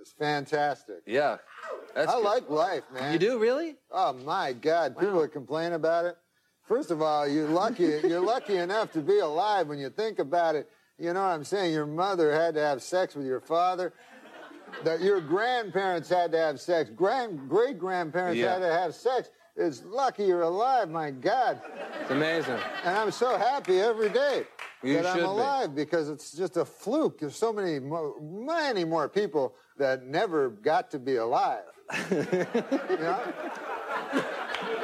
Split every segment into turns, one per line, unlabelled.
It's fantastic.
Yeah. That's
I
good.
like life, man.
You do really?
Oh my God! People that complain about it. First of all, you're lucky. you're lucky enough to be alive when you think about it. You know what I'm saying? Your mother had to have sex with your father. That your grandparents had to have sex. Grand great grandparents
Yeah.
had to have sex. It's lucky you're alive. My God!
It's amazing.
And I'm so happy every day
You
that I'm
should be.
alive because it's just a fluke. There's so many, mo- many more people that never got to be alive. you know?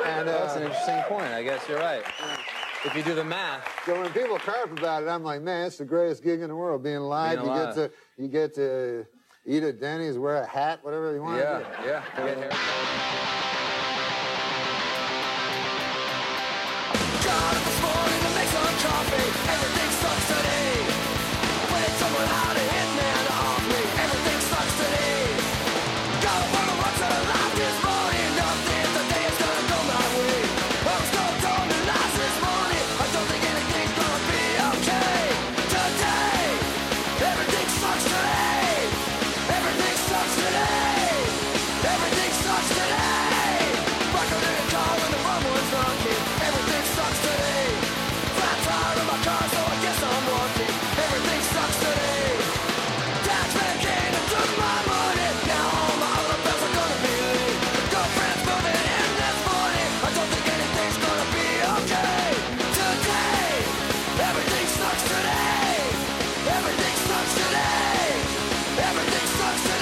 And
That's an
uh,
interesting point. I guess you're right. If you do the math,
so when people carp about it, I'm like, man, it's the greatest gig in the world. Being alive,
Being alive.
you get to, you get to eat at Denny's, wear a hat, whatever you want. to
yeah,
do.
yeah. Get hair.
God, this morning to make some coffee. Everything sucks today. Wait, someone out a hitman off me. Everything sucks today. Got a part of what's alive this morning. Nothing today is gonna go my way. I was told on the lies this morning. I don't think anything's gonna be okay today. Everything sucks today. Everything sucks today. Everything sucks today. Buckled in a car when the bum was knocking. Everything sucks today. Flat tire on my car, so I guess I'm walking. Everything sucks today. Dad's been king and took my money. Now all my other bills are gonna be late. Girlfriend's moving in this morning. I don't think anything's gonna be okay today. Everything sucks today. Everything sucks today. Everything sucks today.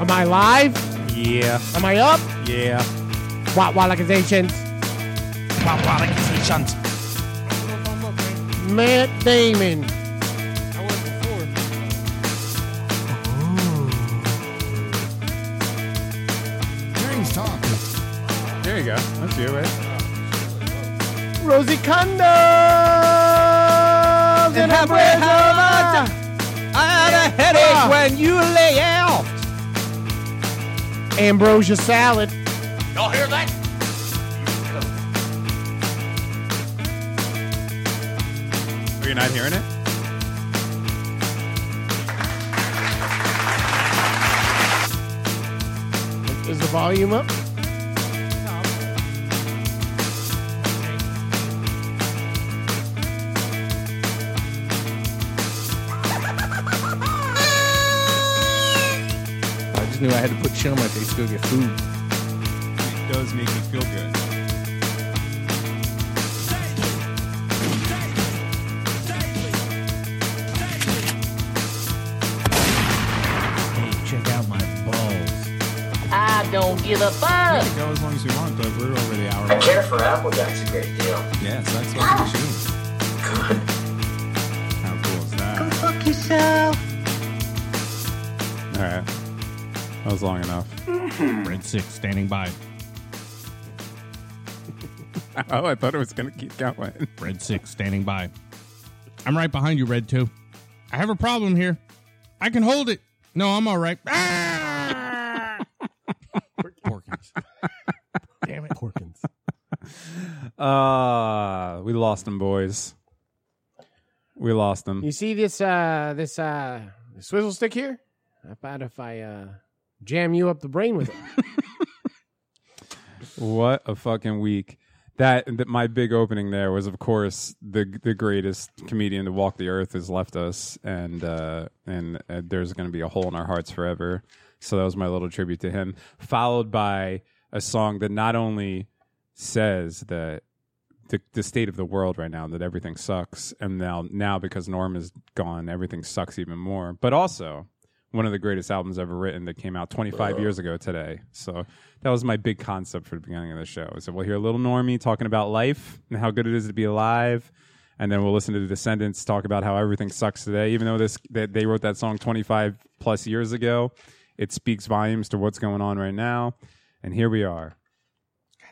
Am I live?
Yeah,
Am I up?
yeah.
What, what accusations?
Wow, wow, like it's a shunt.
Matt Damon.
James Thomas.
There you go. That's you, right?
Rosie Condos. And a bread of butter.
I had a headache
Yeah.
when you lay out.
Ambrosia salad.
Y'all hear that? Are you not hearing it?
Is the volume up?
I just knew I had to put shit on my face to go get food.
It does make me feel good.
Hey, check out my balls.
I don't give a fuck.
Go as long as we want, but we're over the hour. mark.
Care for Applejack's a great deal. Ah!
Yeah, so that's what we shoot. How cool is that? Go fuck yourself. All right. That was long enough.
Red Six standing by.
Oh, I thought it was going to keep going.
Red Six standing by. I'm right behind you, Red Two. I have a problem here. I can hold it. No, I'm all right. Ah! Porkins.
Damn it, Porkins.
Ah, we lost them, boys. We lost them.
You see this uh this uh swizzle stick here? I thought if I uh jam you up the brain with it.
What a fucking week. That, that my big opening there was, of course, the the greatest comedian to walk the earth has left us, and uh, and uh, there's going to be a hole in our hearts forever. So that was my little tribute to him, followed by a song that not only says that the, the state of the world right now that everything sucks, and now now because Norm is gone, everything sucks even more, but also one of the greatest albums ever written that came out 25 years ago today. So that was my big concept for the beginning of the show. So we'll hear a little Normie talking about life and how good it is to be alive. And then we'll listen to the Descendants talk about how everything sucks today. Even though this that they wrote that song 25 plus years ago, it speaks volumes to what's going on right now. And here we are.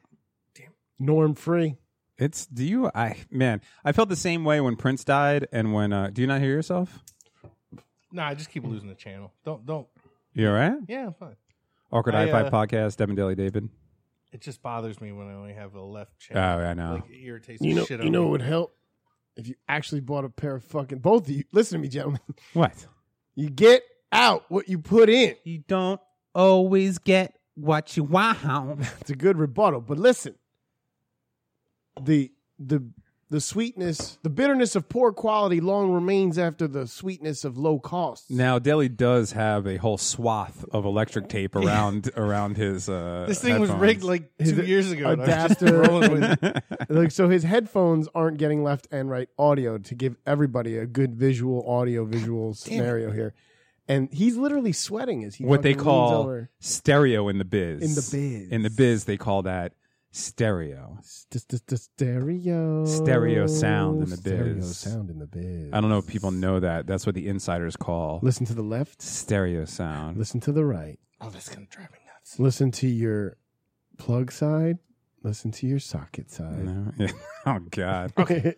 Norm free.
It's do you I man, I felt the same way when Prince died and when uh do you not hear yourself?
Nah, I just keep losing the channel. Don't don't.
You all right?
Yeah, I'm fine.
Awkward
I,
I, Five
uh,
podcast, Devin Daily David.
It just bothers me when I only have a left
Oh,
channel.
I know.
Like it irritates
You
the
know,
shit out
you
of
know
me.
what would help if you actually bought a pair of fucking both of you. Listen to me, gentlemen.
what?
You get out what you put in.
You don't always get what you want.
It's a good rebuttal, but listen, the the the sweetness, the bitterness of poor quality long remains after the sweetness of low cost.
Now Deli does have a whole swath of electric tape around around his uh
This thing was
headphones.
rigged like two
His
years ago. and I was just
adapter.
rolling with it.
like so his headphones aren't getting left and right audio to give everybody a good visual audio visual scenario here and he's literally sweating as he
what they
fucking leans
call
over.
stereo in the biz.
In the biz.
In the biz they call that stereo.
St- st- st- stereo
Stereo sound in the
stereo
biz.
sound in the biz
I don't know if people know that. That's what the insiders call
listen to the left
stereo sound.
listen to the right
Oh, that's gonna drive me nuts.
listen to your plug side listen to your socket side
No? Yeah. Oh God. You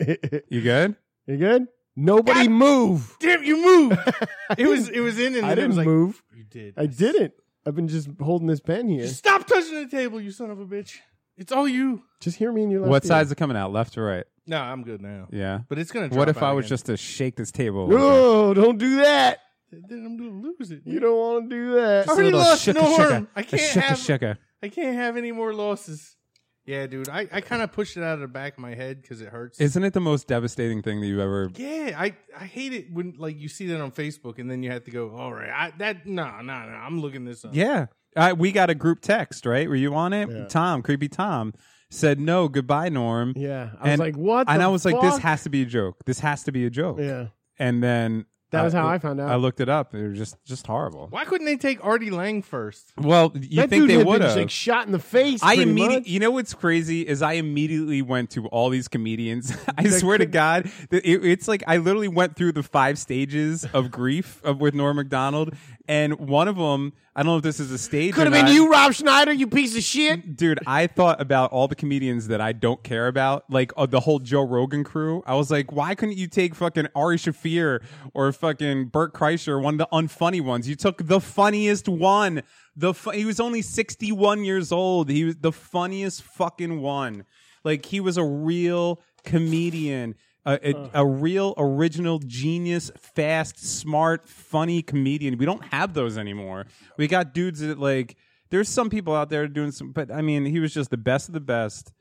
good?
you good nobody move
Damn, you moved. It was it was in and
i
then it
didn't
was like
move
you did.
i didn't i've been just holding this pen here
Just stop touching the table, you son of a bitch. It's all you.
Just hear me in your left
What
ear.
side's it coming out? Left or right?
No, I'm good now.
Yeah.
But it's gonna. Drop
What if
out
I was
again.
just to shake this table?
No, don't do that.
Then I'm gonna lose it.
You don't want to do that.
I already
Little
lost
shaka,
Norm.
shaka,
I
a
can't
shaka,
have-
shaka.
I can't have any more losses. Yeah, dude. I, I kind of pushed it out of the back of my head because it hurts.
Isn't it the most devastating thing that you've ever?
yeah, I, I hate it when like you see that on Facebook and then you have to go, all right, I, that no no no, I'm looking this up.
Yeah. I, we got a group text, right? Were you on it?
Yeah.
Tom, creepy Tom, said no, goodbye, Norm.
Yeah, I was like, what?
And
the
I was like, this
fuck?
has to be a joke. This has to be a joke.
Yeah,
And then
That was how I found out.
I looked it up. It was just just horrible.
Why couldn't they take Artie Lang first?
Well, you
that
think
dude
they
had
would
been
have?
like shot in the face.
I
pretty
immediately,
much.
you know what's crazy is I immediately went to all these comedians. I
That
swear to
could-
God, that it, it's like I literally went through the five stages of grief of, with Norm Macdonald, and one of them, I don't know if this is a stage.
could
or
have been
not.
you, Rob Schneider. You piece of shit.
Dude, I thought about all the comedians that I don't care about, like uh, the whole Joe Rogan crew. I was like, why couldn't you take fucking Ari Shafir or fucking Burt Kreischer, one of the unfunny ones? You took the funniest one. The fu- he was only sixty one years old. He was the funniest fucking one. Like he was a real comedian. A, a, a real original genius, fast, smart, funny comedian. We don't have those anymore. We got dudes that like there's some people out there doing some, but I mean, he was just the best of the best.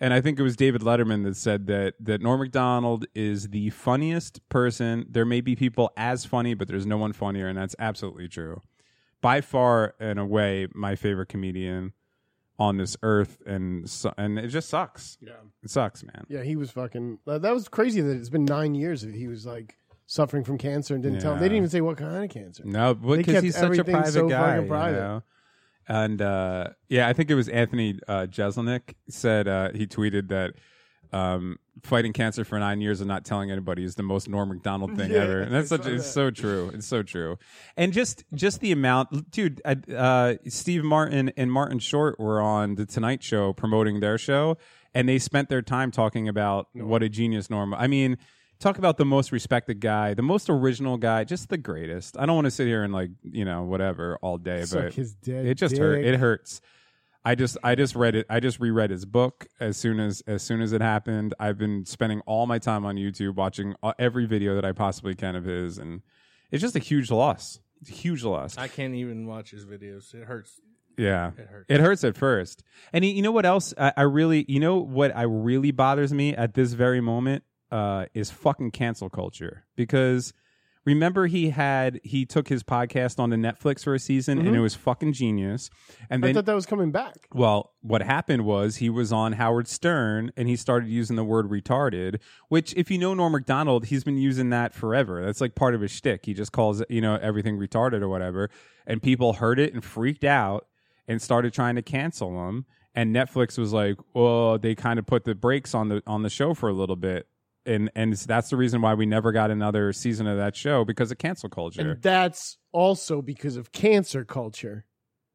And I think it was David Letterman that said that that Norm Macdonald is the funniest person. There may be people as funny, but there's no one funnier, and that's absolutely true. By far and away, my favorite comedian on this earth, and so, and it just sucks. Yeah, it sucks, man.
Yeah, he was fucking. uh, That was crazy. That it's been nine years. that He was like suffering from cancer and didn't tell.
Yeah.
They didn't even say what kind of cancer.
No,
They
because
kept
he's such a
everything
private
so
guy.
fucking
you
private.
know? And uh, yeah, I think it was Anthony uh, Jeselnik said uh, he tweeted that um, fighting cancer for nine years and not telling anybody is the most Norm Macdonald thing ever. And that's such it's so true. It's so true. And just just the amount, dude. I, uh, Steve Martin and Martin Short were on the Tonight Show promoting their show, and they spent their time talking about what a genius Norm. I mean. Talk about the most respected guy, the most original guy, just the greatest. I don't want to sit here and like, you know, whatever all day,
Suck
but
his dead
it just hurt.
dick.
It hurts. I just I just read it. I just reread his book as soon as as soon as it happened. I've been spending all my time on YouTube watching uh, every video that I possibly can of his, and it's just a huge loss. It's a huge loss.
I can't even watch his videos. It hurts.
yeah,
It hurts.
it hurts at first. And you- you know what else? I, I really you know what I really bothers me at this very moment uh, is fucking cancel culture because Remember, he had he took his podcast on to Netflix for a season,
Mm-hmm.
and it was fucking genius. And
I
then
thought that was coming back.
Well, what happened was he was on Howard Stern and he started using the word retarded, which, if you know Norm MacDonald, he's been using that forever. That's like part of his shtick. He just calls, you know, everything retarded or whatever. And people heard it and freaked out and started trying to cancel him. And Netflix was like, well, they kind of put the brakes on the on the show for a little bit. And and it's- that's the reason why we never got another season of that show because of cancel culture.
And that's also because of cancer culture,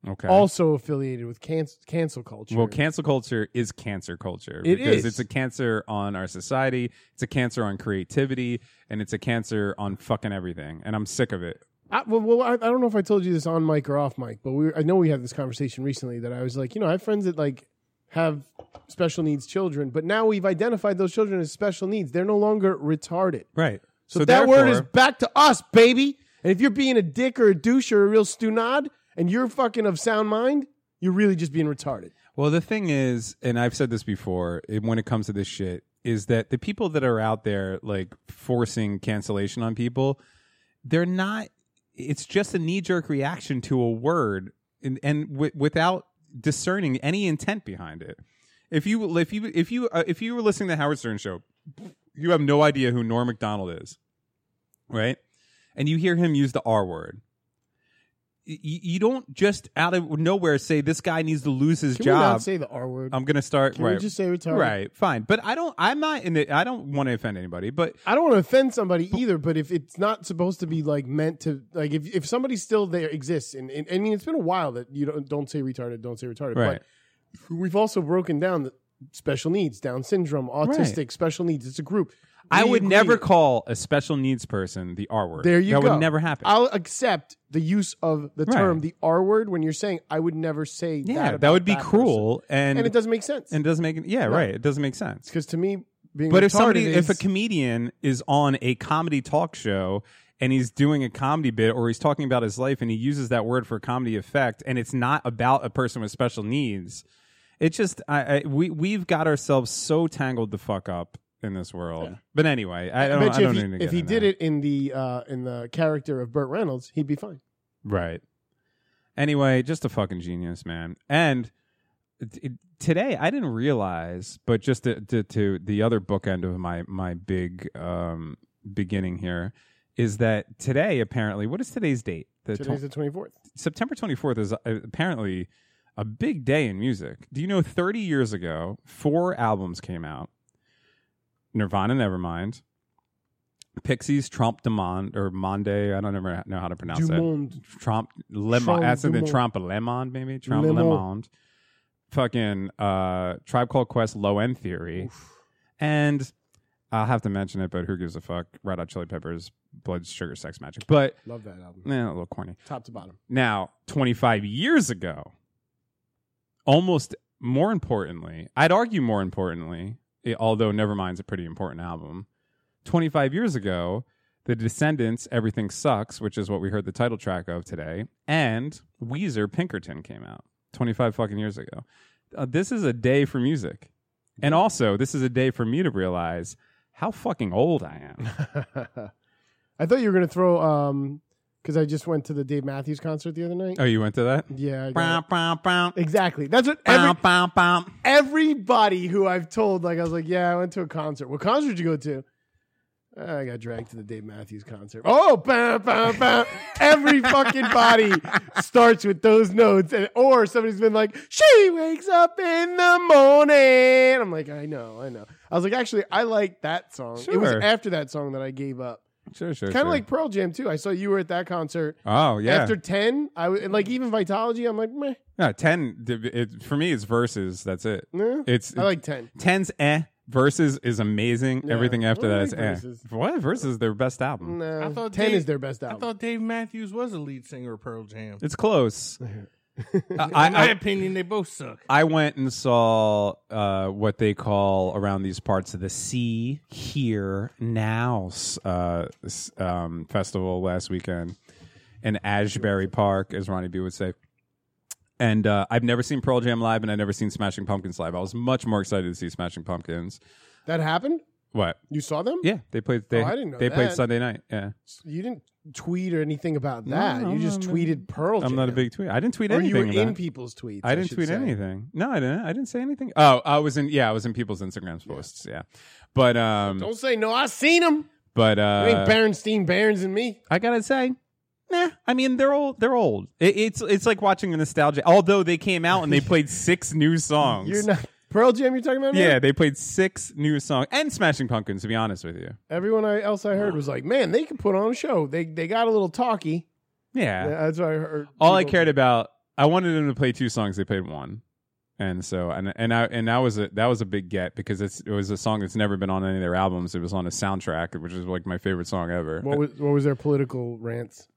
okay.
also affiliated with can- cancel culture.
Well, cancel culture is cancer culture.
It
because
is.
It's a cancer on our society. It's a cancer on creativity, and it's a cancer on fucking everything. And I'm sick of it.
I, well, well I, I don't know if I told you this on mic or off mic, but we were, I know we had this conversation recently that I was like, you know, I have friends that like have special needs children, but now we've identified those children as special needs. They're no longer retarded.
Right.
So, that word is back to us, baby. And if you're being a dick or a douche or a real stunad and you're fucking of sound mind, you're really just being retarded.
Well, the thing is, and I've said this before, it, when it comes to this shit, is that the people that are out there like forcing cancellation on people, they're not. It's just a knee jerk reaction to a word, and and wi- without discerning any intent behind it. If you if you if you uh, if you were listening to the Howard Stern show, you have no idea who Norm Macdonald is, right? And you hear him use the R word. Y- y- You don't just out of nowhere say this guy needs to lose his
Can we
job.
not say the R word?
I'm gonna start
Can
right.
we just say retarded?
right, fine. But I don't. I'm not in the. I don't want to offend anybody. But
I don't want to offend somebody either, but if it's not supposed to be like meant to like if if somebody still there exists and, and I mean it's been a while that you don't don't say retarded, don't say retarded.
Right.
But we've also broken down the special needs, Down syndrome, autistic, special needs. It's a group.
I
We
would
agree.
never call a special needs person the R word.
There you
that
go.
would never happen.
I'll accept the use of the
Right.
term the R word when you're saying I would never say that.
yeah, that,
about
would be
that
cruel,
person."
and
And it doesn't make sense.
and it doesn't make yeah right. It doesn't make sense.
because to me being
But if somebody,
retarded
if a
is-
comedian is on a comedy talk show and he's doing a comedy bit or he's talking about his life and he uses that word for comedy effect and it's not about a person with special needs, it just I, I we we've got ourselves so tangled the fuck up in this world. But anyway, I
I
don't. I,
bet you if
don't need to
he,
get
if he
in
did
that.
it in the uh, in the character of Burt Reynolds, he'd be fine.
right. Anyway, just a fucking genius, man. And t- it- today I didn't realize, but just to, to, to the other bookend of my my big um, beginning here is that today apparently what is today's date? The
Today's
tw-
the twenty fourth.
September 24th is uh, apparently a big day in music. Do you know 30 years ago four albums came out? Nirvana Nevermind, Pixies Trompe de Monde or Monde, I don't ever know how to pronounce
Du
it.
monde.
Trump Lemon.
Trump
That's something
Dumont.
Trump Lemon, maybe Trump
Lemon.
Lemon. Fucking uh, Tribe Called Quest, Low End Theory, and I'll have to mention it, but who gives a fuck? Red Hot Chili Peppers, Blood Sugar Sex Magic, but
Love that album,
eh, a little corny.
top to bottom.
Now, 25 years ago, almost more importantly, I'd argue more importantly, eh, although Nevermind's a pretty important album. 25 years ago, The Descendants, Everything Sucks, which is what we heard the title track of today, and Weezer Pinkerton came out 25 fucking years ago. Uh, this is a day for music. And also, this is a day for me to realize how fucking old I am.
I thought you were gonna throw um because I just went to the Dave Matthews concert the other night.
oh, you went to that?
yeah, I got
Bow, bow, bow.
it. exactly. That's what every,
Bow, bow, bow.
everybody who I've told like I was like, yeah, I went to a concert. What concert did you go to? "Uh, I got dragged to the Dave Matthews concert. Oh, bah, bah, bah. every fucking body starts with those notes, and or somebody's been like, "She wakes up in the morning." I'm like, I know, I know. I was like, actually, I like that song. It was
Sure.
after that song that I gave up.
Sure, sure.
kind of
sure.
like Pearl Jam too. I saw you were at that concert.
Oh yeah,
After ten, I was like even Vitology. I'm like, meh,
no, ten. d- It, for me, it's verses. That's it.
Yeah,
It's
I like ten.
tens. Eh, verses is amazing.
Yeah.
Everything after
I
that
like
is eh.
Verses.
What verses? is Their best album.
No,
I thought
ten
Dave-
is their best
I
album.
thought Dave Matthews was a lead singer of Pearl Jam.
It's close. I,
In my
I, I,
opinion, they both suck.
I went and saw uh, what they call around these parts of the sea here now uh, s- um, festival last weekend in Ashbury Park, as Ronnie B would say. And uh, I've never seen Pearl Jam live, and I've never seen Smashing Pumpkins live. I was much more excited to see Smashing Pumpkins.
that happened.
What?
You saw them?
Yeah, they played. They,
Oh, I didn't know
they played
that.
Sunday night. Yeah,
You didn't tweet or anything about that.
no,
you just
I'm not-
tweeted Pearl.
I'm not a
Jam.
big tweet. I didn't tweet
Or you
anything.
were
about
in
it.
people's tweets.
I didn't
should
tweet
say.
anything. No, I didn't. I didn't say anything. Oh, I was in. Yeah, I was in people's Instagram posts. Yeah, but um,
Don't say no. I seen them.
but uh,
it ain't Bernstein Barons and me.
I gotta say, nah. I mean, they're old. They're old. It, it's it's like watching a nostalgia. Although they came out and they played six new songs.
You're not Pearl Jam. You're talking about? now?
Yeah, they played six new songs and Smashing Pumpkins. To be honest with you,
Everyone I, else I heard was like, man, they could put on a show. They they got a little talky.
yeah.
Yeah, That's what I heard.
All I
people-
cared about, I wanted them to play two songs. They played one, and so and and I and that was a that was a big get because it's it was a song that's never been on any of their albums. It was on a soundtrack, which is like my favorite song ever.
What was what was their political rants?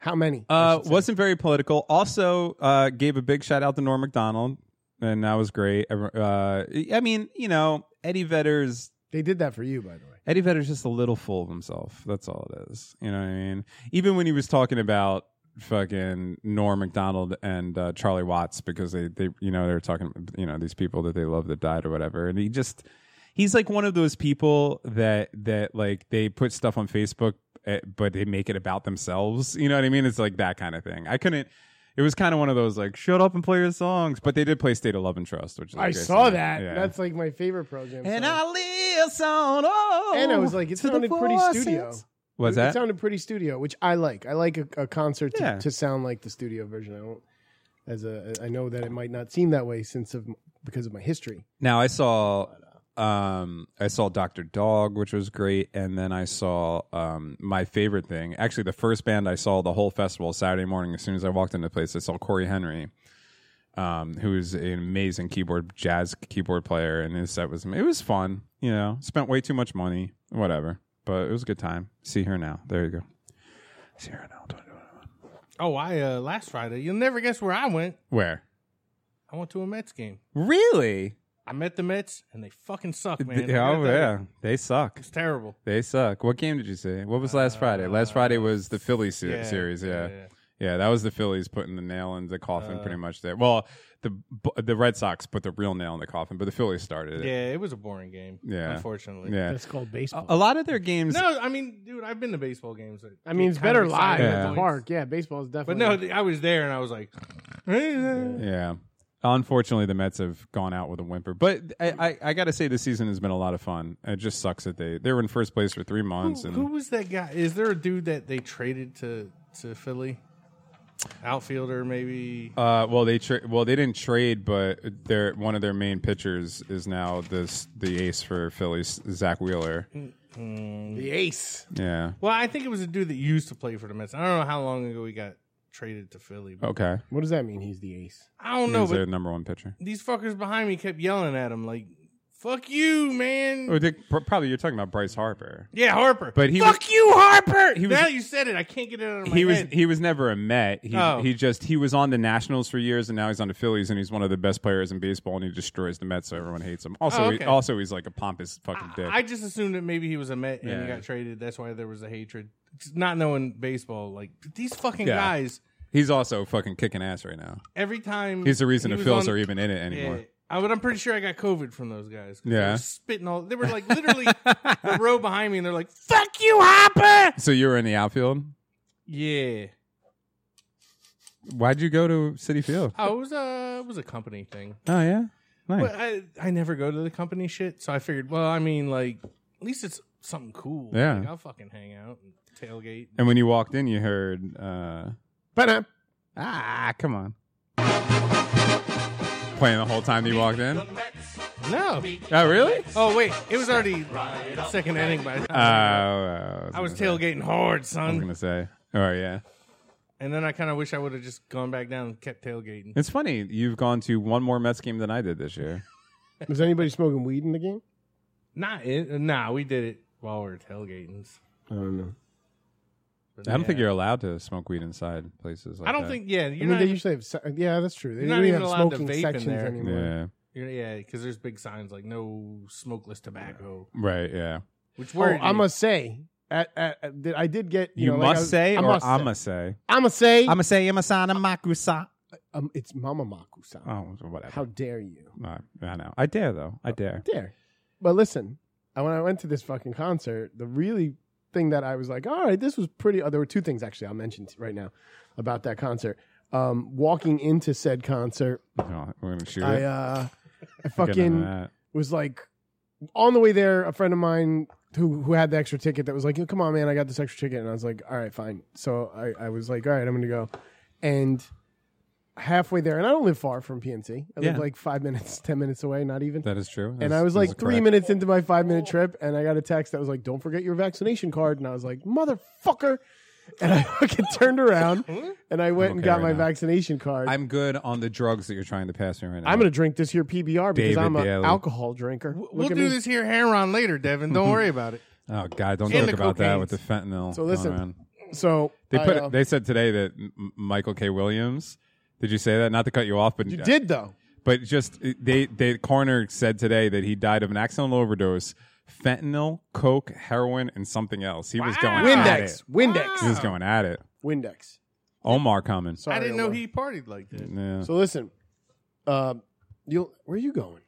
How many? I
Uh,
should say.
wasn't very political. Also, uh, gave a big shout out to Norm Macdonald, and that was great. Ever- Uh, I mean, you know, Eddie Vedder's
they did that for you, by the way.
Eddie Vedder's just a little full of himself. That's all it is. You know what I mean? Even when he was talking about fucking Norm Macdonald and uh, Charlie Watts, because they they you know they were talking you know these people that they love that died or whatever, and he just he's like one of those people that that like they put stuff on Facebook, eh, but they make it about themselves. You know what I mean? It's like that kind of thing. I couldn't. It was kind of one of those like shut up and play your songs, but they did play "State of Love and Trust," which is a
I
great
saw
song.
that.
Yeah.
That's like my favorite Pearl Jam.
and
song.
I listen. Oh,
and I was like, it
to the
sounded pretty
voices.
studio.
Was
it,
that?
It sounded pretty studio, which I like. I like a, a concert to,
Yeah.
to sound like the studio version. I don't. As a, I know that it might not seem that way since of because of my history.
now I saw, um, I saw Doctor Dog, which was great, and then I saw um, my favorite thing. Actually, the first band I saw the whole festival Saturday morning. As soon as I walked into the place, I saw Corey Henry. Um, who is an amazing keyboard jazz keyboard player, and his set was it was fun. You know, spent way too much money, whatever, but it was a good time. See her now. There you go. See her now.
Oh, I uh, last Friday. You'll never guess where I went.
Where?
I went to a Mets game.
Really?
I met the Mets, and they fucking suck, man.
Th- oh yeah, they suck.
it's terrible.
They suck. What game did you see? What was last Friday? Last Friday was the Phillies se-
Uh, yeah,
series. Yeah. Yeah,
yeah, yeah. Uh.
that was the Phillies putting the nail in the coffin, pretty much. There. Well, the bu- the Red Sox put the real nail in the coffin, but the Phillies started it.
Yeah, it was a boring game.
Yeah.
unfortunately.
Yeah.
That's called baseball.
A lot of their games.
No, I mean, dude, I've been to baseball games. that
I mean, it's
kind
better
of exciting
live
Yeah.
at the
points.
park. Yeah, baseball is
But
definitely.
no, th- I was there, and I was like,
Yeah. Unfortunately, the Mets have gone out with a whimper. But I, I, I got to say, this season has been a lot of fun. It just sucks that they they were in first place for three months.
who,
and
who was that guy? Is there a dude that they traded to to Philly? Outfielder, maybe.
Uh, well, they tra- well they didn't trade, but their one of their main pitchers is now this the ace for Phillies, Zach Wheeler.
the ace.
Yeah.
Well, I think it was a dude that used to play for the Mets. I don't know how long ago he got traded to Philly. But
Okay.
What does that mean? He's the ace.
I don't know,
He's
but
their number one pitcher.
these fuckers behind me kept yelling at him like, "Fuck you, man."
Oh, they, pr- probably you're talking about Bryce Harper.
yeah, Harper.
But he
fuck
was-
you, Harper.
He was-
now you said it. I can't get it out of my
He was
head.
he was never a Met. He
Oh.
he just he was on the Nationals for years, and now he's on the Phillies, and he's one of the best players in baseball, and he destroys the Mets, so everyone hates him. Also,
Oh,
he,
okay.
also he's like a pompous fucking dick.
I, I just assumed that maybe he was a Met and
Yeah.
he got traded. That's why there was a hatred. Just not knowing baseball, like these fucking
Yeah.
guys.
he's also fucking kicking ass right now.
Every time
He's the reason
he
the
was
Phillies
on-
are even in it
Yeah.
anymore.
I, but I'm pretty sure I got COVID from those guys. 'cause they
Yeah.
were spitting all. They were like literally the row behind me, and they're like, "Fuck you, Hopper."
So you were in the outfield.
Yeah.
Why'd you go to City Field?
Oh, it was a it was a company thing.
Oh yeah, nice.
But I I never go to the company shit, so I figured, well, I mean, like at least it's something cool.
Yeah.
Like, I'll fucking hang out and tailgate.
And when you walked in, you heard, uh,
But
ah, come on. Playing the whole time you walked in?
No.
Oh, really?
Oh wait, it was already second inning by the
Oh,
time.
I
I was
gonna say-
tailgating
I
hard,
was
son.
going to say. Oh, yeah.
And then I kind of wish I would have just gone back down and kept tailgating.
It's funny. You've gone to one more Mets game than I did this year.
was anybody smoking weed in the game?
Not it. Nah, we did it while we were tailgating.
I don't know.
But
I don't think
yeah.
you're allowed to smoke weed inside places like
I don't
that.
think. Yeah, you're
I mean,
not.
they
even-
usually have. Se- yeah, that's true. They
You're not
don't
even
have
allowed to
smoking
vape in
sections
there.
anymore.
Yeah.
you're- yeah, because there's big signs like no smokeless tobacco,
Right. Yeah.
which
Oh,
were
I must say, at, at, at- did- I did get. You,
You,
know, like I
must
was-
say,
I
or
must
I
say.
must say.
I'm a say.
a say, I'm a son of Makusa.
um, it's Mama Makusan.
Oh, whatever.
How dare you?
No, I know. I dare, though. I dare.
Dare. But listen, I I- when I went to this fucking concert, the really thing that I was like, all right, this was pretty. Uh, there were two things actually I'll mention t- right now about that concert. Um, walking into said concert,
Oh, we're gonna shoot
I
it.
uh, I
Get into
fucking
that.
was like on the way there a friend of mine who who had the extra ticket that was like "Yo, come on man i got this extra ticket and i was like all right fine so i, I was like all right i'm gonna go and halfway there and i don't live far from pnc i live
Yeah.
like five minutes ten minutes away not even
That is true.
and
That's-
i was
that's
like three
correct.
minutes into my five minute trip and i got a text that was like don't forget your vaccination card and i was like motherfucker and i fucking turned around and i went and
okay
got
right
my
now.
vaccination card
I'm good on the drugs that you're trying to pass me right now.
I'm gonna drink this here PBR because
David
I'm an
Daly.
alcohol drinker. Look
We'll
at
do
me.
this here hair on later, Devin. Don't worry about it.
Oh God, don't
And
joke
the
about that with the
cocaine.
fentanyl.
So
going
listen,
around.
So
they
I,
put.
uh,
they said today that M- Michael K. Williams. Did you say that? Not to cut you off, but
You did though.
But just they they coroner said today that he died of an accidental overdose, fentanyl, coke, heroin, and something else. He was going at
Windex.
Ah. it. Ah.
Windex.
He was going at it.
Windex.
Omar coming.
Sorry,
I didn't know
Omar.
he partied like that.
Yeah.
So listen, uh, you where are you going?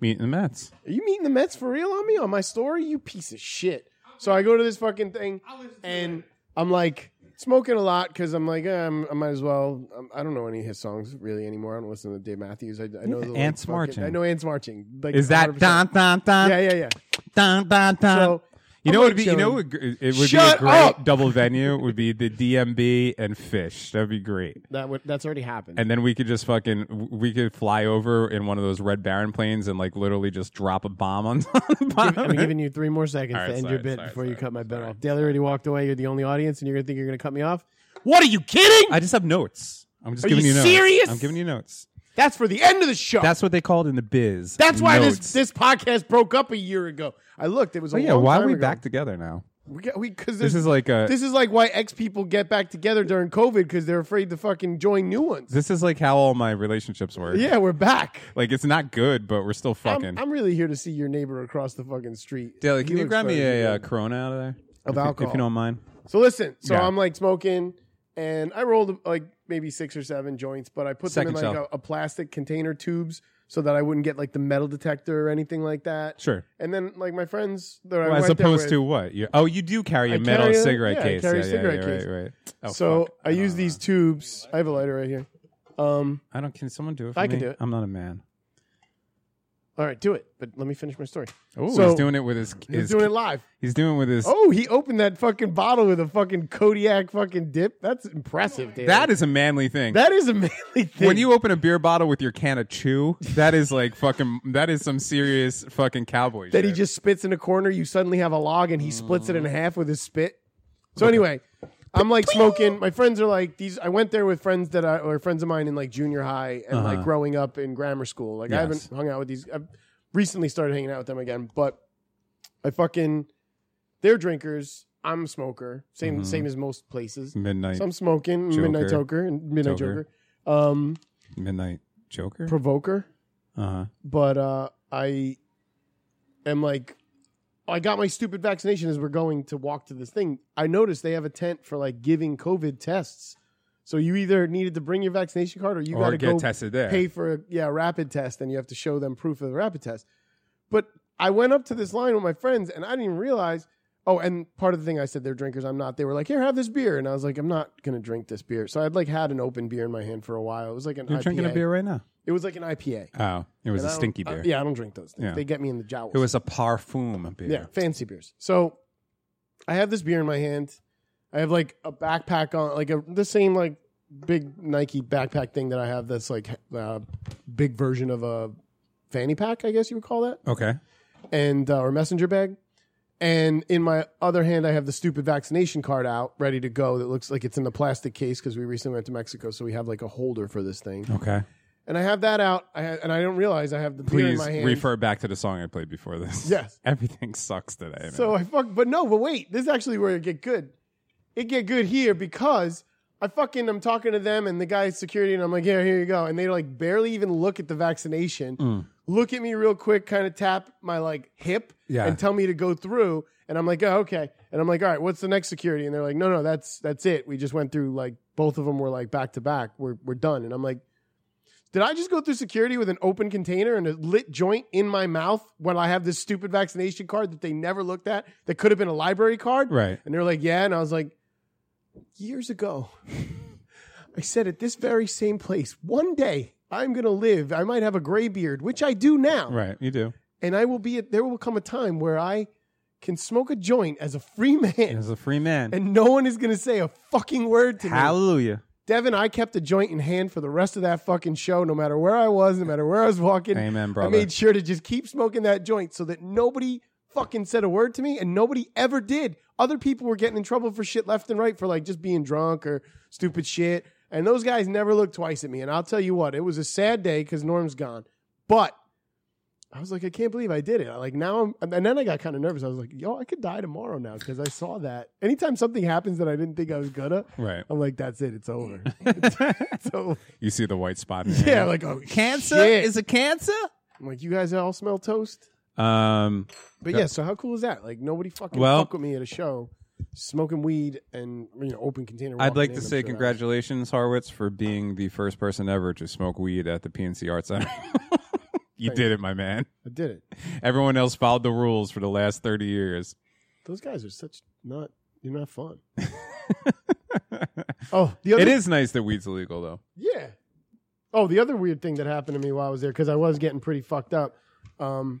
Meeting the Mets.
Are you meeting the Mets for real on me on my story? You piece of shit. So I go to this fucking thing, and I'm like smoking a lot because I'm like eh, I'm- i might as well. I'm, I don't know any of his songs really anymore. I don't listen to Dave Matthews. I, I know the like,
Ants
fucking-
Marching.
I know ants marching. Like
Is that
100%.
don don don
Yeah, yeah, yeah.
don don don?
So
you
I'm
know
like
what would be you
chilling.
know what gr- it would
Shut
be a great
up!
double venue would be the DMB and Fish. That'd be great.
that would that's already happened.
And then we could just fucking we could fly over in one of those Red Baron planes and like literally just drop a bomb on.
I'm giving you three more seconds
All right,
to end
sorry,
your bit
sorry,
before you
sorry,
cut my bit off. Daly already walked away. You're the only audience, and you're gonna think you're gonna cut me off. What are you kidding?
I just have notes. I'm just
Are
giving
you
you, notes.
serious?
I'm giving you notes.
That's for the end of the show.
That's what they called in the biz.
That's why
notes.
this this podcast broke up a year ago. I looked; it was a
Oh yeah,
long
why
time
are we
ago.
back together now?
We got- we- 'cause
This
there's-
is like a
this is like why ex people get back together during COVID because they're afraid to fucking join new ones.
this is like how all my relationships work.
yeah, we're back.
Like it's not good, but we're still
I'm,
fucking.
I'm really here to see your neighbor across the fucking street.
Daly, can
He
you
looks
grab me
very
a uh,
good.
Corona out of there?
Of
If you-
alcohol.
if you don't mind.
so listen, so
Yeah.
I'm like smoking, and I rolled like maybe six or seven joints, but I put them
Second
in like a,
shelf.
a plastic container tubes so that I wouldn't get like the metal detector or anything like that.
Sure.
And then like my friends that I
Well, as
went there
opposed
with-
to what? You, oh, you do carry
I
a metal
carry a-
cigarette
yeah, I
case.
carry a
yeah,
cigarette
yeah, yeah,
case.
Right, right. Oh,
so
fuck.
I use these tubes. I have a lighter right here. Um,
I don't. Can someone do it? For
I can
me?
do it.
I'm not a man.
all right, do it. But let me finish my story.
Oh,
So-
he's doing it with his.
He's
his
doing it live.
He's doing it with his.
Oh, he opened that fucking bottle with a fucking Kodiak fucking dip. That's impressive, David.
that is a manly thing.
that is a manly thing.
when you open a beer bottle with your can of chew, that is like fucking. That is some serious fucking cowboy.
that he
shit.
just spits in a corner, you suddenly have a log and he splits
Mm.
it in half with his spit. So anyway, I'm like smoking. My friends are like these. I went there with friends that I or friends of mine in like junior high and like growing up in grammar school. Like I haven't
Uh-huh. Yes.
hung out with these. I've recently started hanging out with them again, but I fucking they're drinkers. I'm a smoker. Same
Mm-hmm.
same as most places.
midnight
So I'm smoking midnight
Joker.
toker and midnight joker,
Toker.
um,
midnight Joker.
provoker
Uh huh.
but uh, I am like, I got my stupid vaccination as we're going to walk to this thing. I noticed they have a tent for like giving COVID tests. So you either needed to bring your vaccination card or you got
Or
to
get
go
tested there.
pay for a yeah, rapid test and you have to show them proof of the rapid test. But I went up to this line with my friends and I didn't even realize. Oh, and part of the thing I said they're drinkers, I'm not. They were like, "Here, have this beer," and I was like, "I'm not gonna drink this beer." So I'd like had an open beer in my hand for a while. It was like an
You're
IPA.
drinking a beer right now.
It was like an IPA.
Oh, it was
And I don't-
a stinky
uh,
beer.
yeah, I don't drink those things.
Yeah.
They get me in the jowls.
It was a parfum beer.
yeah, fancy beers. So I have this beer in my hand. I have like a backpack on, like a, the same like big Nike backpack thing that I have. That's like uh, big version of a fanny pack, I guess you would call that,
Okay.
and uh, or messenger bag. And in my other hand, I have the stupid vaccination card out, ready to go. That looks like it's in the plastic case because we recently went to Mexico, so we have like a holder for this thing.
Okay.
And I have that out, I ha- and I don't realize I have the beer in
Please
my hand.
refer back to the song I played before this.
Yes.
Everything sucks today. man.
So I fuck, but no, but wait, this is actually where it get good. It get good here because I fucking I'm talking to them and the guy's security and I'm like, yeah, here you go, and they like barely even look at the vaccination,
Mm.
look at me real quick, kind of tap my like hip
Yeah.
and tell me to go through, and I'm like, oh okay, and I'm like, all right, what's the next security? And they're like, no, no, that's that's it. We just went through like both of them were like back to back, we're we're done, and I'm like. Did I just go through security with an open container and a lit joint in my mouth when I have this stupid vaccination card that they never looked at that could have been a library card?
Right.
And they're like, yeah. And I was like, years ago, I said at this very same place, one day I'm going to live. I might have a gray beard, which I do now.
Right. You do.
And I will be, at, there will come a time where I can smoke a joint as a free man
As a free man.
and no one is going to say a fucking word to me.
Hallelujah.
Devin, I kept a joint in hand for the rest of that fucking show, no matter where I was, no matter where I was walking.
Amen,
I
brother.
made sure to just keep smoking that joint so that nobody fucking said a word to me and nobody ever did. Other people were getting in trouble for shit left and right for like just being drunk or stupid shit. And those guys never looked twice at me. And I'll tell you what, it was a sad day because Norm's gone. But I was like, I can't believe I did it. I, like now, I'm, and then I got kind of nervous. I was like, yo, I could die tomorrow now because I saw that. Anytime something happens that I didn't think I was gonna,
Right.
I'm like, that's it. It's over. it's over.
You see the white spot. In your
Yeah,
hand.
like oh,
Cancer
shit.
is a cancer.
I'm like, you guys all smell toast.
um,
But yeah, so how cool is that? Like nobody fucking
Well-
fuck with me at a show, smoking weed and you know open container.
I'd
walking
like
in,
to
I'm
say
sure that-
congratulations, Harwitz, for being the first person ever to smoke weed at the PNC Art Center. you did it, my man.
I did it.
Everyone else followed the rules for the last 30 years.
Those guys are such not. You're not fun. oh, the other
It is nice that weed's illegal, though.
Yeah. Oh, the other weird thing that happened to me while I was there because I was getting pretty fucked up. Um,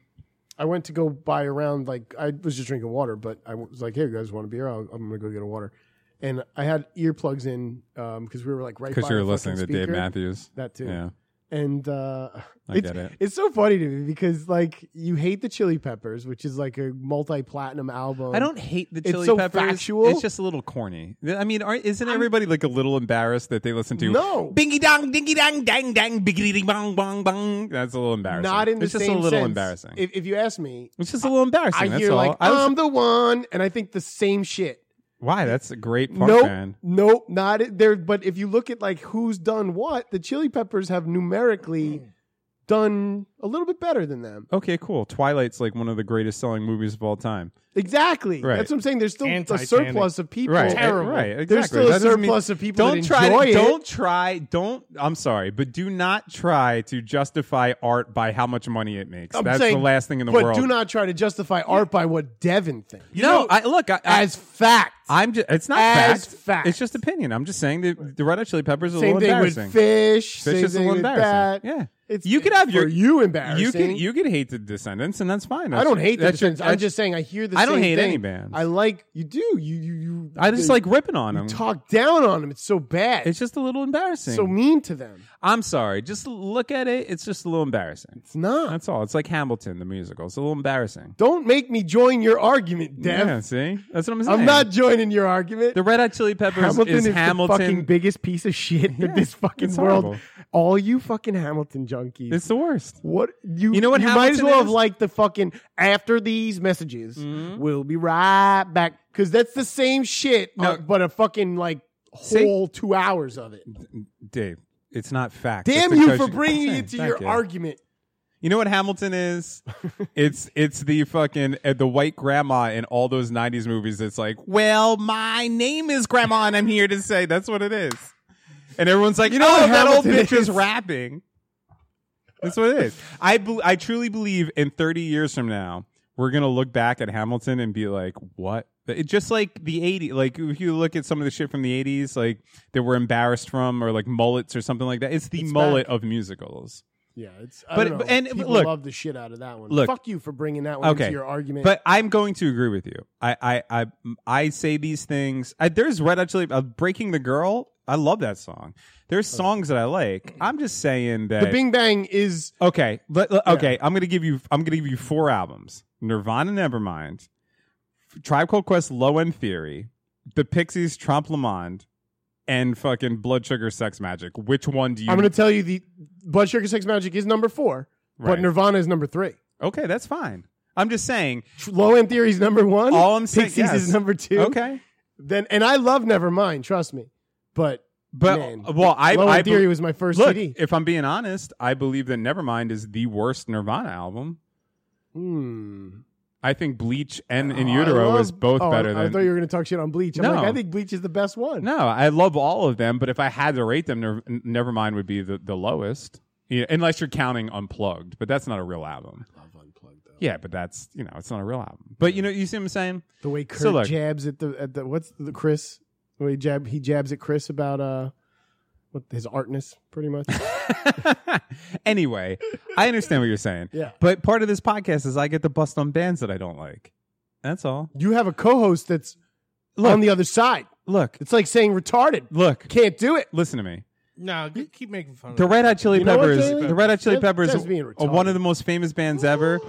I went to go buy around like I was just drinking water, but I was like, "Here, you guys want a beer? I'll, I'm gonna go get a water." And I had earplugs in because we were like right
Because
by
you were
the
listening to
fucking
Dave
speaker.
Matthews.
That too.
Yeah.
And uh,
I
it's,
get it.
it's so funny to me because like you hate the Chili Peppers, which is like a multi-platinum album.
I don't hate the
Um, It's
Chili
so
Peppers.
factual.
It's just a little corny. I mean, aren't, isn't everybody like a little embarrassed that they listen to
No.
Bingy dong, dingy dong, dang dang, biggity ding bong bong bong? That's a little embarrassing.
Not in the
It's
same
just a little
sense.
embarrassing.
If, if you ask me,
it's just a little embarrassing.
I
that's
hear
all.
like um,
I was-
I'm the one, and I think the same shit.
why? That's a great punk
nope,
band.
Nope, not it- there. But if you look at like who's done what, the Chili Peppers have numerically done a little bit better than them.
Okay, cool. Twilight's like one of the greatest selling movies of all time.
Exactly.
Right.
That's what I'm saying. There's still a
Anti-Titanic.
surplus of people.
Right,
Terrible.
right, exactly.
There's still
That
a
doesn't mean-
surplus of people
Don't
that
try.
enjoy
To,
it.
don't try. Don't. I'm sorry, but do not try to justify art by how much money it makes.
I'm
That's
saying-
the last thing in the
but
world.
do not try to justify art by what Devin thinks.
no, I, look. I, I,
as fact.
I'm just. It's not
As
fact.
fact.
It's just opinion. I'm just saying that the Red Hot Chili Peppers is a
same
little
thing
embarrassing.
with fish.
Fish
same
is a
thing
little
with
embarrassing.
that.
Yeah.
It's,
You could have your-
for you
You
embarrassing.
can you can hate the Descendants, and that's fine.
I don't hate the
That's your-
Descendants. I'm
that's-
just saying I hear the
I don't
same
hate
thing.
any bands.
I like you do. You you you
I just
they-
like ripping on them.
you talk down on them. It's so bad.
It's just a little embarrassing.
so mean to them.
I'm sorry. Just look at it. It's just a little embarrassing.
It's not.
That's all. It's like Hamilton, the musical. It's a little embarrassing.
Don't make me join your argument, Dev.
Yeah, see, that's what I'm saying.
I'm not joining your argument.
The Red Hot Chili Peppers
Hamilton
is,
is,
Hamilton.
the fucking biggest piece of shit that
Yeah,
this fucking
it's
world.
horrible.
All you fucking Hamilton junkies.
it's the worst.
what you
You know what
you might as
Hamilton
well have
is?
liked the fucking after these messages. We'll be right back because that's the same shit,
No.
uh, but a fucking like
See?
whole two hours of it.
Dave, it's not fact.
Damn
It's
you
because
for bringing it to
Thank
your
you.
argument.
You know what Hamilton is? it's it's the fucking uh, the white grandma in all those '90s movies. It's like, well, my name is Grandma, and I'm here to say that's what it is. And everyone's like, you know,
know
oh,
what
that old
Hamilton
bitch is
is?"
rapping. That's what it is. I bel I truly believe in 30 years from now, we're gonna look back at Hamilton and be like, what? It, just like the 80s. Like if you look at some of the shit from the 80s, like that we're embarrassed from, or like mullets or something like that. It's the
It's
mullet
back.
of musicals.
Yeah, it's I
But-
don't know.
but- and
people
look-
love the shit out of that one.
look.
fuck you for bringing that one
Okay,
into your argument.
But I'm going to agree with you. I I I, I say these things. I, there's Red Hot Chili uh, "Breaking the Girl." I love that song. There's
Oh.
songs that I like. I'm just saying that.
the Bing Bang is
okay, let- let- okay. I'm gonna give you. I'm gonna give you four albums: Nirvana, Nevermind, Tribe Called Quest, Low End Theory, The Pixies, Trompe Le Monde, and fucking Blood Sugar Sex Magic. Which one do you?
I'm going to tell you the Blood Sugar Sex Magic is number four,
Right.
but Nirvana is number three.
okay, that's fine. I'm just saying.
Tr- Low End Theory is number one.
All I'm saying
Pixies is
yes.
number two.
Okay,
Then and I love Nevermind. Trust me, but
but
Man.
well, I
Low
I
End Theory
bel-
was my first
Look,
CD.
if I'm being honest, I believe that Nevermind is the worst Nirvana album.
Hmm.
I think Bleach and In
Oh, I
Utero
love-
is both
oh,
better
I,
than.
I thought you were going to talk shit on Bleach. I'm
No.
like, I think Bleach is the best one.
no, I love all of them, but if I had to rate them, Nir- Nevermind would be the, the lowest. Yeah, unless you're counting Unplugged, but that's not a real album.
Love unplugged though.
Yeah, but that's you know it's not a real album. But you know you see what I'm saying?
The way Kurt
So look-
jabs at the at the what's the Chris? The way he jab he jabs at Chris about uh what his artness pretty much.
anyway, I understand what you're saying.
Yeah.
But part of this podcast is I get to bust on bands that I don't like. That's all.
you have a co-host that's on the other side.
Look,
It's like saying retarded.
look,
Can't do it.
listen to me.
No, g- keep making fun of
The
it.
Red Hot Chili
You know what,
Peppers.
Jaylee?
the Red Hot Chili
That's-
Peppers
that's being
are
retarded.
one of the most famous bands ever.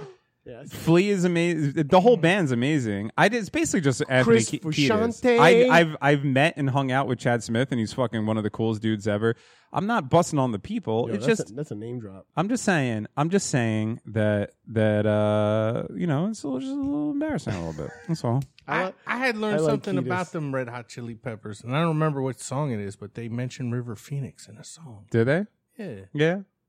Flea is amazing. The whole band's amazing. I did, it's basically just Anthony
Chris
Ke- Kiedis.
Fusciante.
I, I've I've met and hung out with Chad Smith, and he's fucking one of the coolest dudes ever. I'm not busting on the people.
Yo,
it's
that's
just
a, that's a name drop.
I'm just saying. I'm just saying that that uh you know it's a little, just a little embarrassing a little bit. That's all.
I
I,
like-
I had
I
learned
like
something
Kiedis.
about them Red Hot Chili Peppers, and I don't remember what song it is, but they mentioned River Phoenix in a song.
Did they?
Yeah,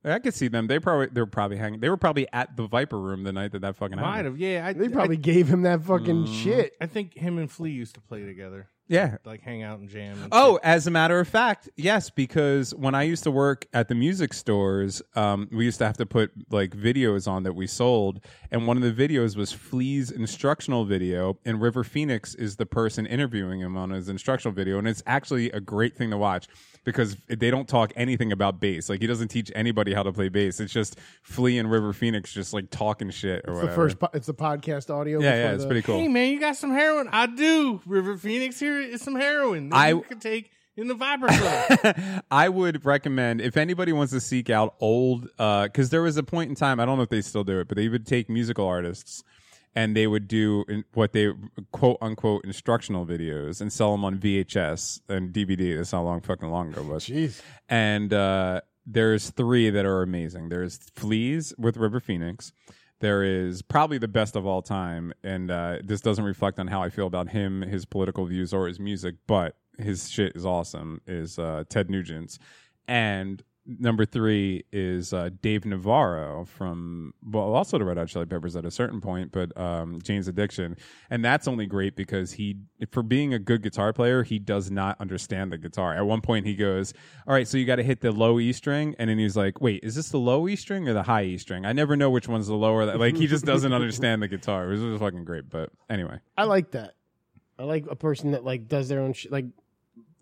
Yeah, I could see them. They probably they're probably hanging. They were probably at the Viper Room the night that that fucking
might
happened.
have. Yeah, I,
They probably gave him that fucking
Mm.
shit.
I, I think him and Flea used to play together.
Yeah.
like hang out and jam. And
Oh, as a matter of fact, yes, because when I used to work at the music stores, um, we used to have to put like videos on that we sold, and one of the videos was Flea's instructional video, and River Phoenix is the person interviewing him on his instructional video, and it's actually a great thing to watch because they don't talk anything about bass. Like he doesn't teach anybody how to play bass. It's just Flea and River Phoenix just like talking shit
It's
or whatever.
the first. Po- it's the podcast audio.
yeah,
before
yeah, it's
the-
pretty
Hey
cool.
man, you got some heroin? I do. River Phoenix here is some heroin that
I-
you could take in the Viper Club.
I would recommend if anybody wants to seek out old, because there was a point in time, I don't know if they still do it, but they would take musical artists and they would do in- what they quote unquote instructional videos and sell them on VHS and DVD. That's how long fucking long ago it was.
Jeez.
And uh, there's three that are amazing. There's Fleas with River Phoenix. There is probably the best of all time, and uh, this doesn't reflect on how I feel about him, his political views, or his music, but his shit is awesome. Is uh, Ted Nugent's, and number three is uh, Dave Navarro from well, also the Red Hot Chili Peppers at a certain point, but um, Jane's Addiction, and that's only great because he, for being a good guitar player, he does not understand the guitar. At one point, he goes, "All right, so you got to hit the low E string," and then he's like, "Wait, is this the low E string or the high E string? I never know which one's the lower." That like he just doesn't understand the guitar. It was just fucking great, but anyway,
I like that. I like a person that like does their own shit. Like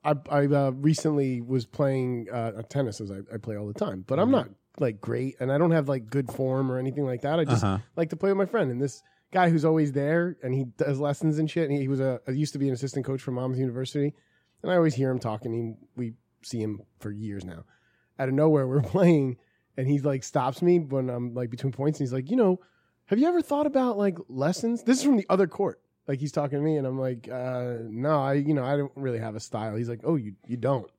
I, I uh, recently was playing uh, tennis as I, I play all the time, but I'm not like great, and I don't have like good form or anything like that. I just
Uh-huh.
like to play with my friend, and this guy who's always there and he does lessons and shit. And he was a I used to be an assistant coach for Mom's University, and I always hear him talking. He, we see him for years now. Out of nowhere, we're playing, and he like stops me when I'm like between points, and he's like, you know. Have you ever thought about like lessons? This is from the other court. Like he's talking to me, and I'm like, uh, no, I, you know, I don't really have a style. He's like, oh, you, you don't.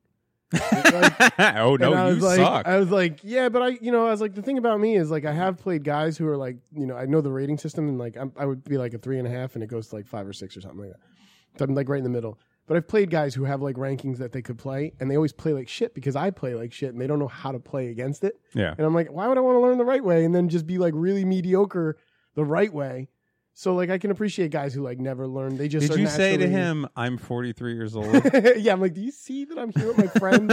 Like,
oh
and I
no, you
was like,
suck.
I was like, yeah, but I, you know, I was like, the thing about me is like, I have played guys who are like, you know, I know the rating system, and like, I'm, I would be like a three and a half, and it goes to like five or six or something like that. So I'm like right in the middle. But I've played guys who have like rankings that they could play, and they always play like shit because I play like shit, and they don't know how to play against it.
yeah,
And I'm like, why would I want to learn the right way and then just be like really mediocre the right way? So like I can appreciate guys who like never learn. They just
Did
are
you say to
naturally-
him, "I'm 43 years old"?
yeah, I'm like, do you see that I'm here with my friend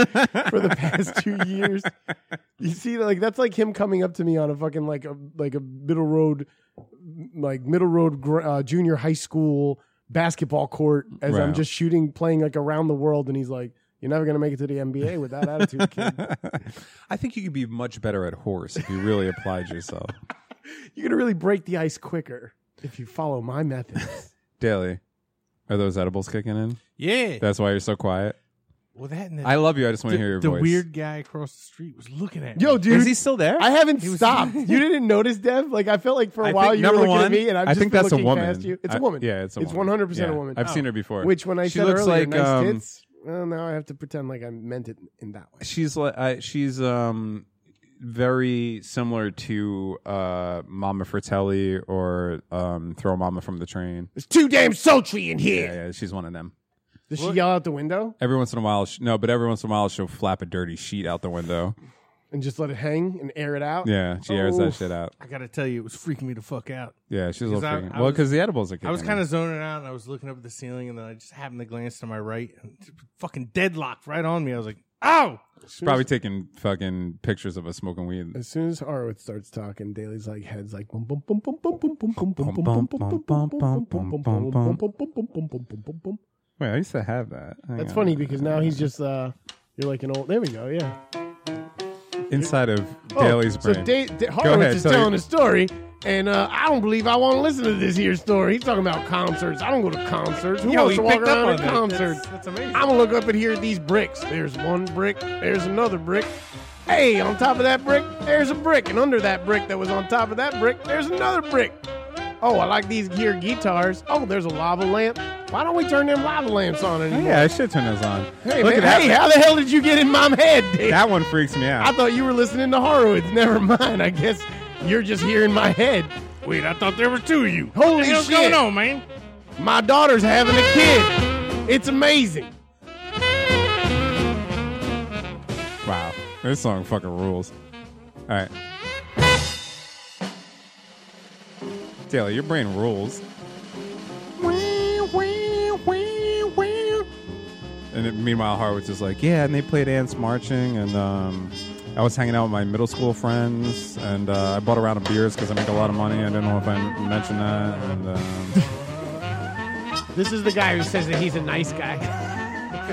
for the past two years? You see, that like that's like him coming up to me on a fucking like a like a middle road, like middle road gr- uh, junior high school basketball court as I'm
Right.
just shooting, playing like around the world, and he's like, "You're never gonna make it to the NBA with that attitude, kid.
I think you could be much better at horse if you really applied yourself.
You're gonna really break the ice quicker if you follow my methods."
Daily, are those edibles kicking in?
yeah.
That's why you're so quiet.
well, that and the,
I love you. I just want
the,
to hear your
the
voice.
weird guy across the street was looking at
Yo,
me.
Oh, dude,
Is he still there?
I haven't
He was-
stopped. you didn't notice, Dev. Like I felt like for a
I
while you
think,
were
number
looking
one,
at me, and I've
I
just
think
been
that's a
looking
woman.
past you. It's
I-
a woman.
yeah, it's a
it's
woman.
100% a
Yeah,
woman.
I've
Oh.
seen her before.
Which, when I
she
said
looks
earlier,
like,
nice
um,
tits. Well, now I have to pretend like I meant it in that way.
she's like I, she's um very similar to uh Mama Fratelli or um Throw Mama from the Train.
It's too damn sultry in
Yeah,
here.
yeah, she's one of them.
Does she yell out the window
Every once in a while, she, no, but every once in a while she'll flap a dirty sheet out the window.
and just let it hang and air it out?
Yeah, she airs
Oof.
that shit out.
I gotta tell you, it was freaking me the fuck out.
Yeah, she's a little
'Cause I-
freaking.
I
well,
was-
because the edibles are.
I was
kicking in.
kind of zoning out, and I was looking up at the ceiling, and then I just happened to glance to my right, and it fucking deadlocked right on me. I was like, "Ow!"
She's probably taking fucking pictures of us smoking weed.
As soon as Harwood starts talking, Daly's like heads like boom boom boom boom boom boom boom boom boom boom boom boom boom boom boom boom boom boom boom boom boom boom boom boom.
Wait, I used to have that. Hang
That's
on.
funny because now he's just uh you're like an old there we go, yeah.
inside of
Oh,
Daly's
So
brain.
da- da- Horowitz
ahead,
is
tell
telling
you-
a story and uh, I don't believe I want to listen to this here story. He's talking about concerts. I don't go to concerts. Who wants to walk around at concerts?
That's amazing.
I'm gonna look up and hear these bricks. There's one brick. There's another brick. Hey, on top of that brick, there's a brick, and under that brick that was on top of that brick, there's another brick. Oh, I like these here guitars. Oh, there's a lava lamp. Why don't we turn them lava lamps on
Oh,
anymore?
yeah, I should turn those on.
Hey,
Look
man,
at
hey,
that.
how the hell did you get in my head? Dude?
That one freaks me
I
out.
thought you were listening to Horowitz. Never mind. I guess you're just here in my head.
Wait, I thought there were two of you.
Holy
Hey, what's
shit.
going on, man?
My daughter's having a kid. It's amazing.
Wow, this song fucking rules. All right, Daly, your brain rules. And then meanwhile, Harwood's just like, yeah, and they played ants marching, and um, I was hanging out with my middle school friends, and uh, I bought a round of beers because I make a lot of money. I don't know if I mentioned that, and um,
This is the guy who says that he's a nice guy.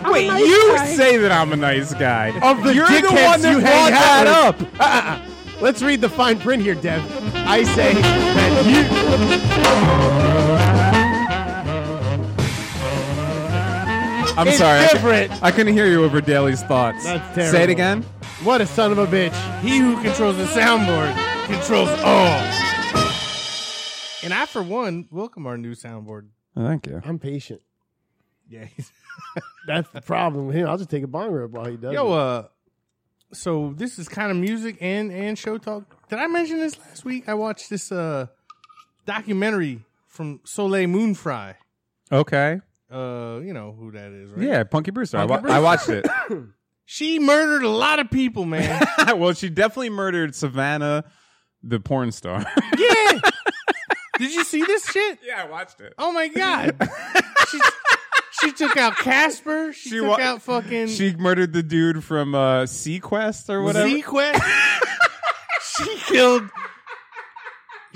Wait, you say that I'm a nice guy.
Of the
You're the
dickheads
one that
you
brought
hang
that
out
up.
with. Uh-uh. Let's read the fine print here, Dev. I say that you.
I'm
It's
sorry. I cou-
different.
I couldn't hear you over Daly's thoughts.
That's terrible.
Say it again.
What a son of a bitch.
He who controls the soundboard controls all. And I, for one, welcome our new soundboard.
Oh, thank you.
I'm patient.
Yeah.
That's the problem with him. I'll just take a bong rip while he does.
Yo,
it.
uh, so this is kind of music and and show talk. Did I mention this last week? I watched this uh documentary from Soleil Moonfry.
Okay.
Uh, you know who that is, right?
Yeah, Punky Brewster. I,
Punky
wa- I watched it.
She murdered a lot of people, man.
well, she definitely murdered Savannah, the porn star.
yeah. Did you see this shit?
yeah, I watched it.
Oh my god. she, she took out Casper. She,
She
took
wa-
out fucking
She murdered the dude from uh, Sequest or whatever.
Sequest. she killed.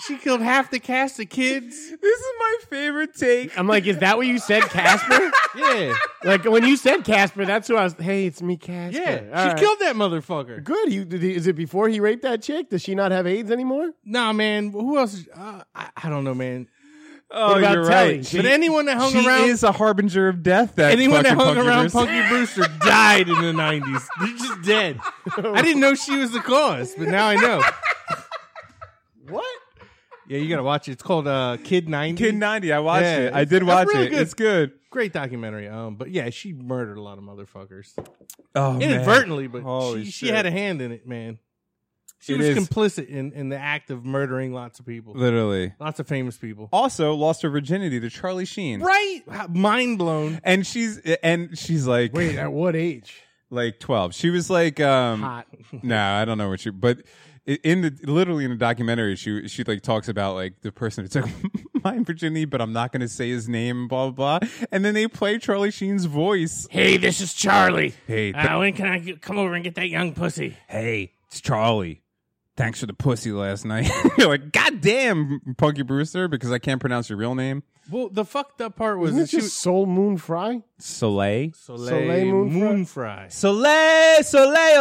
She killed half the cast of kids.
this is my favorite take.
I'm like, is that what you said, Casper?
Yeah,
like when you said Casper, that's who I was. Hey, it's me, Casper.
yeah.
All
she
right.
killed that motherfucker.
Good. He, did he, is it before he raped that chick? Does she not have AIDS anymore?
Nah, man. Who else? Uh, I, I don't know, man.
Oh,
about
you're
Telly?
right.
She-
but anyone that hung
she
around,
is a harbinger of death. That
anyone that
fucking
hung
Punky
around
Brewster.
Punky Brewster died in the nineties. They're just dead. I didn't know she was the cause, but now I know.
What?
Yeah, you gotta watch it. It's called uh, Kid Ninety.
Kid 90. I watched
Yeah,
it. I
it's-
did
it's
watch
really
it.
good.
It's good.
Great documentary. Um, but yeah, she murdered a lot of motherfuckers
Oh,
inadvertently, but
Holy
she, she
shit.
had a hand in it, man. She
It
was
is-
complicit in, in the act of murdering lots of people,
Literally.
lots of famous people.
Also lost her virginity to Charlie Sheen.
Right? How- Mind blown.
And she's and she's like
Wait, at what age?
like twelve. She was like um
Hot.
no, I don't know what she but i- in the literally in the documentary she she like talks about like the person who took my virginity, but I'm not gonna say his name, blah blah blah. And then they play Charlie Sheen's voice.
Hey, this is Charlie. Uh,
Hey,
when can I get, come over and get that young pussy?
hey, it's Charlie. Thanks for the pussy last night. You're like, God damn, Punky Brewster, because I can't pronounce your real name.
Well, the fucked up part was
Isn't it
that she
just Soul Moon Fry?
Soleil.
Soleil,
Soleil Moon
Moonfry.
Soleil, Soleil,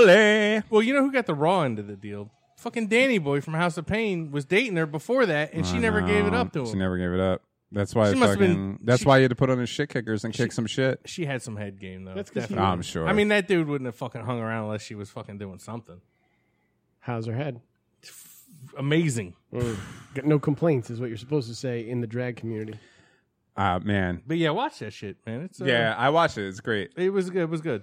ole, ole.
Well, you know who got the raw end of the deal? Fucking Danny Boy from House of Pain was dating her before that, and she never gave it up to him.
She never gave it up. That's why
She
I
must've
fucking-
been-
That's
she-
why you had to put on his shit kickers and kick some shit.
she had some head game though.
That's 'cause
definitely.
she-
I'm sure.
I mean, that dude wouldn't have fucking hung around unless she was fucking doing something
How's her head?
amazing.
Mm. Got no complaints is what you're supposed to say in the drag community.
ah man.
But yeah, watch that shit, man. It's uh,
yeah, I watched it. It's great.
it was good. It was good.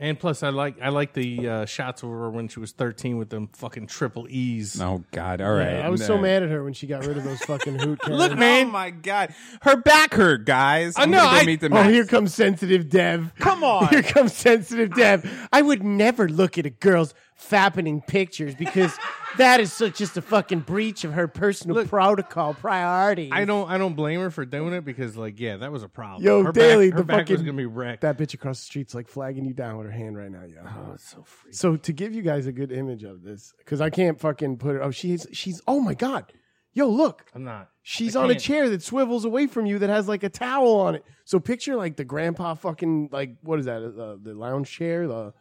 And plus, I like I like the uh, shots of her when she was 13 with them fucking triple E's.
Oh God! All right.
I was so
Nah.
mad at her when she got rid of those fucking hoot. cannons.
Look, man.
Oh my God! Her back hurt, guys.
I
I'm
know,
gonna go
I-
meet the
Oh,
Max.
here comes sensitive Dev.
Come on.
Here comes sensitive Dev. I would never look at a girl's fappening pictures because that is such just a fucking breach of her personal
Look-
protocol priority.
I don't. I don't blame her for doing it because, like, yeah, that was a problem.
Yo,
her
Daly,
back, her
the
back was
fucking-
gonna be wrecked.
That bitch across the street's like flagging you down with her hand right now, yo. Oh, it's so freaky. So to give you guys a good image of this, because I can't fucking put her. Oh, she's she's. Oh my god, yo, look,
I'm not.
she's
I
on a
can't.
chair that swivels away from you that has like a towel on it. So picture like the grandpa fucking like what is that? Uh, the lounge chair, the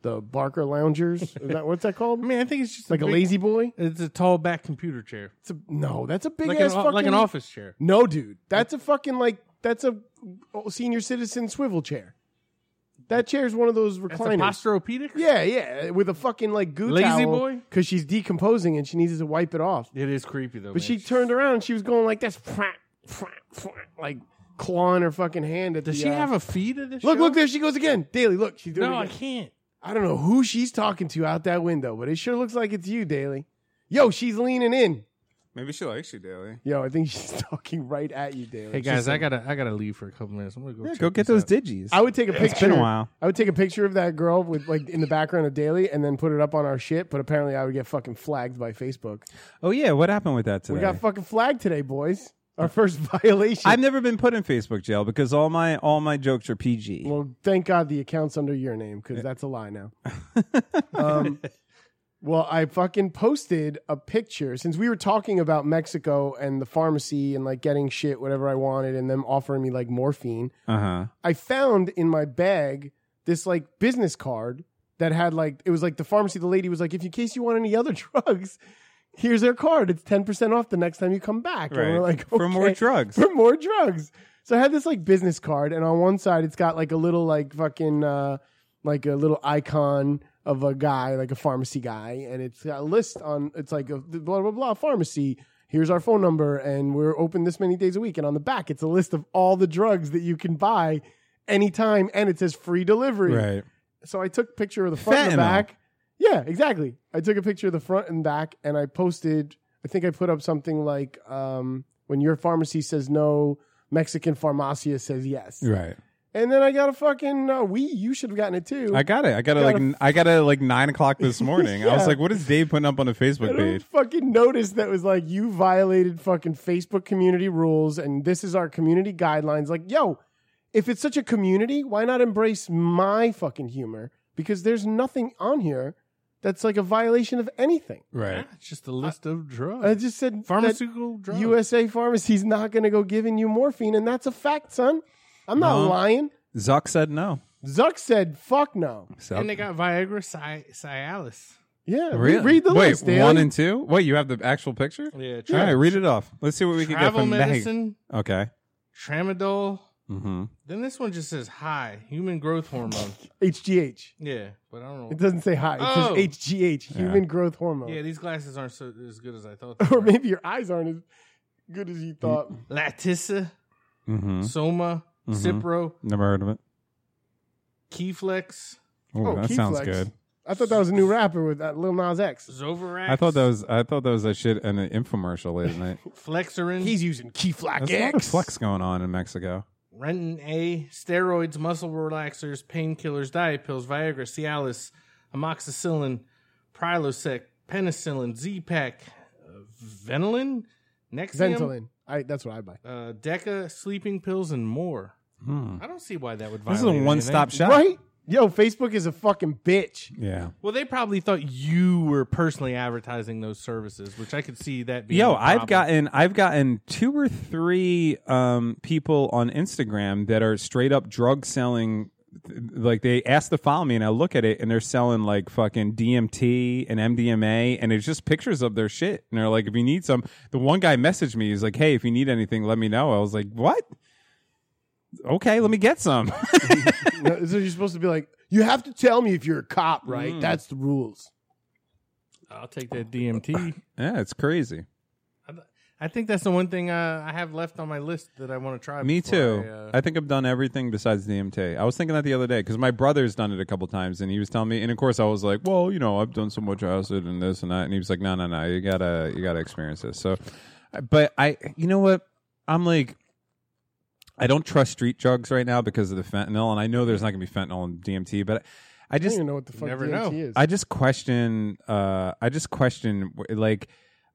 the Barker loungers. Is that what's that called?
I mean, I think it's just
like a
big-
lazy boy.
It's a tall back computer chair,
It's a, no, that's a big
like an,
ass
o-
fucking
like an office chair.
No, dude, that's a fucking like that's a oh, senior citizen swivel chair. That chair is one of those
That's a
recliners.
posturepedic.
Yeah, yeah, with a fucking like goo
Lazy boy?
because she's decomposing and she needs to wipe it off.
It is creepy though.
But she turned around and she was going like this, "Fwah, fwah, fwah," like clawing her fucking hand at
Does
the.
she
uh,
have a feed of this?
look?
show?
Look there she goes again. Daily, look, she's doing.
No,
it
I
again.
can't.
I don't know who she's talking to out that window, but it sure looks like it's you, Daily. Yo, she's leaning in.
Maybe she likes you, Daily.
Yo, I think she's talking right at you, Daily.
Hey guys, I gotta I gotta leave for a couple minutes. I'm gonna go.
Yeah,
check
go get those
this out.
digis.
I would take a picture.
It's been a while.
I would take a picture of that girl with like in the background of Daily, and then put it up on our shit. But apparently, I would get fucking flagged by Facebook.
Oh yeah, what happened with that today?
We got fucking flagged today, boys. Our first violation.
I've never been put in Facebook jail because all my all my jokes are PG.
well, thank God the account's under your name because that's a lie now. um, well, I fucking posted a picture since we were talking about Mexico and the pharmacy and like getting shit, whatever I wanted, and them offering me like morphine.
Uh huh.
I found in my bag this like business card that had like it was like the pharmacy. The lady was like, "If in case you want any other drugs, here's their card. It's ten percent off the next time you come back." And
Right.
we're like,
For more
"Okay."
drugs.
For more drugs. So I had this like business card, and on one side it's got like a little like fucking uh, like a little icon of a guy, like a pharmacy guy, and it's got a list on. It's like a blah blah blah pharmacy. Here's our phone number, and we're open this many days a week. And on the back, it's a list of all the drugs that you can buy anytime, and it says free delivery.
Right.
So I took a picture of the front and the
Fentanyl.
back. Yeah, exactly. I took a picture of the front and back and I posted, I think I put up something like um, when your pharmacy says no, Mexican pharmacia says yes.
Right.
And then I got a fucking, uh, we, you should have gotten it too.
I got it. I got it like
Gotta-
n- I got it like nine o'clock this morning. I
Yeah.
was like, what is Dave putting up on a
I
Facebook
don't
page?
fucking notice that was like you violated fucking Facebook community rules and this is our community guidelines. Like, yo, if it's such a community, why not embrace my fucking humor? Because there's nothing on here that's like a violation of anything.
Right.
It's just a list of drugs.
I just said that
Pharmaceutical drugs.
USA Pharmacy's not going to go giving you morphine, and that's a fact, son. I'm not
No.
lying.
Zuck said no.
Zuck said, "Fuck no."
So
and they got Viagra, Cy- Cialis.
Yeah, re-
Really?
read the
Wait,
list. Daly.
one and two. Wait, you have the actual picture?
Yeah,
All right,
tra-
read it off. Let's see what we can get
travel
from that.
medicine,
Okay.
tramadol.
Mm-hmm.
Then this one just says high human growth hormone.
HGH.
yeah, but I don't know.
It doesn't say hi. It
Oh.
says HGH, human growth hormone.
Yeah, these glasses aren't so as good as I thought.
or maybe your eyes aren't as good as you thought.
Latissa,
Mm-hmm.
Soma,
Mhm.
Cipro,
Never heard of it.
Keyflex,
Ooh,
Oh,
that
Key
sounds
Flex.
good.
I thought that was a new rapper with that Lil Nas X.
Zovirax.
I thought that was I thought that was that shit in an infomercial late at night.
Flexerin,
He's using Keyflack
There's a lot of
X.
flex going on in Mexico.
Rentin A, steroids, muscle relaxers, painkillers, diet pills, Viagra, Cialis, amoxicillin, Prilosec, penicillin, Z-Pack, uh, Venolin, Nexium,
Ventolin. I, that's what I buy.
Uh, Deca, sleeping pills, and more.
Hmm.
I don't see why that would
This
violate
is a one-stop
anything.
shop.
Right? Yo, Facebook is a fucking bitch.
Yeah.
Well, they probably thought you were personally advertising those services, which I could see that being.
Yo,
a
I've
problem.
gotten I've gotten two or three um, people on Instagram that are straight up drug selling. Like they ask to follow me, and I look at it, and they're selling like fucking DMT and MDMA, and it's just pictures of their shit. And they're like, if you need some, the one guy messaged me. He's like, hey, if you need anything, let me know. I was like, what? Okay, let me get some.
No, so you're supposed to be like, you have to tell me if you're a cop,
Mm.
right? That's the rules.
I'll take that DMT.
yeah, it's crazy.
I think that's the one thing uh, I have left on my list that I want to try.
Me
before
too.
I, uh,
I think I've done everything besides DMT. I was thinking that the other day because my brother's done it a couple times, and he was telling me. And of course, I was like, "Well, you know, I've done so much acid and this and that." And he was like, "No, no, no, you gotta, you gotta experience this." So, but I, you know what? I'm like, I don't trust street drugs right now because of the fentanyl, and I know there's not gonna be fentanyl in DMT, but I
don't
just
even know what the fuck
never
DMT
know.
is.
I just question. Uh, I just question. wh- Like,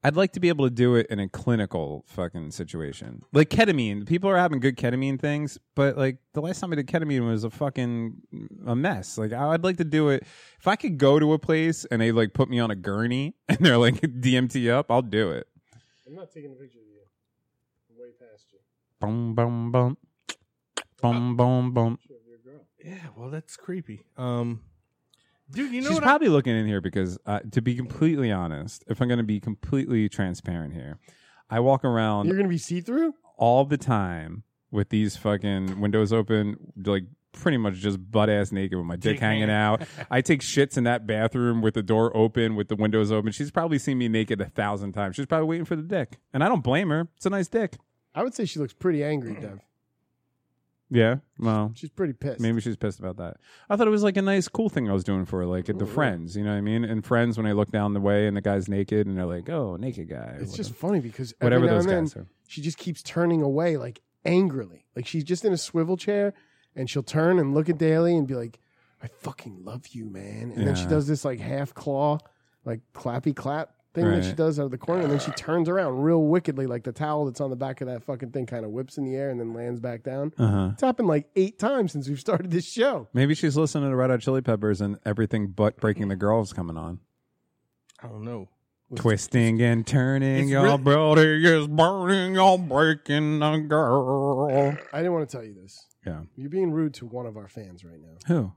I'd like to be able to do it in a clinical fucking situation, like ketamine. People are having good ketamine things, but like the last time I did ketamine was a fucking a mess. Like, I- I'd like to do it if I could go to a place and they like put me on a gurney and they're like DMT up. I'll do it.
I'm not taking a picture of you. I'm way past you.
Boom, boom, boom, boom, boom, boom.
Yeah, well, that's creepy. Um, dude, you know
She's
what?
probably looking in here because, uh, to be completely honest, if I'm going to be completely transparent here, I walk around
You're gonna be see through?
all the time with these fucking windows open, like pretty much just butt ass naked with my dick hanging out. I take shits in that bathroom with the door open, with the windows open. She's probably seen me naked a thousand times. She's probably waiting for the dick, and I don't blame her. It's a nice dick.
I would say she looks pretty angry, Dev.
Yeah. Well,
She's pretty pissed.
Maybe she's pissed about that. I thought it was like a nice, cool thing I was doing for her, like at the friends. You know what I mean? And friends, when I look down the way and the guy's naked, and they're like, "Oh, naked guy." or
It's just
whatever.
funny because every
whatever
now
those
and
guys
then,
are.
she just keeps turning away like angrily. Like she's just in a swivel chair and she'll turn and look at Daly and be like, I fucking love you, man. And then she
Yeah.
does this like half claw, like clappy clap thing that she
Right.
does out of the corner. And then she turns around real wickedly, like the towel that's on the back of that fucking thing kind of whips in the air and then lands back down.
Uh-huh.
It's happened like eight times since we've started this show.
Maybe she's listening to Red Hot Chili Peppers and everything but Breaking the Girls coming on.
I don't know.
Twisting and turning,
It's
your
really-
body is burning, you're breaking the girl.
I didn't want to tell you this.
Yeah.
You're being rude to one of our fans right now,
Who?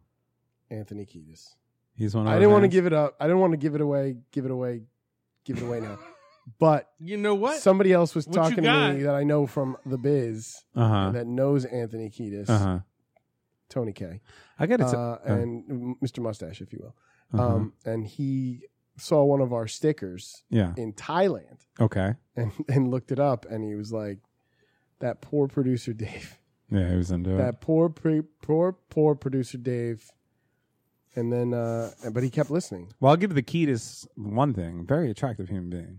Anthony Kiedis.
He's one of
I
our
didn't want to
fans?
give it up. I didn't want to give it away. Give it away. Give it away now. But
You know what?
somebody else was
What you
talking to
got?
me that I know from the biz
Uh-huh.
that knows Anthony Kiedis,
Uh-huh.
Tony K,
I got to
uh,
tell
and Mr. Mustache, if you will.
uh-huh.
Um, and he saw one of our stickers
Yeah.
in Thailand
Okay.
and, and looked it up, and he was like, "That poor producer Dave.
Yeah, he was into it.
That poor, pre- poor, poor producer Dave." And then, uh, but he kept listening.
Well, I'll give the key to s- one thing. Very attractive human being.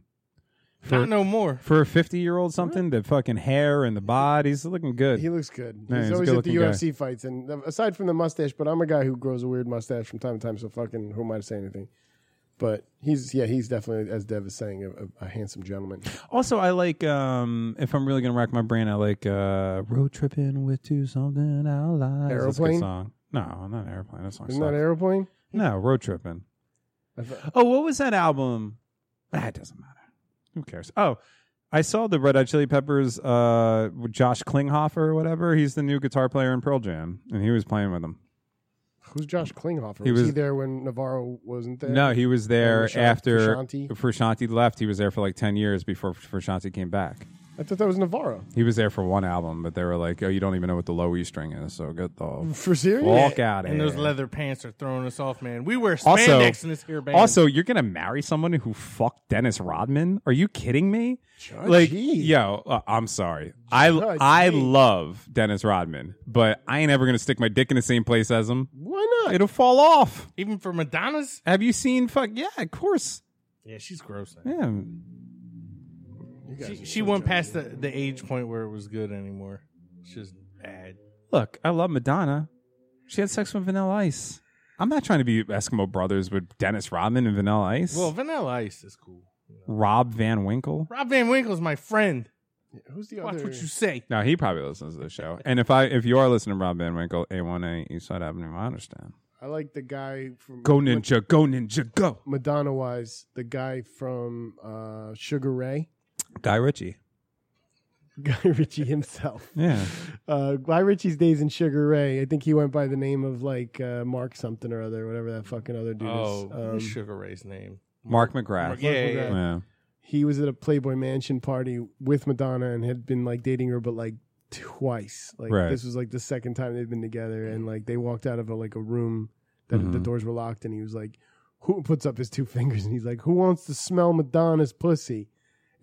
Not no more.
For a 50 year old something, the fucking hair and the body's looking good.
He looks good.
Yeah,
he's,
he's a
always at the
good-looking guy.
UFC fights, and uh, aside from the mustache, but I'm a guy who grows a weird mustache from time to time. So fucking, who am I to say anything? But he's yeah, he's definitely as Dev is saying, a, a, a handsome gentleman.
Also, I like, um, if I'm really going to rack my brain, I like uh, Road Tripping with Two Something Out Loud. That's a
Aeroplane?
good song. No, not Airplane. That song
Isn't
sucks.
that aeroplane?
No, Road Tripping.
I thought-
Oh, what was that album? That doesn't matter. Who cares? Oh, I saw the Red Hot Chili Peppers, uh, with Josh Klinghoffer or whatever. He's the new guitar player in Pearl Jam, and he was playing with them.
Who's Josh Klinghoffer?
He
was, he
was-
there when Navarro wasn't there?
No, he was there
Frusciante-
after
Frusciante?
Frusciante left. He was there for like 10 years before Frusciante came back.
I thought that was Navarro.
He was there for one album, but they were like, oh, you don't even know what the low E string is, so get the
For serious?
fuck out of
And
here.
those leather pants are throwing us off, man. We wear
Also-
spandex in this here band.
also, you're gonna marry someone who fucked Dennis Rodman? Are you kidding me?
Oh,
Judge
like,
E.
yo, uh, I'm sorry. I
Judge
I
E.
love Dennis Rodman, but I ain't ever gonna stick my dick in the same place as him.
Why not?
It'll fall off.
even for Madonna's.
Have you seen? Fuck yeah, of course.
Yeah, she's gross. man.
Yeah,
She, she went past the, the age point where it was good anymore. It's just bad.
look, I love Madonna. She had sex with Vanilla Ice. I'm not trying to be Eskimo brothers with Dennis Rodman and Vanilla Ice.
Well, Vanilla Ice is cool.
Rob Van Winkle.
Rob Van Winkle's my friend.
Who's the
Watch
other?
what you say.
No, he probably listens to the show. And if I if you are listening to Rob Van Winkle, A1A Eastside Avenue, I understand.
I like the guy from
Go ninja, go ninja, go.
Madonna wise, the guy from uh, Sugar Ray,
Guy Ritchie.
Guy Ritchie himself.
Yeah.
uh, Guy Ritchie's days in Sugar Ray. I think he went by the name of like uh, Mark something or other, whatever that fucking other dude
Oh, who's
is. Um,
Sugar Ray's name.
Mark McGrath.
Yeah, yeah, yeah.
Yeah.
he was at a Playboy Mansion party with Madonna and had been like dating her, but like twice. Like
Right.
this was like the second time they'd been together, and like they walked out of a, like a room that the
Mhm.
doors were locked, and he was like, "Who puts up his two fingers?" And he's like, "Who wants to smell Madonna's pussy?"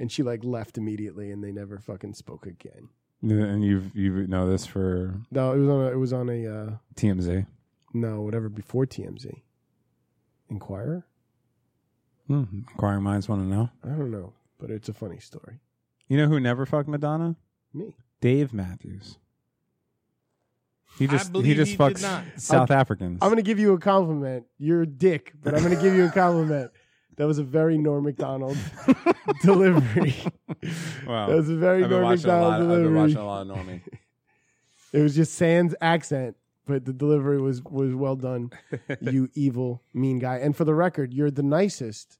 And she like left immediately, and they never fucking spoke again.
And you've you know this for
No, it was on a, it was on a. Uh,
TMZ.
No, whatever before TMZ. Inquirer?
Hmm. Inquiring minds want to know.
I don't know, but it's a funny story.
You know who never fucked Madonna?
Me.
Dave Matthews. He just he
believe
just
he did
fucks
not.
South Africans.
I'm gonna give you a compliment. You're a dick, but I'm gonna give you a compliment. That was a very Norm Macdonald delivery.
wow.
That was a very
Oh, I've been
Norm
watching a lot.
Macdonald
I've been
delivery.
watching a lot of Normie.
It was just Sans accent, but the delivery was was well done. you evil mean guy. And for the record, you're the nicest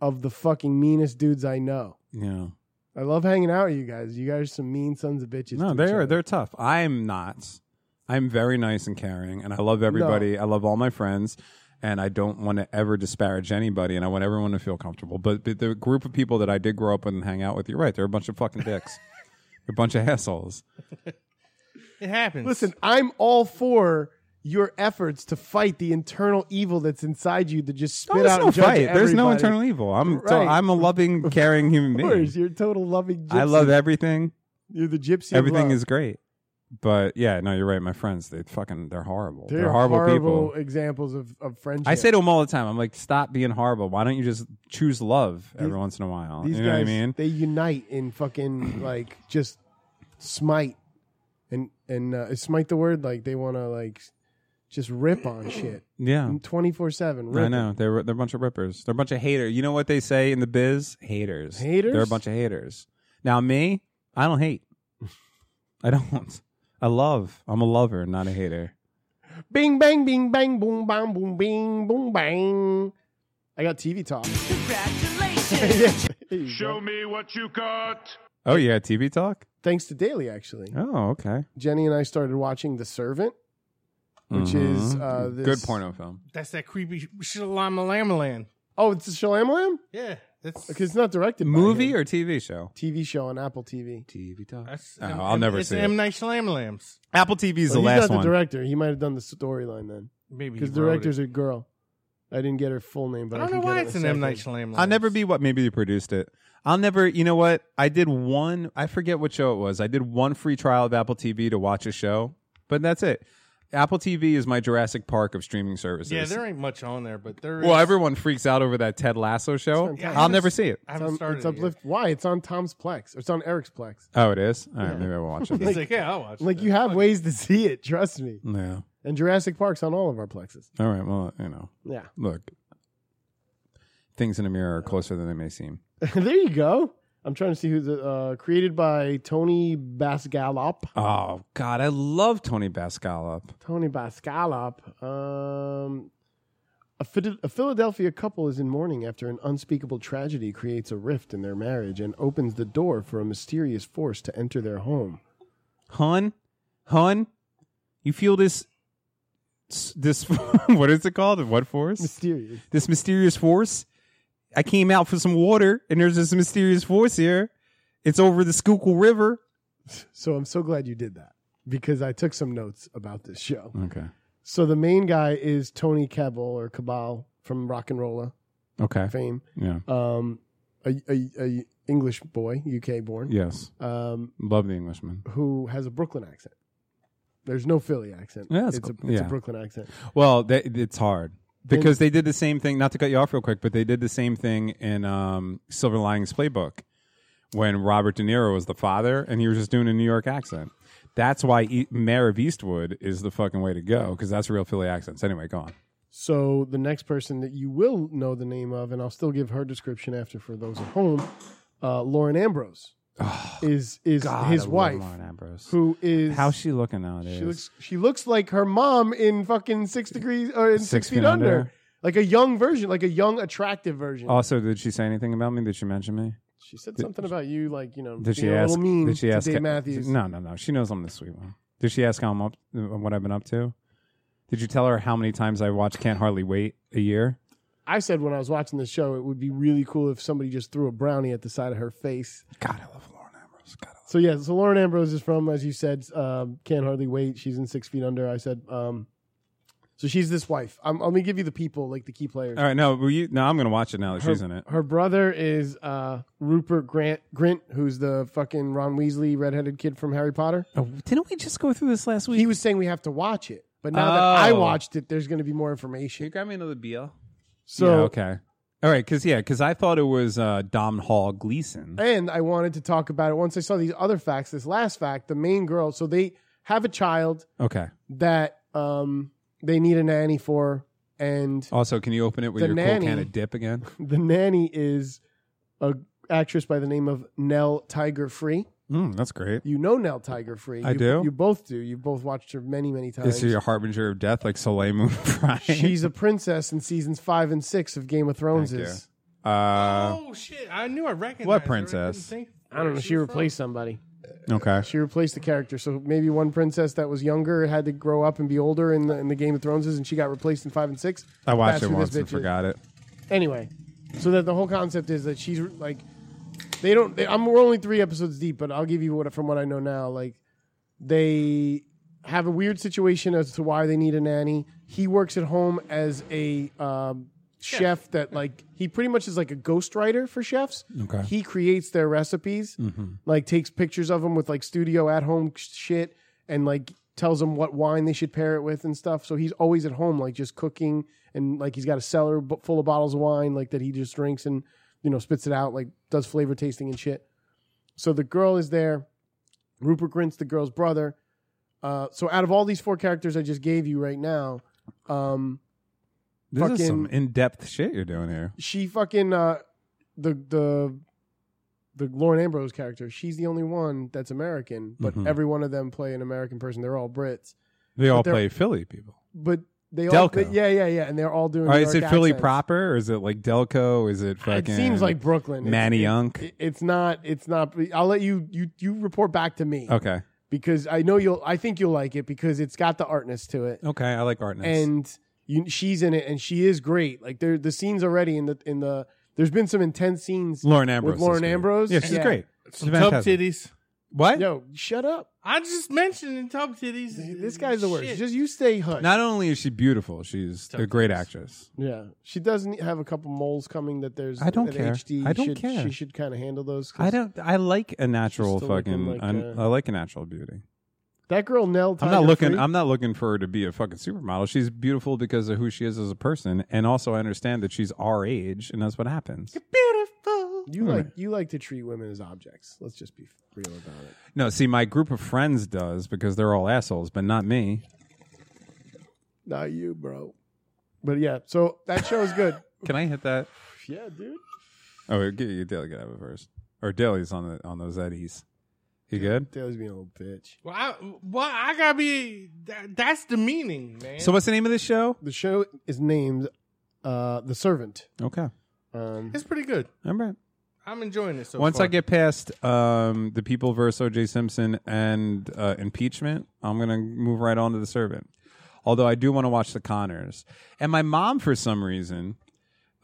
of the fucking meanest dudes I know.
Yeah.
I love hanging out with you guys. You guys are some mean sons of bitches.
No,
to
they
each
are
other.
they're tough. I'm not. I'm very nice and caring, and I love everybody. I love all my friends, and I don't want to ever disparage anybody, and I want everyone to feel comfortable. But, but the group of people that I did grow up with and hang out with, you're right. They're a bunch of fucking dicks. they're a bunch of assholes.
It happens.
Listen, I'm all for your efforts to fight the internal evil that's inside you to just spit
No, there's
out
no
and judge
fight. There's no
everybody.
internal evil. I'm so
Right.
I'm a loving, caring human
Of course,
being.
you're a total loving gypsy.
I love everything.
You're the gypsy. of
Everything
love.
is great. But yeah, no, you're right. My friends, they fucking they're horrible.
They're,
They're, horrible, people.
examples of, of friendship.
I say to them all the time, I'm like, stop being horrible. Why don't you just choose love
These-
every once in a while?
these
you
guys,
know what I mean?
they unite in fucking like just smite and and uh, is smite the word like they want to like just rip on shit
yeah.
twenty four seven.
Oh. I know. They're, they're a bunch of rippers. They're a bunch of haters. You know what they say in the biz? Haters.
Haters?
They're a bunch of haters. Now, me, I don't hate. I don't. I love. I'm a lover, not a hater.
Bing bang bing bang boom bang boom bing boom bang. I got TV talk. Congratulations. Show me.
Oh, you got TV talk?
Thanks to Daily, actually,
Oh, okay.
Jenny and I started watching The Servant, which is
Mhm.
uh, this,
good porno film.
that's that creepy shalamalamelan.
Oh, it's a Shalamalam.
Yeah, that's
Because it's not directed by
Movie
him.
or TV show?
TV show on Apple TV.
TV talk.
that's
Oh, I'll never
it's
see
M
it.
Night Shyamalams.
Apple TV is
Well,
the
he's
last
not
one.
the director. He might have done the storyline then,
Maybe
because
because
the director's a girl. I didn't get her full name,
I
but I,
don't know
can get
why
it in
it's
a
an M
second.
Night Shyamalams.
I'll never be what maybe you produced it. I'll never, you know what? I did one, I forget what show it was. I did one free trial of Apple TV to watch a show, but that's it. Apple TV is my Jurassic Park of streaming services.
Yeah, there ain't much on there, but there. Is,
well, everyone freaks out over that Ted Lasso show.
It's
Yeah, I
I'll
haven't-
never see it.
I
It's,
haven't
on,
started.
it's
it yet.
uplift. Why? It's on Tom's Plex. Or it's on Eric's Plex.
Oh, it is? All right, maybe I'll watch it.
He's like, yeah, I'll watch.
Like
that.
you have ways to see it. Trust me.
yeah.
And Jurassic Park's on all of our Plexes.
All right, well, you know,
Yeah.
look, things in a mirror are closer than they may seem.
there you go. I'm trying to see who the uh, created by Tony Basgalop.
Oh, God, I love Tony Bascalop.
Tony Basgalop. Um, a, Phil- a Philadelphia couple is in mourning after an unspeakable tragedy creates a rift in their marriage and opens the door for a mysterious force to enter their home.
hun, hun, you feel this, this, what is it called? What force?
Mysterious.
This mysterious force. I came out for some water, and there's this mysterious force here. It's over the Schuylkill River.
So I'm so glad you did that because I took some notes about this show.
Okay.
So the main guy is Tony Kebbell or Cabal from Rock and Rolla
Okay.
fame.
Yeah.
Um, a, a, a English boy, UK born,
Yes.
um,
Love the Englishman.
who has a Brooklyn accent. There's no Philly accent.
Yeah, that's
it's,
cool.
a, it's a
Yeah.
Brooklyn accent.
Well, they, it's hard because they did the same thing. Not to cut you off real quick, but they did the same thing in um, Silver Linings Playbook when Robert De Niro was the father and he was just doing a New York accent. That's why e- Mayor of Eastwood is the fucking way to go because that's real Philly accents. Anyway, go on.
So the next person that you will know the name of, and I'll still give her description after for those at home, uh, Lauren Ambrose
Oh,
is is his wife,
Ambrose.
who is
How's she looking nowadays?
She looks she looks like her mom in fucking six degrees or in six,
Six
feet,
Feet
under.
Under.
Like a young version, like a young attractive version.
also, did she say anything about me? Did she mention me?
she said something about you, like you know,
Did she
being
ask?
a little mean
did she
to
ask
Dave Matthews.
No, no, no. She knows I'm the sweet one. Did she ask how I'm up? What I've been up to? Did you tell her how many times I watch Can't Hardly Wait a year?
I said when I was watching the show, it would be really cool if somebody just threw a brownie at the side of her face.
God, I love Lauren Ambrose. God, I love
So yeah, so Lauren Ambrose is from, as you said, um, can't hardly wait. She's in Six Feet Under. I said, um, so she's this wife. I'm, let me give you the people, like the key players.
All right, no, will you, no, I'm gonna watch it now that she's in it.
Her brother is uh, Rupert Grant Grint, who's the fucking Ron Weasley redheaded kid from Harry Potter.
didn't we just go through this last
He was saying we have to watch it, but now that I
Oh.
watched it, there's going to be more information.
grab me another beer?
So
yeah, okay, all right, because yeah, because I thought it was uh, Dom Hall Gleason.
and I wanted to talk about it once I saw these other facts. This last fact, the main girl, so they have a child
Okay.
that um, they need a nanny for, and
Also, can you open it with
The
your
nanny.
cool can of dip again?
the nanny is a actress by the name of Nell Tiger Free.
Mm, that's great.
You know Nell Tiger Free.
I
you,
do?
You both do. You've both watched her many, many times.
Is she a harbinger of death like Soleil Moon Prime?
She's a princess in seasons five and six of Game of Thrones.
Thank you.
is.
uh,
oh shit! I knew I recognized.
What
her. I couldn't
princess?
think
I don't know.
where
She
was
replaced somebody.
okay.
She replaced the character. So maybe one princess that was younger had to grow up and be older in the in the Game of Thrones, and she got replaced in five and six.
I watched
That's
it
who this
once and
bitch is.
forgot it.
Anyway, so that the whole concept is that she's like, they don't. They, I'm we're only three episodes deep, but I'll give you what from what I know now. Like, they have a weird situation as to why they need a nanny. He works at home as a um, chef that like he pretty much is like a ghostwriter for chefs.
Okay.
He creates their recipes, like takes pictures of them with like studio at home shit and like tells them what wine they should pair it with and stuff. So he's always at home like just cooking and like he's got a cellar bu- full of bottles of wine like that he just drinks and you know spits it out like does flavor tasting and shit. So the girl is there. Rupert Grint's the girl's brother. Uh, so out of all these four characters I just gave you right now, um,
This is some
Fucking-
in-depth shit you're doing here.
she fucking uh, the the the Lauren Ambrose character. She's the only one that's American, but
Mhm.
every one of them play an American person. They're all Brits,
They all
they're-
play Philly people.
but they all
Delco.
they- yeah yeah yeah, and they're all doing.
All right,
New
is it
York
Philly
accents.
proper or is it like Delco? Is it
It
fucking?
seems like Brooklyn. It's-
Manny
it-
Unk.
it- It's not. It's not. I'll let you you you report back to me
okay,
because I know you'll. I think you'll like it because it's got the artness to it.
okay, I like artness.
and you, she's in it, and she is great. Like there, the scenes already in the in the there's been some intense scenes.
Lauren Ambrose.
with Lauren
is great.
Ambrose?
Yeah, she's
Yeah.
great. She's
Some tub
fantastic.
titties.
What?
Yo, shut up!
I just mentioned in tub titties.
This guy's the worst.
Shit.
Just you stay hush.
Not only is she beautiful, she's a great actress.
yeah, she does not have a couple moles coming. That there's
I don't
that
care.
HD
I don't
should,
care.
She should kind of handle those. 'cause
I don't. I like a natural
still looking
fucking.
like
I
a-
I like a natural beauty.
That girl Nell.
I'm not looking.
Tiger-Free,
I'm not looking for her to be a fucking supermodel. She's beautiful because of who she is as a person, and also I understand that she's our age, and that's what happens.
you like you like to treat women as objects. Let's just be real about it.
No, see, my group of friends does because they're all assholes, but not me.
Not you, bro. But yeah, so that show is good.
Can I hit that?
yeah, dude.
Oh, get you Daly can have it first, or Daly's on the on those Eddies. You good?
Taylor's being a little bitch.
Well, I, well, I gotta be. That, that's the meaning, man.
So what's the name of this show?
The show is named uh, The Servant.
Okay,
Um,
it's pretty good.
all right.
I'm enjoying this. So
Once
far.
I get past um, the People versus O.J. Simpson and uh, impeachment, I'm gonna move right on to the Servant. Although I do want to watch the Connors, and my mom for some reason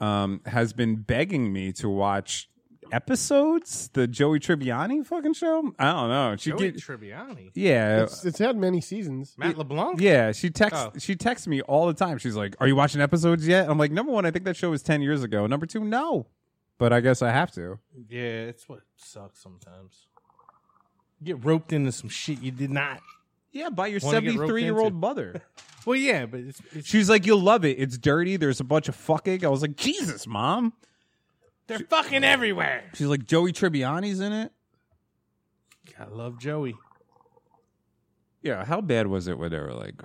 um, has been begging me to watch episodes. The Joey Tribbiani fucking show. I don't know. She
Joey
did-
Tribbiani,
yeah.
it's, it's had many seasons.
Matt LeBlanc.
Yeah, she texts
Oh.
she texts me all the time. She's like, "Are you watching episodes yet?" I'm like, "Number one, I think that show was ten years ago. Number two, no, but I guess I have to."
yeah, it's what sucks sometimes. You get roped into some shit you did not.
Yeah, by your
Wanna get roped
73 year old
into.
mother.
Well, yeah, but it's, it's
She's like, "You'll love it. It's dirty. There's a bunch of fucking." I was like, "Jesus, mom."
they're fucking everywhere.
She's like, "Joey Tribbiani's in it."
I love Joey.
Yeah, how bad was it when they were like,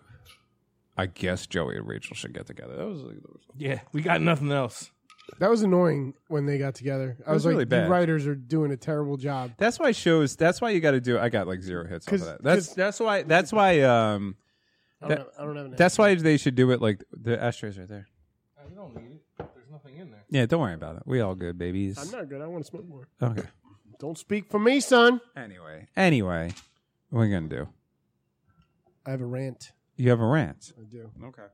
"I guess Joey and Rachel should get together." That was like, that was-
Yeah, we got nothing else.
That was annoying when they got together. I
was
was, like,
really bad.
you writers are doing a terrible job.
That's why shows. That's why you got to do. I got like zero hits off of
'Cause-
that. That's
'cause-
that's why. That's why. Um.
I
That-
don't, have, I don't have an
That's why they should do it like the ashtrays right there.
I Uh, don't need it. There's nothing in there.
Yeah, don't worry about it. We all good, babies.
I'm not good. I want to smoke more.
okay.
Don't speak for me, son.
Anyway, anyway, what are we gonna do?
I have a rant.
You have a rant.
I do.
Okay.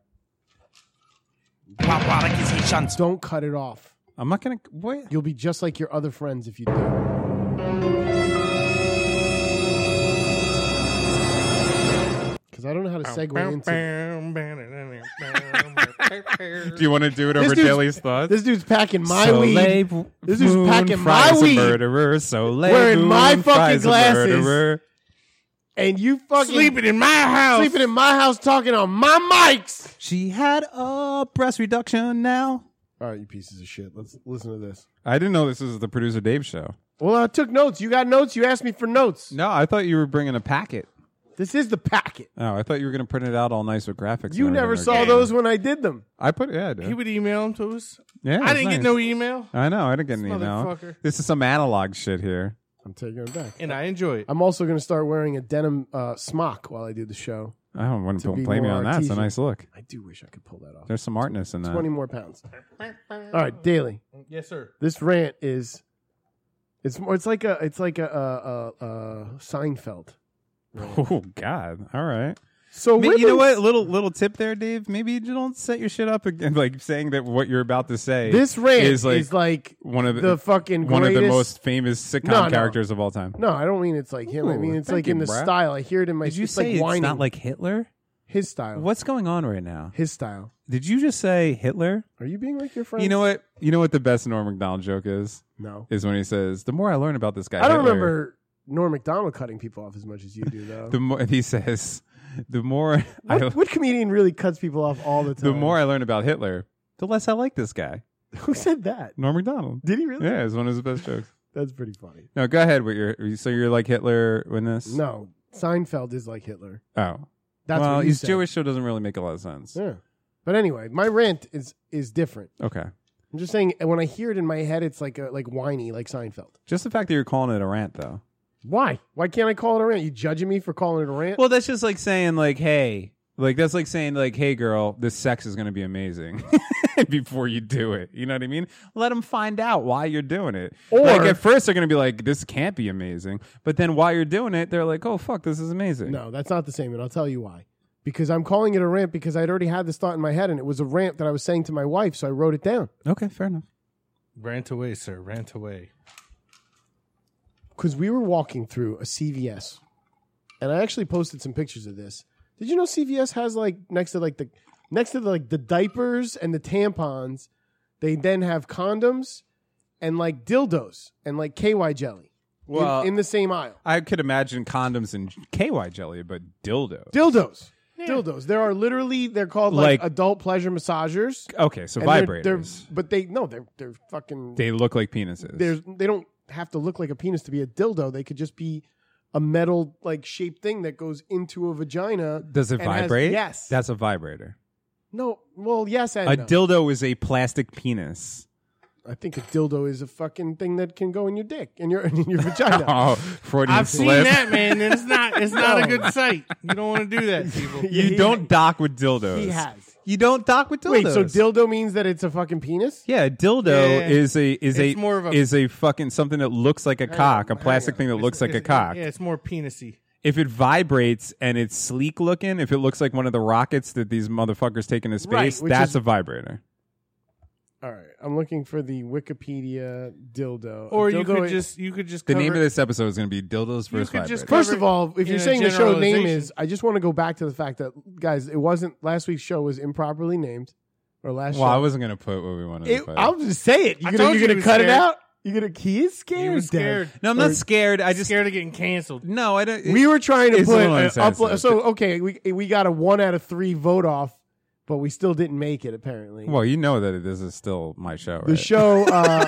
Don't cut it off.
I'm not gonna. What?
You'll be just like your other friends if you do. Because I don't know how to segue into.
Do you want to do it over
dude's-
Daly's thoughts?
This dude's packing my
so
weed. This dude's packing my
fries
weed.
A murderer, so
Wearing my fucking glasses.
Murderer.
and you fucking
Sleeping in my house.
sleeping in my house talking on my mics.
She had a breast reduction. Now
All right, you pieces of shit. Let's listen to this.
I didn't know this was the producer Dave show.
Well, I took notes. You got notes. You asked me for notes.
No, I thought you were bringing a packet.
This is the packet.
Oh, I thought you were going to print it out all nice with graphics.
You
and
never
everything.
saw those when I did them.
I put yeah. I did.
He would email them to us.
yeah
I
it's
didn't get
nice.
no
e-
email,
I know. I didn't get an email.
motherfucker.
This is some analog shit here.
I'm taking it back.
and I enjoy it.
I'm also going to start wearing a denim uh, smock while I do the show.
I don't want to
be
don't blame me
more
on that. It's a
artesian.
nice look.
I do wish I could pull that off.
There's some artness in that.
20 more pounds. All right, daily.
Yes, sir.
This rant is it's more it's like a it's like a uh uh uh Seinfeld.
Oh God! All right.
So
Ma- you know what?
women's-
Little little tip there, Dave. Maybe you don't set your shit up again, like saying that what you're about to say.
This rant
is
is
like
like,
one of the,
the fucking
one of the
greatest-
most famous sitcom
No, no.
characters of all time.
No, I don't mean it's like him. I
Ooh,
mean it's
thank
like
you,
in the
Brad.
style. I hear it in my
Did you
it's
say
like
it's
whining.
not like Hitler?
his style.
What's going on right now?
his style?
Did you just say Hitler?
Are you being like your friend?
You know what? You know what the best Norm Macdonald joke is?
No.
Is when he says, "The more I learn about this guy,
I don't
Hitler,
remember Norm McDonald cutting people off as much as you do though.
The more he says, the more I,
what, what comedian really cuts people off all the time?
the more I learn about Hitler, the less I like this guy,
who said that?
Norm Macdonald.
Did he really?
Yeah, it's one of his best jokes.
That's pretty funny.
No, go ahead with your. So you're like Hitler in this?
No, Seinfeld is like Hitler.
Oh,
That's
well,
what you
he's
said.
Jewish, so it doesn't really make a lot of sense.
Yeah. But anyway, my rant is is different.
Okay,
I'm just saying when I hear it in my head, it's like a, like whiny, like Seinfeld.
just the fact that you're calling it a rant, though.
Why? Why can't I call it a rant? You judging me for calling it a rant?
Well, that's just like saying like, hey, like that's like saying like, hey, girl, this sex is gonna be amazing. Before you do it, you know what I mean. Let them find out why you're doing it.
Or-
like at first they're gonna be like, this can't be amazing, but then while you're doing it, they're like, oh fuck, this is amazing.
no, that's not the same, and I'll tell you why. Because I'm calling it a rant because I'd already had this thought in my head, and it was a rant that I was saying to my wife, so I wrote it down.
Okay, fair enough.
Rant away, sir. Rant away.
Because we were walking through a CVS, and I actually posted some pictures of this. Did you know CVS has like next to like the next to the, like the diapers and the tampons, they then have condoms and like dildos and like KY jelly in-
Well-
in, the same aisle.
I could imagine condoms and KY jelly, but dildo.
Dildos. Dildos. There are literally they're called like,
Like-
adult pleasure massagers.
okay, so
And
vibrators.
They're, they're, but they no, they're they're fucking
they look like penises.
there's they don't have to look like a penis to be a dildo. They could just be a metal like shaped thing that goes into a vagina.
Does it
and has-
vibrate?
yes.
That's a vibrator.
no. Well, yes and
A
no.
dildo is a plastic penis.
I think a dildo is a fucking thing that can go in your dick and your in your vagina.
Oh, Freudian
I've seen
slip.
that, man. and It's not. It's not a good sight. You don't want to do that, people.
You
He-
don't dock with dildos.
He has.
You don't dock with dildos.
Wait, so dildo means that it's a fucking penis?
yeah, dildo
Yeah.
is a is a,
It's more of a-
is a fucking something that looks like a cock, a plastic thing that looks like a cock.
Yeah, it's more penisy.
If it vibrates and it's sleek looking, if it looks like one of the rockets that these motherfuckers take into
Right,
space,
which
that's
is-
a vibrator.
All right, I'm looking for the Wikipedia dildo. A
Or you
dildo
could
is-
just you could just
The
cover
name of this episode is going to be dildos
You
versus
could just
vibrators.
cover-
First of all, if
in
you're
a
saying the show name
generalization.
is, I just want to go back to the fact that guys, it wasn't last week's show was improperly named or last
Well, I
show.
wasn't going to put what we wanted
It-
to put.
I'll just say it. You're
I
gonna,
told
you're
you
gonna
he was
cut it
scared.
out. You're gonna. He is scared.
He was
Dad.
scared.
No, I'm not
Or-
scared. I just
scared of getting canceled.
no, I don't.
We were trying to
It's a
put
little
an
insensitive.
upload. So okay, we we got a one out of three vote off, but we still didn't make it. Apparently,
well, you know that this is still my show. Right?
the show uh,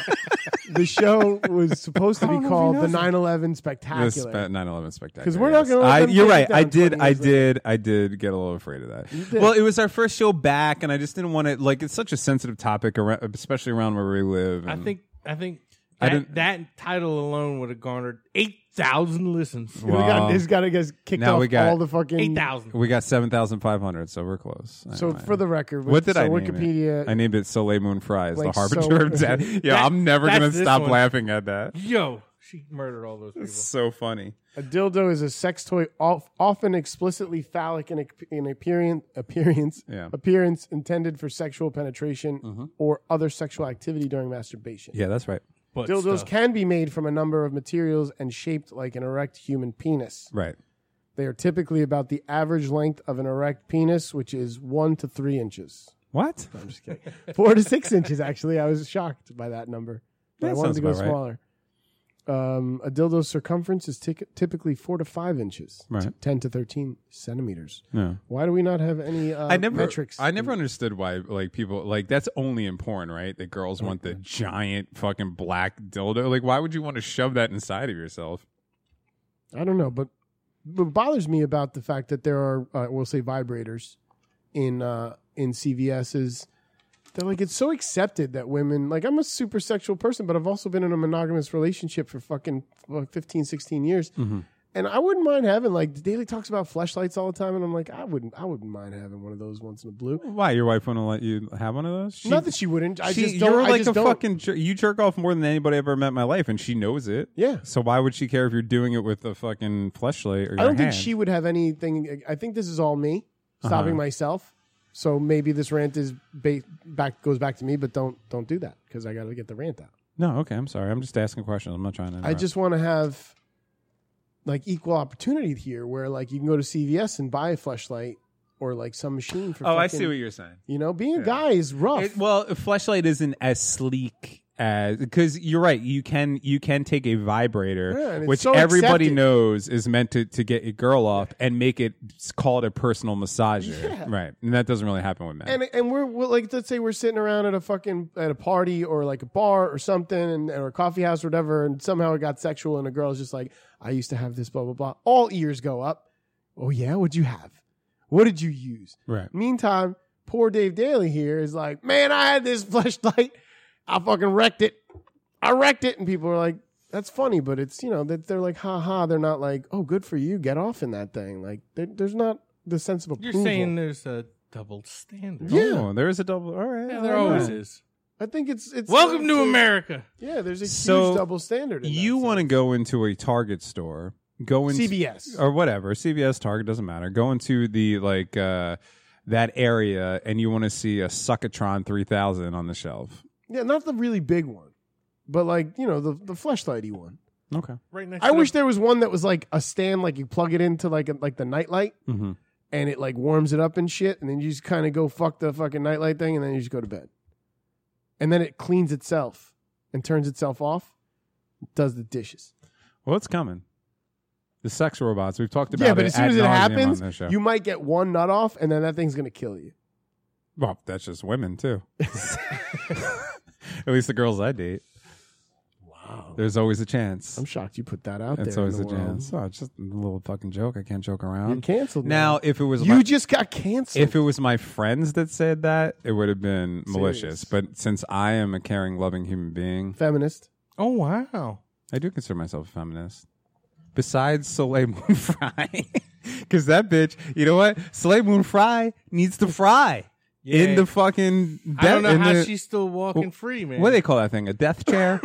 the show was supposed to be called the 9/11
The
Spectacular.
spe- 9/11 spectacular.
'Cause we're not gonna let
I,
them
you're
take it
right. I
down
did.
20
I
years
did. I did get a little afraid of that.
did.
Well, it was our first show back, and I just didn't want to. Like, it's such a sensitive topic, around, especially around where we live.
I
and-
think Mm. I think
I
that,
didn't-
that title alone would have garnered eight thousand listens.
we got,
Wow.
this got to get kicked
Now
off
we got
all the fucking
Eight thousand.
we got seven thousand five hundred, so we're close.
So
Anyway.
for the record,
what did
so
I name it?
Wikipedia?
I named it Soleil Moon Fries, the
Like,
harbinger
so-
of death. Yeah,
That-
I'm never
that's
gonna
this
stop
one.
laughing at that.
Yo, she murdered all those people.
It's so funny.
A dildo is a sex toy, of, often explicitly phallic in, in appearance, appearance,
Yeah. Mm-hmm.
appearance, intended for sexual penetration or other sexual activity during masturbation.
Yeah, that's right.
But
Dildos
stuff.
can be made from a number of materials and shaped like an erect human penis.
Right.
They are typically about the average length of an erect penis, which is one to three inches.
What?
Four to six inches, actually. I was shocked by that number. But
That
I wanted to go
sounds about
smaller. Um, a dildo's circumference is tic- typically four to five inches,
Right.
t- 10 to 13 centimeters.
No.
Why do we not have any uh,
I never
metrics?
I never understood why like people like that's only in porn, right? That girls want the giant fucking black dildo. Like why would you want to shove that inside of yourself?
I don't know, but what bothers me about the fact that there are, uh, we'll say, vibrators in uh, in CVS is that like it's so accepted that women like I'm a super sexual person, but I've also been in a monogamous relationship for fucking like 15, 16 years.
Mm-hmm.
And I wouldn't mind having like the Daily talks about fleshlights all the time, and I'm like, I wouldn't, I wouldn't mind having one of those once in a blue.
Why your wife wouldn't let you have one of those? She,
Not that she wouldn't. I
she-
just don't.
you're
I
like
just
a
don't.
fucking jer- you jerk off more than anybody I've ever met in my life, and she knows it.
Yeah.
So why would she care if you're doing it with a fucking fleshlight or your
I don't
hand? Uh-huh.
think she would have anything. I think this is all me stopping myself. So maybe this rant is ba- back goes back to me, but don't don't do that because I got to get the rant out.
No, okay. I'm sorry. I'm just asking questions. I'm not trying to.
I
interrupt.
just want to have like equal opportunity here, where like you can go to CVS and buy a flashlight or like some machine for.
Oh, I
fucking-
see what you're saying.
You know, being a guy is rough.
It- well, a fleshlight isn't as sleek as because you're right. You can you can take a vibrator,
Yeah, and it's
which
so
everybody
accepted.
knows is meant to to get a girl off and make it s- call it a personal massager,
Yeah.
right? And that doesn't really happen with men.
and and we're, we're like let's say we're sitting around at a fucking at a party or like a bar or something and or a coffee house or whatever and somehow it got sexual and a girl's just like I used to have this blah blah blah all ears go up oh yeah what'd you have what did you use
right.
meantime poor Dave Daly here is like man I had this flashlight I fucking wrecked it I wrecked it and people are like that's funny but it's you know that they're like ha ha they're not like oh good for you get off in that thing like there- there's not the sense of
You're
approval
saying there's a double standard.
Yeah.
Oh, there is a double. All right.
Yeah,
all
there
right.
always is.
I think it's it's
Welcome to America.
Yeah, there's a huge
So,
double standard. In
You want to go into a Target store? Go into
CBS?
or whatever CVS, Target doesn't matter. Go into the like uh, that area, and you want to see a Suckatron 3000 on the shelf.
yeah, not the really big one, but like you know the the fleshlighty one.
Okay.
Right next
I
to
wish there was one that was like a stand, like you plug it into like a, like the nightlight,
Mm-hmm.
and it like warms it up and shit, and then you just kind of go fuck the fucking nightlight thing, and then you just go to bed, and then it cleans itself and turns itself off, does the dishes.
Well, it's coming. The sex robots. We've talked about.
Yeah, but
it
as soon as it
ad nauseam
happens,
on this show.
you might get one nut off, and then that thing's gonna kill you.
well, that's just women too. At least the girls I date. Wow. There's always a chance.
I'm shocked you put that out there.
It's
in
always
the
a
world.
chance. Oh, it's just a little fucking joke. I can't joke
You're
around.
canceled
Now, if it was
You
my-
just got canceled.
if it was my friends that said that, it would have been malicious. But since I am a caring, loving human being,
feminist.
Oh wow.
I do consider myself a feminist. Besides Soleil Moon Fry. Because that bitch, you know what? Soleil Moon Fry needs to fry in
Yeah.
the fucking
I don't
de-
know
in
how
the-
she's still walking free, man.
What do they call that thing? A death chair?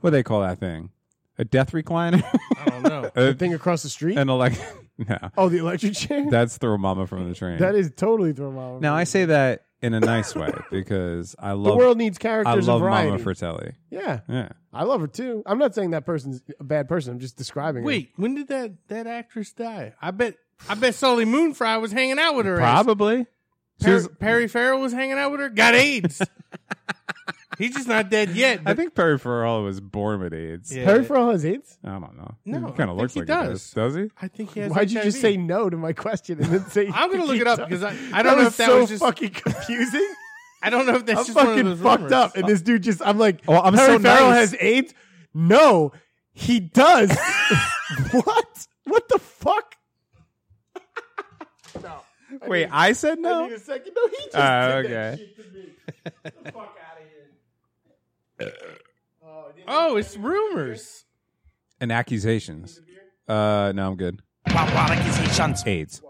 what do they call that thing? A death recliner?
I don't know.
The thing across the street.
An electric. No.
oh, the electric chair.
That's throw mama from the train.
that is totally thrown off.
now, I say that in a nice way because I
the
love
world needs
I
characters
love
and variety.
Mama Fratelli.
yeah,
Yeah.
I love her too. I'm not saying that person's a bad person. I'm just describing. her.
Wait, when did that that actress die? I bet I bet Sully Moonfry was hanging out with her. ass.
Probably. She
Per-
was-
Perry Farrell was hanging out with her. Got AIDS. He's just not dead yet.
I think Perry Farrell was born with AIDS.
Yeah.
Harry Farrell has AIDS.
I don't know.
No,
kind
I
of looks
think
like
he
he does. Does he?
I think he has.
Why'd you just
HIV.
say no to my question and then say?
I'm gonna look it up because I, I
That
don't know
was
if that
so
was just
fucking confusing.
I don't know if that's
I'm
just one of
fucking
those
fucked
rumors. Oh,
up, and this dude just. I'm like,
Well, I'm
Harry
so
Farrell
nice.
has AIDS. No, he does. what? What the fuck?
Wait, I said
I
no.
need a second. No, he just did
Oh,
that
okay.
shit to me. Get the fuck out of here.
Oh, it's rumors.
And accusations. Uh, no, I'm good. AIDS.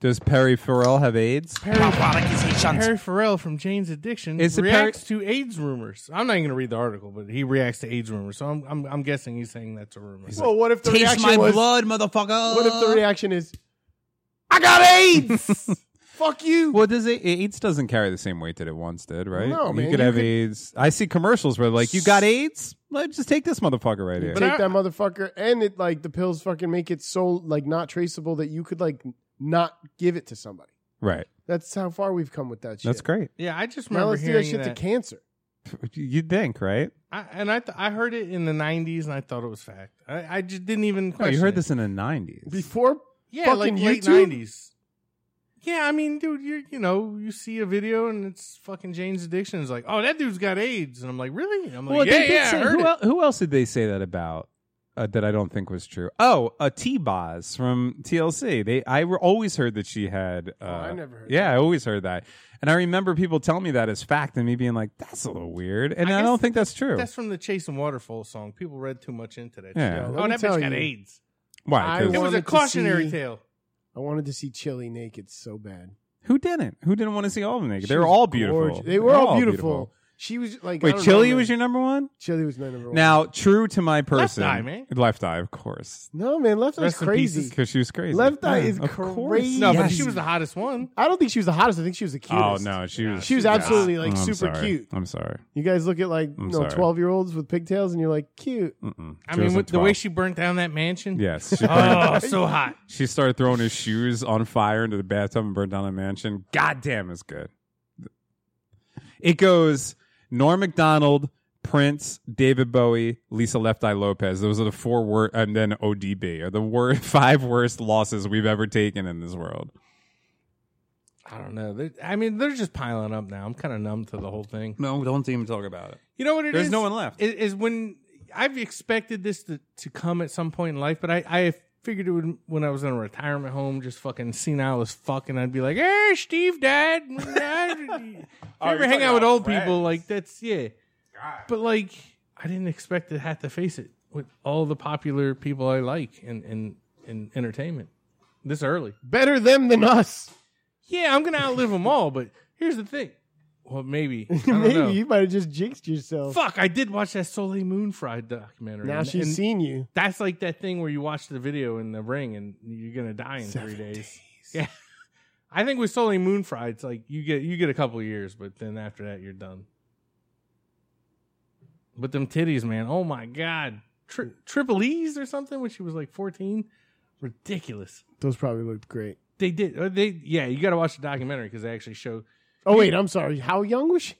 Does Perry Farrell have AIDS?
Harry Farrell from Jane's Addiction
Is it
reacts to AIDS rumors. I'm not even gonna read the article, but he reacts to AIDS rumors. So I'm I'm, I'm guessing he's saying that's a rumor.
Well, what if the reaction was?
motherfucker.
What if the reaction is? I got AIDS. fuck you.
Well, does it, AIDS doesn't carry the same weight that it once did, right?
No,
you
man,
could
you
have
could-
AIDS. I see commercials where like, you got AIDS? Let's just take this motherfucker right here.
Take that motherfucker, and it like the pills fucking make it so like not traceable that you could like not give it to somebody.
Right.
That's how far we've come with that shit.
That's great.
Yeah, I just
Now
remember
let's do
hearing
that shit
that.
to cancer.
You'd think, right?
I, and I th- I heard it in the '90s, and I thought it was fact. I, I just didn't even.
No,
Question
Oh, you heard
it.
this in the 90s.
Before
Yeah, like
fucking
late
YouTube?
'90s. Yeah, I mean, dude, you you know, you see a video and it's fucking Jane's Addiction. It's like, oh, that dude's got AIDS, and I'm like, really? And I'm like,
Well,
yeah,
they did
yeah, I
say,
heard
who,
it.
el- who else did they say that about? uh, that I don't think was true. Oh, a T Boz from TLC. They I re- always heard that she had. Uh,
Oh, I never heard
Yeah, I always heard that, and I remember people telling me that as fact, and me being like, "That's a little weird," and I,
guess
don't think that's true.
That's from the Chase and Waterfall song. People read too much into that.
Yeah.
shit.
Yeah,
let
Oh,
me
that
tell
bitch got
you.
AIDS.
Why?
I
'Cause
It was
wanted
a
to
cautionary
see-
tale.
I wanted to see Chili naked so bad.
Who didn't? Who didn't want to see all of them naked?
She
They were
was
all beautiful.
gorgeous. They were
They're
all beautiful. She was like I
Wait,
don't
Chili
know,
was
man.
your number one?
Chili was my number one.
Now, true to my person,
Eye, man.
Left Eye, of course,
no man, Left Eye's
Rest in
crazy.
because she was crazy.
Left Eye
Yeah,
is
of course.
crazy.
No, but
Yes.
she was the hottest one.
I don't think she was the hottest. I think she was the
Oh
cutest.
no, she was.
she was absolutely like
I'm
super
sorry.
cute.
I'm sorry.
You guys look at like you
I'm
know
sorry.
twelve year olds with pigtails, and you're like cute.
Mm-mm.
I
She
mean,
wasn't
with the way
12.
she burnt down that mansion.
Yes, she,
Oh, so hot.
she started throwing his shoes on fire into the bathtub and burned down the mansion. Goddamn, is good. It goes Norm Macdonald, Prince, David Bowie, Lisa Left Eye Lopez. Those are the four worst, and then ODB are the wor- five worst losses we've ever taken in this world.
I don't know. They're- I mean, they're just piling up now. I'm kind of numb to the whole thing.
No, don't even talk about it.
You know what it is?
There's no one left.
Is, is when I've expected this to, to come at some point in life, but I, I figured it would when I was in a retirement home, just fucking senile as fuck, and I'd be like, "Hey, Steve, Dad, Dad."
Oh,
you ever hang out with old people like that's yeah. But like, I didn't expect to have to face it with all the popular people I like in in, in entertainment this early.
Better them than us.
Yeah, I'm gonna outlive them all, but here's the thing. Well, maybe I don't
Maybe
know.
you might have just jinxed yourself.
Fuck, I did watch that Soleil Moon Fried documentary.
Now
And-
she's
and
seen you.
That's like that thing where you watch the video in the ring and you're gonna die in three days. Yeah, I think with Soleil Moon Fried, it's like you get you get a couple of years, but then after that you're done. But them titties, man. Oh my god, Tri- triple E's or something when she was like 14. Ridiculous.
Those probably looked great.
They did. uh, They yeah. You got to watch the documentary because they actually show.
Oh wait, I'm sorry. How young was she?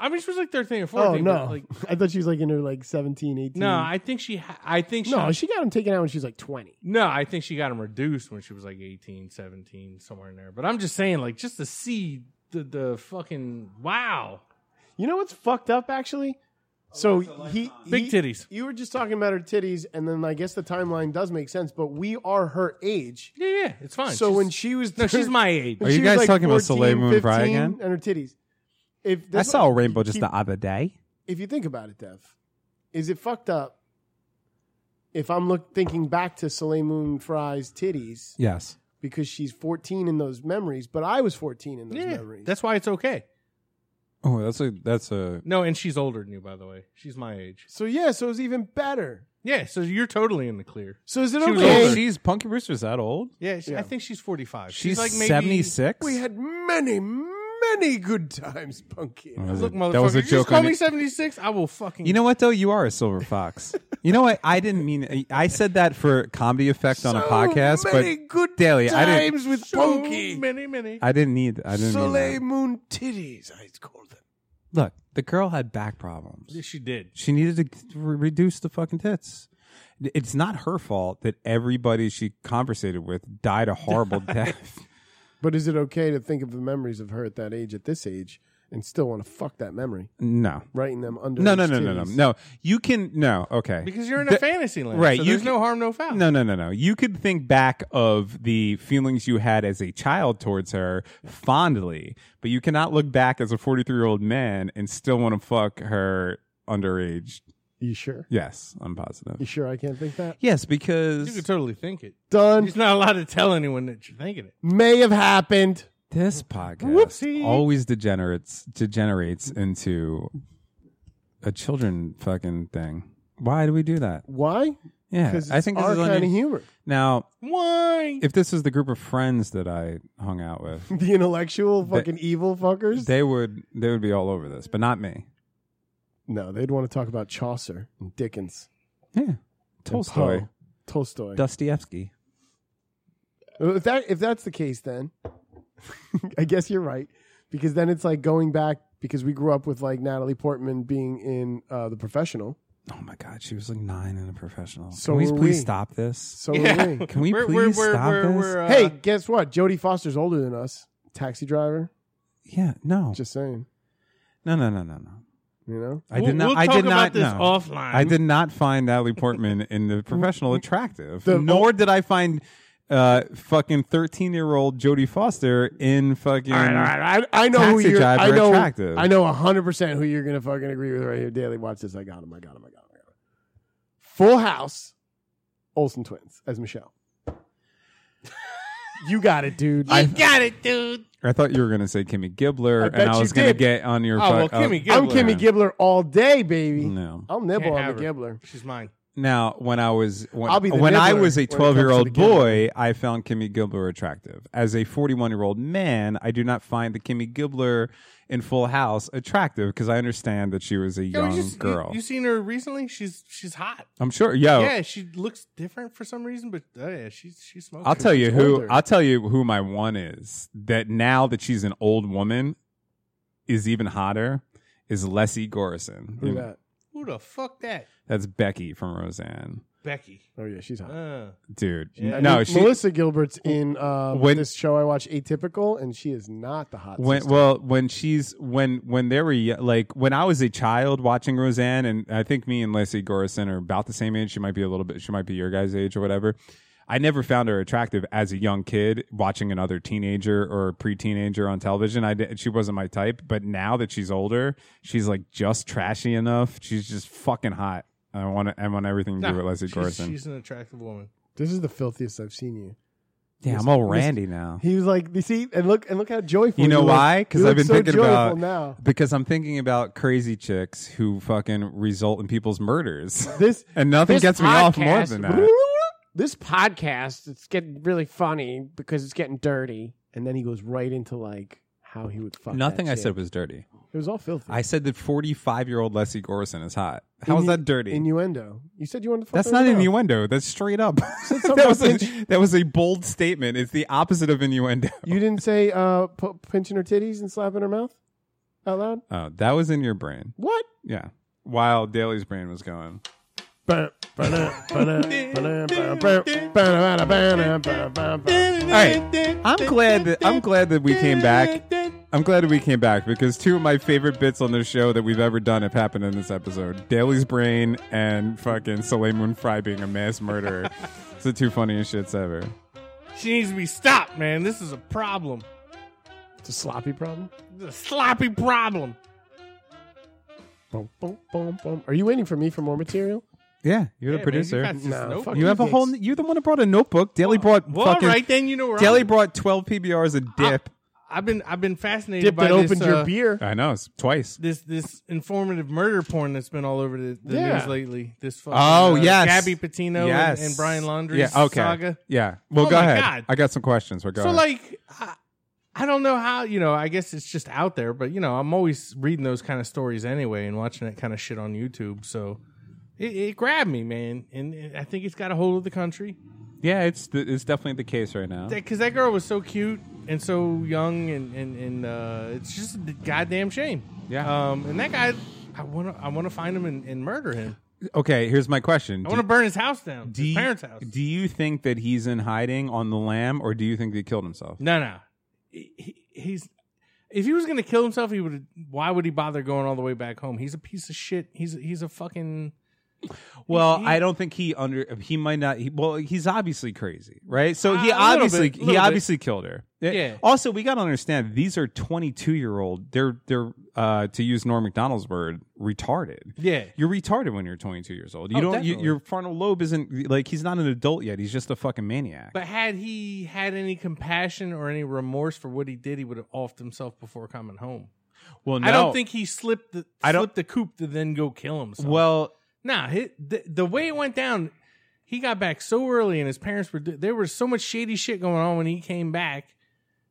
I mean, she was like 13 or
Oh
14. but,
no,
like,
I thought she was like in her like 17, 18.
no, I think she. Ha- I think she,
no, she got him taken out when she was like 20.
No, I think she got him reduced when she was like 18, 17, somewhere in there. But I'm just saying, like, just to see the, the fucking wow.
You know what's fucked up actually? So he,
Big
he-
titties.
You were just talking about her titties, and then I guess the timeline does make sense. But we are her age,
Yeah, yeah, it's fine.
so when she was
no, she's my age.
when
Are you
she was,
guys
like,
talking
14,
about Soleil Moon Frye
15,
again?
and her titties? If
I
that's
saw a
what-
rainbow just
keep-
the other day.
if you think about it, Dev, is it fucked up? If I'm look thinking back to Soleil Moon Fry's titties
Yes.
because she's 14 in those memories, but I was 14 in those
Yeah,
memories.
that's why it's okay.
Oh, that's a that's a
No, and she's older than you, by the way. She's my age.
so yeah, so it was even better.
Yeah, so you're totally in the clear.
So is it
She was
okay?
older.
She's Punky Brewster's that old?
Yeah, she,
Yeah.
I think she's 45.
She's,
like maybe
seventy six.
We had many, many good times, Punky.
Look, motherfucker,
that was a
you just
joke.
call
on
me
you.
76, I will fucking.
You know what though? You are a silver fox. you know what? I didn't mean. I said that for comedy effect on a
So
podcast,
many
but
good
daily. I didn't.
times with
so
Punky.
many, many.
I didn't need. I didn't. Mean
Soleil
that.
Moon titties, I call them.
Look, the girl had back problems.
Yeah, she did.
She needed to re- reduce the fucking tits. It's not her fault that everybody she conversated with died a horrible death.
But is it okay to think of the memories of her at that age, at this age, and still want to fuck that memory,
No.
writing them under?
No, no, no, no, no, no. You can no. Okay.
Because you're in a
The-
fantasy land.
right,
So
you
there's
can-
no harm, no foul.
No, no, no, no. You could think back of the feelings you had as a child towards her fondly, but you cannot look back as a 43 year old man and still want to fuck her underage.
You sure?
Yes, I'm
You
positive.
sure I can't think that?
Yes,
You could
because
totally think it.
Done.
He's not allowed to tell anyone that you're thinking it.
May have happened.
this podcast
Whoopsie.
always degenerates degenerates into a children fucking thing. Why do we do that?
Why?
Yeah,
Because
I think this
our
is on
kind of
you-
humor.
now.
Why?
If this is the group of friends that I hung out with,
The intellectual fucking evil fuckers.
they would they would be all over this, but not me.
no, they'd want to talk about Chaucer and Dickens,
Yeah. Tolstoy.
and Poe, Tolstoy.
Dostoevsky.
if that if that's the case, then I guess you're right because then it's like going back because we grew up with like Natalie Portman being in uh, the professional.
Oh my God, she was like nine and a professional.
So
Can we
were
please
we.
stop this?
So were we.
Can we
We're-
please
we're- we're-
stop
we're-
this?
we're, uh,
hey, guess what? Jodie Foster's older than us. Taxi driver.
yeah, no,
Just saying.
no, no, no, no, no.
You know,
I did
We'll-
not.
we'll
I
talk
did not
about this
know.
offline.
I did not find Natalie Portman in the professional attractive.
The-
nor did I find uh, fucking thirteen-year-old Jodie Foster in fucking.
all right, all right. I, I know who
Taxi
you're.
driver
I know.
attractive.
I know hundred percent who you're gonna fucking agree with right here. Daily, watch this. I got him. I got him. I got him. I got him. Full House, Olsen twins as Michelle. you got it, dude.
You got it, dude.
I thought you were gonna say Kimmy Gibbler,
I
and
bet
I
you
was gonna
did.
get on your.
Oh, well,
fuck- uh,
Kimmy
I'm
Gibbler.
Kimmy Gibbler all day, baby.
No.
I'll nibble
Can't
on the
have
Gibbler.
She's mine.
Now, when I was when,
I'll be the
when I
nibbler
was
when
a
it comes to
12 year
the
old
Gibbler.
boy, I found Kimmy Gibbler attractive. As a 41 year old man, I do not find the Kimmy Gibbler in Full House attractive because I understand that she was a
Yo,
young
you, just-
girl. Oh.
You, you seen her recently? She's she's hot.
I'm sure. Yo,
Yeah, she looks different for some reason, but oh yeah, she's she's smoking.
I'll tell you who.
older.
I'll tell you who my one is. That now that she's an old woman, is even hotter. Is Leslie Gorison?
Who
You know,
that?
who the fuck that
That's Becky from Roseanne,
Becky.
Oh yeah, she's hot.
Uh,
dude.
Yeah.
No,
Mel-
she,
Melissa Gilbert's in uh,
When-
this show I watch, Atypical, and she is not the hot.
when
sister.
well when she's when when they were yo- like when I was a child watching Roseanne and I think me and Leslie Gorison are about the same age. She might be a little bit. She might be your guys' age or whatever. I never found her attractive as a young kid watching another teenager or pre-teenager on television. I did, she wasn't my type, but now that she's older, she's like just trashy enough. She's just fucking hot. I want to. I want everything to do
nah,
with Leslie
she's,
Gorison.
she's an attractive woman.
this is the filthiest I've seen you.
yeah, I'm
Miss-
all
Miss-
Randy now.
He was like, "You see, and look, and look how joyful."
You know
look.
why? Because
You
I've
look
been
so
thinking
joyful
about
now.
because I'm thinking about crazy chicks who fucking result in people's murders,
This
and nothing
This
gets me off more
podcast-
than that.
This podcast, it's getting really funny because it's getting dirty.
and then he goes right into like how he would fuck.
Nothing
that
I
chick.
said was dirty.
It was all filthy.
I said that 45 year old Leslie Gorison is hot. How is
Innu-
that dirty?
Innuendo. You said you wanted to. fuck
that's
her in
not
the mouth.
innuendo. That's straight up.
something
that was
about
a, that was a bold statement. It's the opposite of innuendo.
You didn't say uh, p- pinching her titties and slapping her mouth out loud.
oh, that was in your brain.
What?
Yeah. While Daly's brain was going.
All
All right. I'm glad that I'm glad that we came back. I'm glad that we came back because two of my favorite bits on this show that we've ever done have happened in this episode. Daly's brain and fucking Soleil Moon Fry being a mass murderer. it's the two funniest shits ever.
She needs to be stopped, man. This is a problem.
It's a sloppy problem.
This is a sloppy problem.
Bum, bum, bum, bum. Are you waiting for me for more material?
Yeah, you're the
Yeah, man,
producer.
you got this
No,
note.
fuck
you have a whole. You're the one who brought a notebook. Daly brought
Well,
fucking.
all right then, you know where
Daly
I'm-
brought 12 PBRs a dip.
I've been I've been fascinated
Dipped
by
and
this,
opened your
uh,
beer.
I know it's twice.
this this informative murder porn that's been all over the, the
Yeah.
news lately. This fucking,
Oh,
uh,
yes.
Gabby Patino and-
yes,
and, Brian Laundrie
Yeah. Okay.
saga.
Yeah. Well,
Oh
go
my
ahead.
God.
I got some questions. We're going.
So like, I, I don't know how you know. I guess it's just out there, but you know, I'm always reading those kind of stories anyway and watching that kind of shit on YouTube. So it, it grabbed me, man, and it- I think it's got a hold of the country
yeah, it's the, it's definitely the case right now.
because that girl was so cute and so young, and and and uh, it's just a goddamn shame.
Yeah.
Um, and that guy, I want to I want to find him and, and murder him.
Okay, here's my question.
I want to burn his house down,
do
his
you-
parents' house.
Do you think that he's in hiding on the lam, or do you think that he killed himself?
No, no. He- he- he's if he was going to kill himself, he would. Why would he bother going all the way back home? He's a piece of shit. He's he's a fucking.
Well,
He-
I don't think he under he might not. He, well, he's obviously crazy, right? So
Uh, a
he
little
obviously
bit,
he
little
obviously killed her. It-
Yeah.
Also, we got to understand these are twenty two year old. They're they're uh, to use Norm Macdonald's word, retarded.
Yeah.
You're retarded when you're 22 years old. You
Oh,
don't. You,
definitely.
your frontal lobe isn't like he's not an adult yet. He's just a fucking maniac.
But had he had any compassion or any remorse for what he did, he would have offed himself before coming home.
well,
I
no.
don't think he slipped the
I don't-
slipped the coop to then go kill himself.
Well,
Nah, he, the, the way it went down, he got back so early, and his parents were. do- There was so much shady shit going on when he came back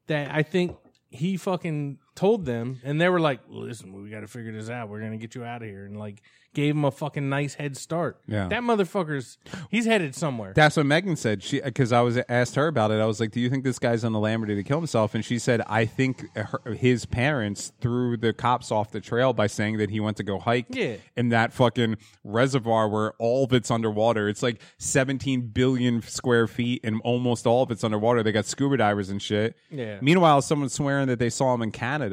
that I think he fucking told them, and they were like, "Listen, we got to figure this out. We're gonna get you out of here," and like gave him a fucking nice head start.
Yeah.
that motherfucker's he's headed somewhere.
That's what Megan said. She because I was asked her about it. I was like, "Do you think this guy's on the lam or did he kill himself?" And she said, "I think her, his parents threw the cops off the trail by saying that he went to go hike
Yeah.
in that fucking reservoir where all of it's underwater. It's like 17 billion square feet, and almost all of it's underwater. They got scuba divers and shit.
Yeah.
Meanwhile, someone's swearing that they saw him in Canada.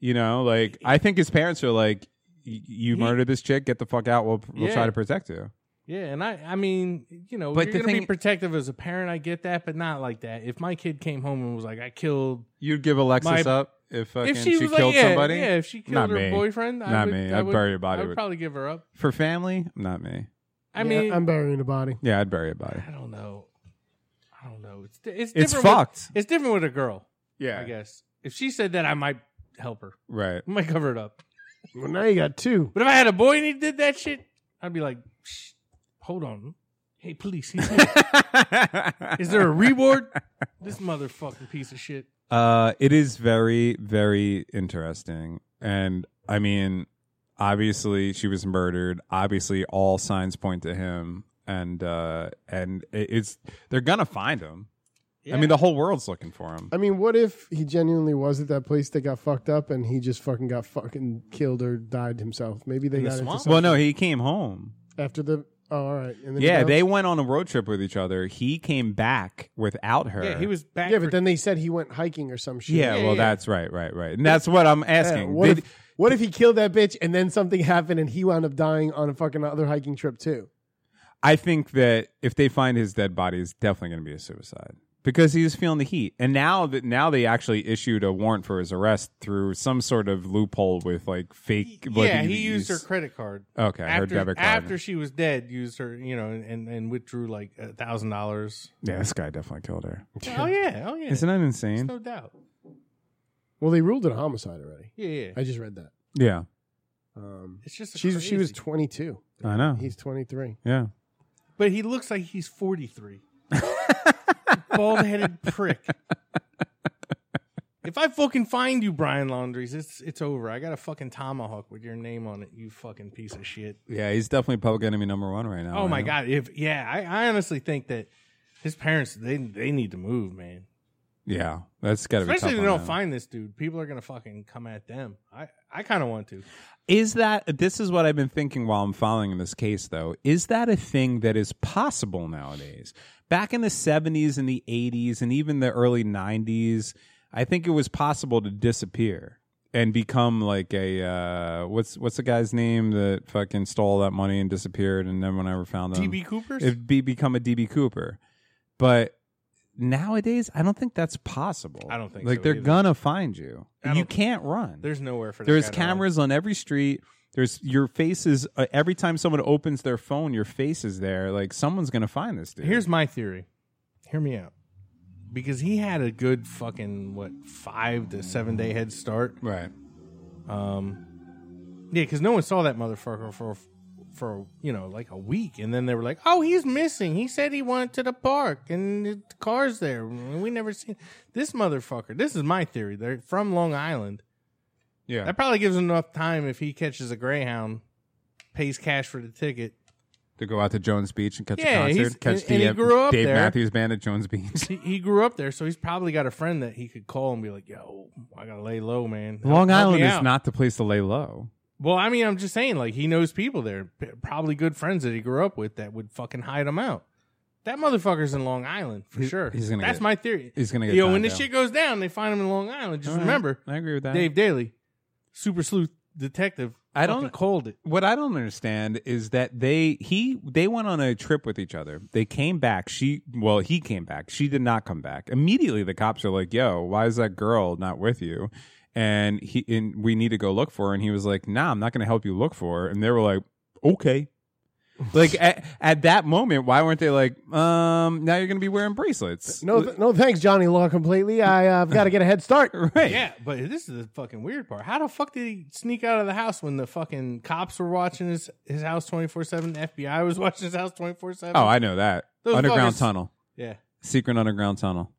You know, like I think his parents are like, y- you murder this chick, get the fuck out. We'll, we'll
Yeah.
try to protect you.
Yeah, and I, I mean, you know,
But
you're
the
gonna be
thing-
protective as a parent. I get that, but not like that. If my kid came home and was like, "I killed,"
You'd give Alexis
My-
up if, fucking
if she, was
killed
like, yeah,
somebody.
yeah, if she killed
Not
her
me.
boyfriend, I
Not
would,
me.
I
I'd
would,
bury a body
I would
with-
probably give her up.
For family, not me.
I mean,
I'm burying a body.
Yeah, I'd bury a body.
I don't know. I don't know. It's di- it's
It's
different with-
fucked.
it's different with a girl.
Yeah,
I guess if she said that, I might help her.
right.
I might cover it up.
Well, now you got two.
But if I had a boy and he did that shit, I'd be like, Shh, "Hold on, hey police, he's here. is there a reward? this motherfucking piece of shit."
Uh, it is very, very interesting. And I mean, obviously she was murdered. Obviously, all signs point to him. And uh, and it- it's they're gonna find him. I mean, the whole world's looking for him.
I mean, what if he genuinely was at that place that got fucked up and he just fucking got fucking killed or died himself? Maybe they
In the
got into
swamp?
something
Well, no, he came home.
after the. Oh, all right. And then he
Yeah,
bounced?
they went on a road trip with each other. He came back without her.
Yeah, he was back.
Yeah,
for-
but then they said he went hiking or some shit.
Yeah,
Yeah,
well,
yeah.
that's right, right, right, and that's what I'm
Yeah,
asking.
what,
Did-
if, what if he killed that bitch and then something happened and he wound up dying on a fucking other hiking trip too?
I think that if they find his dead body, it's definitely going to be a suicide because he was feeling the heat. And now that now they actually issued a warrant for his arrest through some sort of loophole with like fake. like,
yeah, he
you
used her
use-
credit card.
Okay, her
after,
debit card.
after she was dead, used her, you know, and and withdrew like a thousand dollars.
yeah, this guy definitely killed her.
Oh yeah, oh yeah,
Isn't that
There's
insane?
no doubt.
Well, they ruled it a homicide already.
Yeah, yeah.
I just read that.
Yeah,
Um,
It's just
she's, she was
crazy.
22.
I know.
He's 23.
yeah,
but he looks like he's forty three. Bald headed prick. If I fucking find you, Brian Laundries, it's it's over. I got a fucking tomahawk with your name on it. You fucking piece of shit.
yeah. He's definitely public enemy number one right now.
Oh my
man.
god! If yeah, I, I honestly think that his parents they they need to move, man.
Yeah, that's got to be.
Especially
tough
if
on
they don't
them.
find this dude, people are gonna fucking come at them. I I kind of want to.
Is that this is what I've been thinking while I'm following this case though. Is that a thing that is possible nowadays? Back in the 70s and the 80s and even the early 90s, I think it was possible to disappear and become like a uh, what's what's the guy's name that fucking stole all that money and disappeared and no one ever found him.
DB Coopers.
It'd be become a DB Cooper. But nowadays, I don't think that's possible.
I don't think
like
so
they're
either.
gonna find you.
I
You
don't-
can't run.
There's nowhere for. this
There's
guy to run.
cameras on every street. There's your faces uh, every time someone opens their phone. Your face is there. Like someone's gonna find this dude.
Here's my theory. Hear me out. Because he had a good fucking what five to seven day head start.
right.
Um, yeah, because no one saw that motherfucker for for you know like a week, and then they were like, "Oh, he's missing. He said he went to the park, and the car's there. We never seen this motherfucker." This is my theory. They're from Long Island.
Yeah.
That probably gives him enough time if he catches a greyhound, pays cash for the ticket.
to go out to Jones Beach and catch
Yeah,
a
he's-
concert. Catch
and- and he
the uh,
grew up
Dave
there.
Matthews Band at Jones Beach.
He, he grew up there, so he's probably got a friend that he could call and be like, "Yo, I gotta lay low, man." Help-
Long
help
Island
me
is
out."
not the place to lay low.
Well, I mean, I'm just saying, like, he knows people there, p- probably good friends that he grew up with that would fucking hide him out. That motherfucker's in Long Island for
He-
sure.
he's gonna
That's
get-
my theory.
he's gonna get
Yo,
tied
when this
down.
shit goes down, they find him in Long Island. Just
All right.
remember,
I agree with that.
Dave Daly, super sleuth detective.
I
fucking
don't-
called it.
what I don't understand is that they he they went on a trip with each other. They came back. She well, he came back. She did not come back. Immediately the cops are like, "Yo, why is that girl not with you?" And he and we need to go look for her and he was like, "Nah, I'm not going to help you look for her." And they were like, "Okay." like at, at that moment, why weren't they like, "Um, now you're going to be wearing bracelets."
No, th- no thanks, Johnny Law, completely. I, uh, I've got to get a head start.
right.
Yeah, but this is the fucking weird part. How the fuck did he sneak out of the house when the fucking cops were watching his, his house 24 7? FBI was watching his house 24 7?
Oh, I know that.
Those
underground
fuckers-
tunnel.
Yeah.
Secret underground tunnel.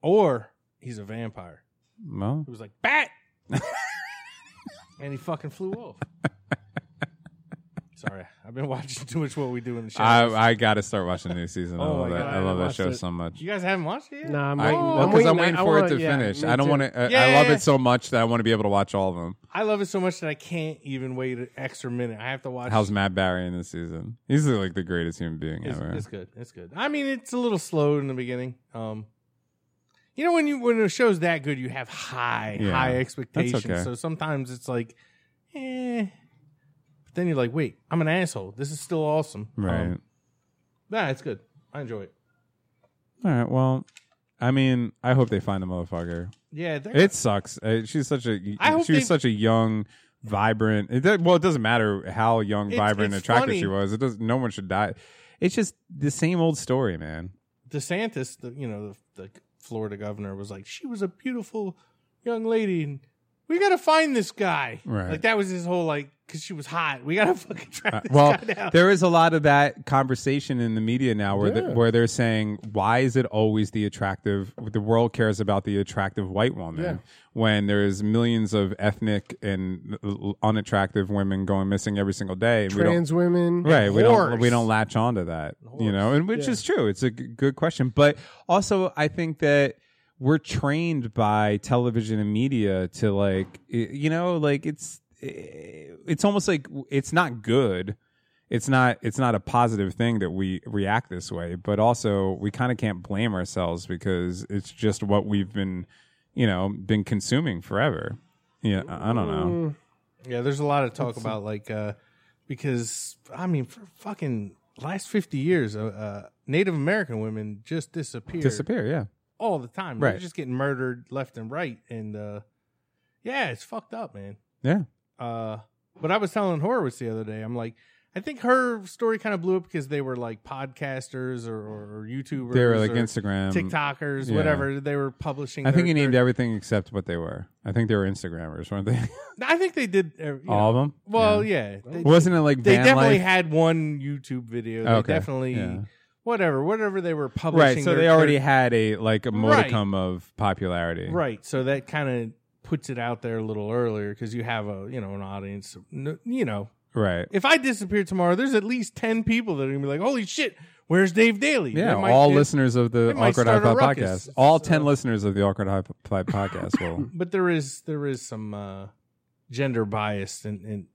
Or he's a vampire.
Well,
He was like, bat! and he fucking flew off. Sorry, I've been watching too much what we do in the show.
I, I got to start watching the new season. I
Oh
love
my
that.
God,
I
I
love that
watched
show
it.
so much.
you guys haven't watched it yet?
Nah, I'm
I,
waiting.
well,
I'm
because
waiting,
I'm waiting
I- I
for it
wanna-
to
yeah,
finish.
me
I don't
too.
want to. Uh, I
Yeah.
love it so much that I want to be able to watch all of them.
I love it so much that I can't even wait an extra minute. I have to watch.
How's Matt Barry in this season? He's like the greatest human being
it's,
ever.
it's good. It's good. I mean, it's a little slow in the beginning. Um, you know when you when a show's that good, you have high
Yeah,
high
that's
expectations.
okay.
So sometimes it's like, eh, then you're like, wait, I'm an asshole. This is still awesome.
Right.
Um, nah, it's good. I enjoy it.
All right. Well, I mean, I hope they find the motherfucker.
Yeah, they're-
It sucks. Uh, she's such a
I hope
she was
they-
such a young, vibrant. It, do- well, it doesn't matter how young,
It's-
vibrant,
it's
attractive
funny.
she was. It does. not No one should die. It's just the same old story, man.
DeSantis, the, you know, the, the Florida governor, was like, she was a beautiful young lady, and we gotta find this guy.
Right.
Like that was his whole like, because she was hot. We gotta fucking track
Uh,
this
well,
guy down.
there is a lot of that conversation in the media now, where
Yeah.
the, where they're saying, "Why is it always the attractive? The world cares about the attractive white woman
Yeah.
when there's millions of ethnic and l- unattractive women going missing every single day." and we don't-
Trans women.
right we don't
whores.
we don't latch on to that you know and which
yeah.
is true it's a g- good question but also i think that we're trained by television and media to like i- you know like it's it's almost like it's not good it's not it's not a positive thing that we react this way but also we kind of can't blame ourselves because it's just what we've been you know been consuming forever yeah i I don't know
yeah, there's a lot of talk about like, uh, because I mean, for fucking last fifty years, uh, uh, Native American women just disappear,
disappear yeah
all the time. They're
Right.
just getting murdered left and right, and uh, yeah, it's fucked up, man.
yeah
Uh, but I was telling Horowitz the other day, I'm like, I think her story kind of blew up because they were like podcasters or, or, or YouTubers.
they were like
or
instagram
TikTokers,
yeah.
whatever. They were publishing.
I think
their-
you named
their-
everything except what they were. I think they were Instagrammers, weren't they?
I think they did. uh, you
All
know.
of them.
Well, yeah. they,
Wasn't it like
they
van
definitely
life?
had one YouTube video. They
Okay,
definitely,
yeah.
whatever, whatever they were publishing.
right? So
their-
they already
their-
had a like a
Right.
modicum of popularity.
Right. So that kind of puts it out there a little earlier because you have a, you know, an audience, you know,
Right.
if I disappear tomorrow, there's at least ten people that are gonna be like, "Holy shit, where's Dave Daly?"
Yeah.
That might-
all
it-
listeners of the
it might
Awkward High
start a
Five
ruckus.
podcast. All
So-
ten listeners of the Awkward High Five podcast will.
But there is there is some uh, gender bias and, and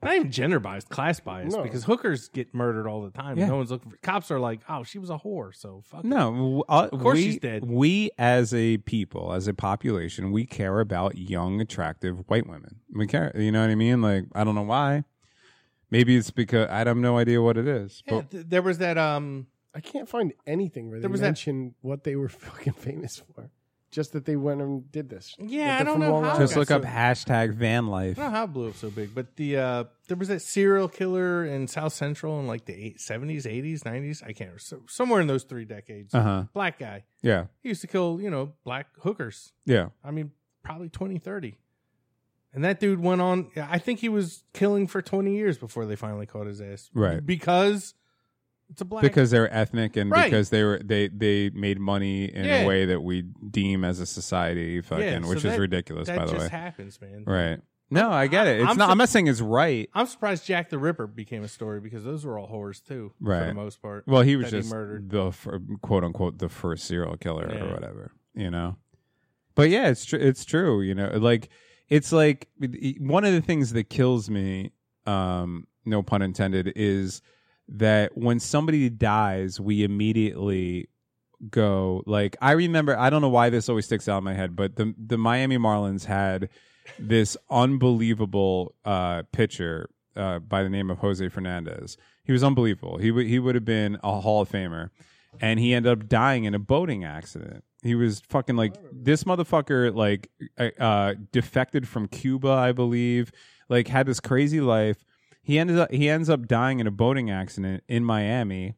not even gender bias, class bias,
No.
because hookers get murdered all the time.
Yeah.
No one's looking for. Cops are like, "Oh, she was a whore," so fuck. it."
No, w- uh,
Of course
we,
she's dead.
We as a people, as a population, we care about young, attractive white women. We care. You know what I mean? Like I don't know why. Maybe it's because I have no idea what it is.
Yeah,
But
th- there was that. Um,
I can't find anything where they
There was that-
mention what they were fucking famous for. Just that they went and did this.
Yeah,
That
I
they're
don't
from
know
Long
how.
Island.
just
okay,
look
so-
up hashtag van life.
I don't know how it blew up so big, but the uh, there was that serial killer in South Central in like the eight, 70s, 80s, 90s. I can't. So, somewhere in those three decades,
Uh huh.
black guy.
Yeah.
He used to kill, you know, black hookers.
Yeah.
I mean, probably 20, 30. And that dude went on, I think he was killing for 20 years before they finally caught his ass.
Right.
Because it's a black
Because they're ethnic and
Right.
because they were they they made money in
Yeah.
a way that we deem as a society fucking
so
which is
that-
ridiculous
That
by the
just
way.
happens, man.
right. No, I get it. It's
I'm
not
sur-
I'm not saying it's right.
I'm surprised Jack the Ripper became a story because those were all horrors too, for the
Right.
most part.
Well, he was
that he
just
murdered.
the fir- quote unquote the first serial killer
Yeah.
or whatever, you know. But yeah, it's tr- it's true, you know. Like it's like e, one of the things that kills me, um, no pun intended, is that when somebody dies, we immediately go like I remember I don't know why this always sticks out in my head, but the the Miami Marlins had this unbelievable uh pitcher uh by the name of Jose Fernandez. He was unbelievable. He would he would have been a Hall of Famer and he ended up dying in a boating accident. He was fucking like this motherfucker like uh defected from Cuba, I believe. Like had this crazy life. He ended up he ends up dying in a boating accident in Miami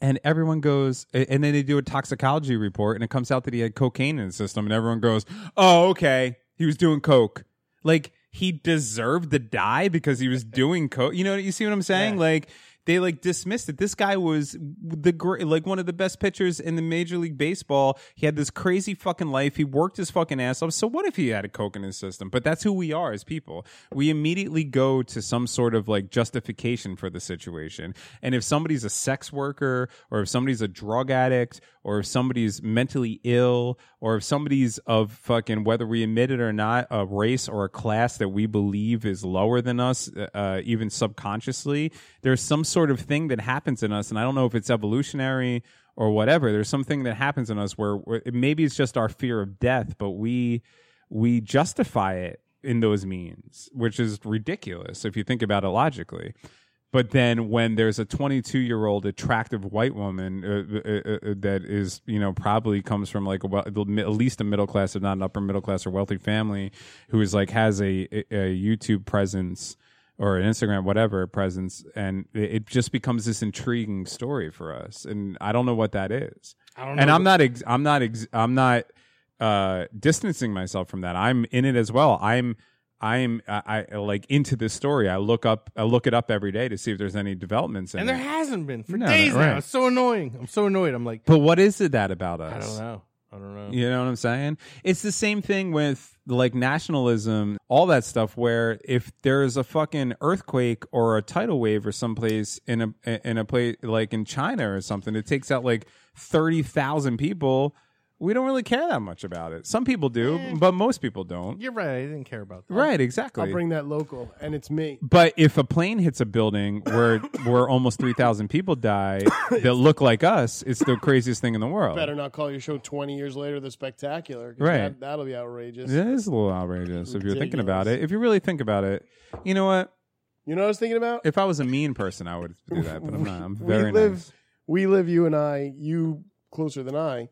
and everyone goes a- and then they do a toxicology report and it comes out that he had cocaine in his system and everyone goes oh okay he was doing coke like he deserved to die because he was doing coke you know you see what i'm saying like they like dismissed it this guy was the great like one of the best pitchers in the major league baseball he had this crazy fucking life he worked his fucking ass off so what if he had a coke in his system but that's who we are as people we immediately go to some sort of like justification for the situation and if somebody's a sex worker or if somebody's a drug addict or if somebody's mentally ill or if somebody's of fucking whether we admit it or not a race or a class that we believe is lower than us uh, even subconsciously there's some sort of thing that happens in us and i don't know if it's evolutionary or whatever there's something that happens in us where, where maybe it's just our fear of death but we we justify it in those means, which is ridiculous if you think about it logically. But then when there's a 22 year old attractive white woman uh, uh, uh, uh, that is, you know, probably comes from like a well, the mi- at least a middle class, if not an upper middle class or wealthy family, who is like has a, a a YouTube presence or an Instagram, whatever presence, and it it just becomes this intriguing story for us. And I don't know what that is.
I don't know.
And I'm not, ex- I'm not, ex- I'm not uh, distancing myself from that. I'm in it as well. I'm, I'm, I, I like into this story. I look up, I look it up every day to see if there's any developments in
and there
it.
hasn't been for
No,
days
right.
now. It's so annoying. I'm so annoyed. I'm like,
but what is it that about
I
us?
don't know. I don't know.
You know what I'm saying? It's the same thing with like nationalism, all that stuff. Where if there is a fucking earthquake or a tidal wave or someplace in a in a place like in China or something, it takes out like thirty thousand people. We don't really care that much about it. Some people do,
Eh.
but most people don't.
You're right. I didn't care about that.
Right? Exactly.
I'll bring that local, and it's me.
But if a plane hits a building where where almost three thousand people die that look like us, it's the craziest thing in the world.
Better not call your show 20 years later the spectacular. 'cause
Right.
That, that'll be outrageous.
It is a little outrageous if you're thinking about
Ridiculous.
it. If you really think about it, you know what?
You know what I was thinking about?
If I was a mean person, I would do that, but I'm not. I'm very
we live,
nice.
we live. You and I. You closer than I.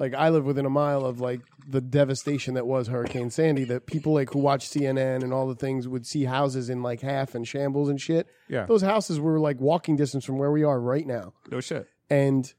Like I live within a mile of like the devastation that was Hurricane Sandy. That people like who watch CNN and all the things would see houses in like half and shambles and shit.
Yeah.
Those houses were like walking distance from where we are right now.
No shit.
and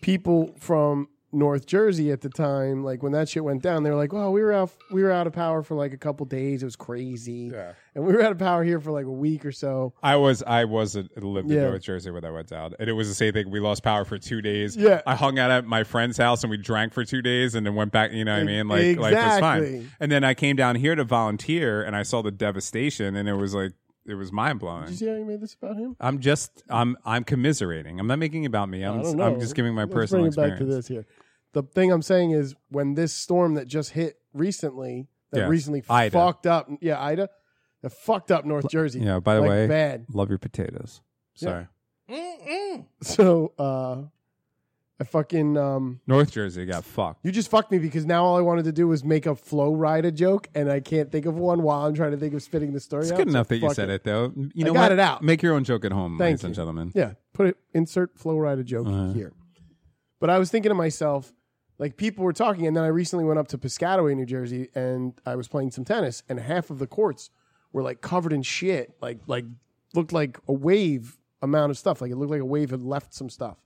people from North Jersey at the time, like when that shit went down, they were like, "Well, we were out, we were out of power for like a couple days. It was crazy,
Yeah.
and we were out of power here for like a week or so."
I was I was a, lived in
Yeah.
North Jersey when I went down, and it was the same thing. We lost power for two days.
Yeah.
I hung out at my friend's house and we drank for two days, and then went back. You know what I mean? Like life was
E- Exactly.
fine. And then I came down here to volunteer, and I saw the devastation, and it was like it was mind
Did you
blowing.
see how you made this about him?
I'm just I'm I'm commiserating. I'm not making it about me. I'm
I don't know.
I'm just giving my
Let's
personal
bring it
experience.
back to this here. The thing I'm saying is when this storm that just hit recently, that
Yes.
recently
Ida.
fucked up, yeah, Ida, that fucked up North Jersey.
Yeah. By the
like,
way,
bad.
love your potatoes.
Yeah.
Sorry.
Mm-mm.
So, uh, I fucking um,
North Jersey got fucked.
You just fucked me because now all I wanted to do was make a flow rider joke, and I can't think of one while I'm trying to think of spitting the story.
It's
out,
good
so
enough that you
fuck
said it, though. You
I
know
got
what?
it out.
Make your own joke at home,
Thank
ladies and
you.
gentlemen.
Yeah, put it. Insert flow rider joke
Uh-huh.
here. But I was thinking to myself, like people were talking, and then I recently went up to Piscataway, New Jersey, and I was playing some tennis, and half of the courts were like covered in shit, like like looked like a wave amount of stuff, like it looked like a wave had left some stuff,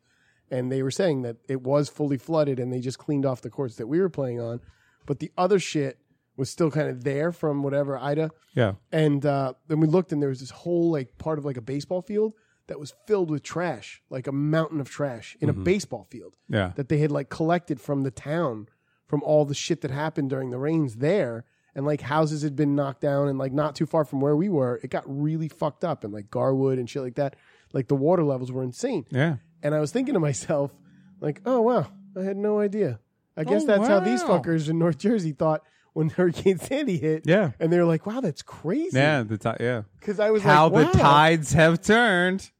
and they were saying that it was fully flooded, and they just cleaned off the courts that we were playing on, but the other shit was still kind of there from whatever Ida.
Yeah.
And uh, then we looked, and there was this whole like part of like a baseball field that was filled with trash, like a mountain of trash
Mm-hmm.
in a baseball field
Yeah.
that they had like collected from the town from all the shit that happened during the rains there. And like houses had been knocked down, and like not too far from where we were, it got really fucked up, and like Garwood and shit like that. Like the water levels were insane.
Yeah.
And I was thinking to myself, like, oh wow, I had no idea. I guess
Oh,
that's how these
wow.
fuckers in North Jersey thought when Hurricane Sandy hit.
Yeah.
And they were like, wow, that's crazy.
Yeah. The ti- yeah.
Because I was
How
like,
the
wow.
tides have turned.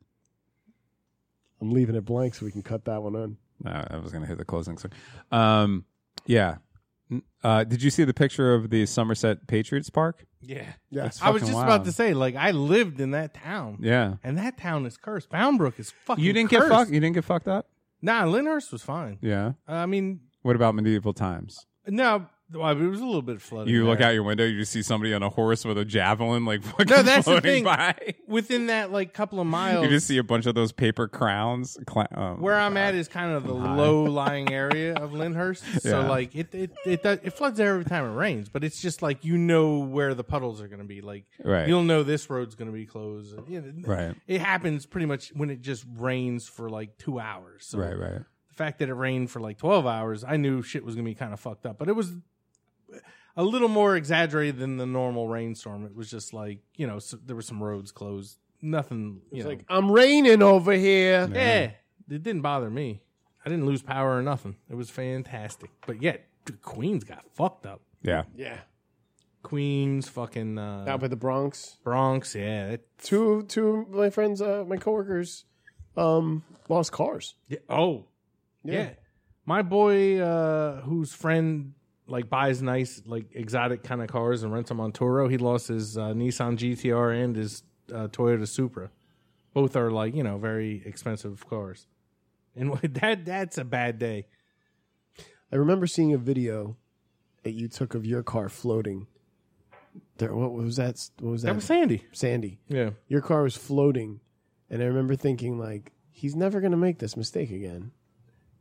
I'm leaving it blank so we can cut that one on.
No, I was going to hit the closing song. Um, yeah. N- Uh, did you see the picture of the Somerset Patriots Park?
Yeah.
Yes.
I
fucking
was just
wild.
about to say, like, I lived in that town.
Yeah.
And that town is cursed. Boundbrook is fucking
You didn't get
cursed.
fucked. You didn't get fucked up.
Nah, Lyndhurst was fine.
Yeah.
Uh, I mean,
What about medieval times?
no, well, it was a little bit flooded.
You look
there.
out your window, you just see somebody on a horse with a javelin, like fucking
No, that's the
floating
thing.
by.
Within that, like, couple of miles.
You just see a bunch of those paper crowns. Cla- oh,
where
my
I'm
God.
at is kind of the low lying area of Lyndhurst, so
Yeah.
like it it it, does, it floods there every time it rains, but it's just like you know where the puddles are going to be. Like
Right.
you'll know this road's going to be closed. You know,
Right.
It happens pretty much when it just rains for like two hours. So
Right, right.
The fact that it rained for like twelve hours, I knew shit was going to be kind of fucked up, but it was. A little more exaggerated than the normal rainstorm. It was just like you know, so there were some roads closed. Nothing. You know,
like, I'm raining over here.
yeah, it didn't bother me. I didn't lose power or nothing. It was fantastic. But yet, dude, Queens got fucked up.
Yeah.
Yeah.
Queens, fucking uh,
Out by the Bronx.
Bronx. Yeah, that-
Two two of my friends, uh, my coworkers, um, lost cars.
yeah, Oh, yeah.
Yeah.
My boy, uh, whose friend like buys nice like exotic kind of cars and rents them on Toro. He lost his uh, Nissan GTR and his uh, Toyota Supra. Both are like you know very expensive cars, and that that's a bad day.
I remember seeing a video that you took of your car floating. There, what was that? What was that?
That was Sandy.
Sandy.
Yeah,
Your car was floating, and I remember thinking like, he's never gonna make this mistake again.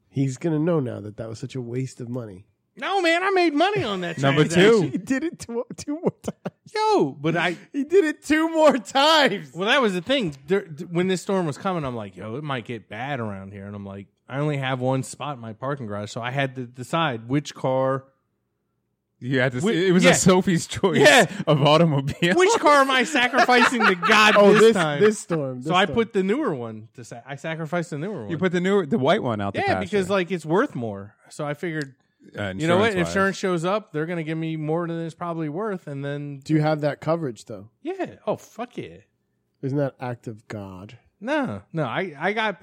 He's gonna know now that that was such a waste of money.
no man, I made money on that.
Number
transaction.
two.
He did it two, two more times.
yo, but I
He did it two more times.
Well, that was the thing. There, d- when this storm was coming, I'm like, yo, it might get bad around here. And I'm like, I only have one spot in my parking garage. So I had to decide which car,
You had to.
Wait,
see, it was
yeah.
a Sophie's choice
Yeah.
of automobile.
which car am I sacrificing to God
Oh,
this,
this
time?
this storm.
so I put the newer one to sa- I sacrificed the newer one.
you put the new, the white one out. the
yeah,
pasture.
because like it's worth more. So I figured,
Uh,
you know what?
insurance-wise.
If insurance shows up, they're going to give me more than it's probably worth. And then,
Do you have that coverage though?
yeah. Oh, fuck yeah.
Isn't that act of God?
No, no, I, I got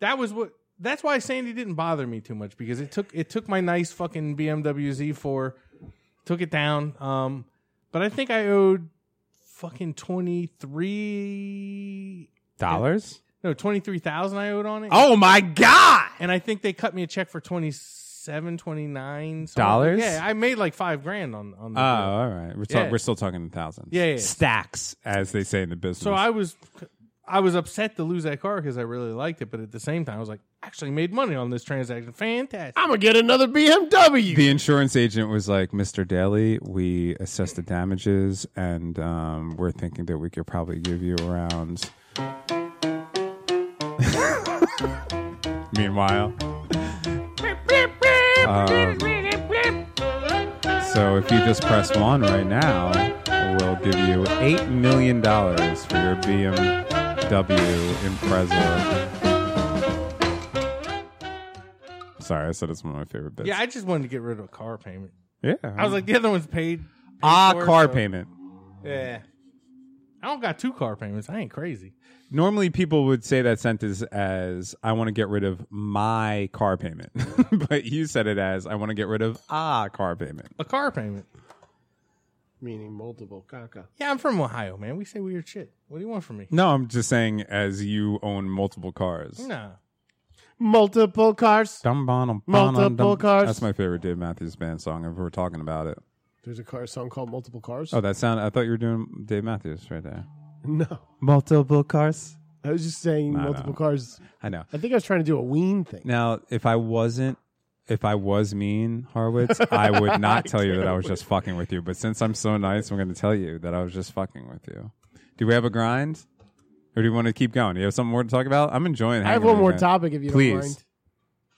that was what that's why Sandy didn't bother me too much because it took it took my nice fucking BMW Z4, took it down. Um, but I think I owed fucking twenty three,
dollars.
no twenty three thousand I owed on it.
Oh my god!
and I think they cut me a check for twenty seven, twenty nine
Dollars?
Yeah, I made like five grand on on. The
Oh, all right. We're, talk-
Yeah.
we're still talking thousands.
Yeah, yeah.
stacks, as they say in the business.
So I was I was upset to lose that car because I really liked it, but at the same time I was like, actually made money on this transaction. Fantastic.
I'm gonna get another BMW.
the insurance agent was like, "Mr. Daly, we assessed the damages, and um, we're thinking that we could probably give you around." Meanwhile, um, so if you just press one right now, we'll give you eight million dollars for your BMW Impreza. Sorry, I said it's one of my favorite bits.
Yeah, I just wanted to get rid of a car payment.
Yeah.
I was like, the other one's paid. paid
ah,
for,
car
so-
payment.
Yeah. I don't got two car payments. I ain't crazy.
Normally, people would say that sentence as, I want to get rid of my car payment. but you said it as, I want to get rid of ah car payment.
A car payment.
Meaning multiple caca.
Yeah, I'm from Ohio, man. We say weird shit. What do you want from me?
No, I'm just saying, as you own multiple cars.
No.
Multiple cars.
Dum bum
Multiple cars.
That's my favorite Dave Matthews Band song. If we're talking about it,
There's a car song called Multiple Cars.
oh, that sound. I thought you were doing Dave Matthews right there.
No,
Multiple cars.
I was just saying
No,
multiple
no.
cars.
I know.
I think I was trying to do a ween thing.
Now, if I wasn't, if I was mean, Harwitz, I would not tell you that I was just fucking with you. But since I'm so nice, I'm going to tell you that I was just fucking with you. Do we have a grind? Or do you want to keep going? Do you have something more to talk about? I'm enjoying
I have
hanging
one
with
more
you.
topic if you
Please.
don't mind.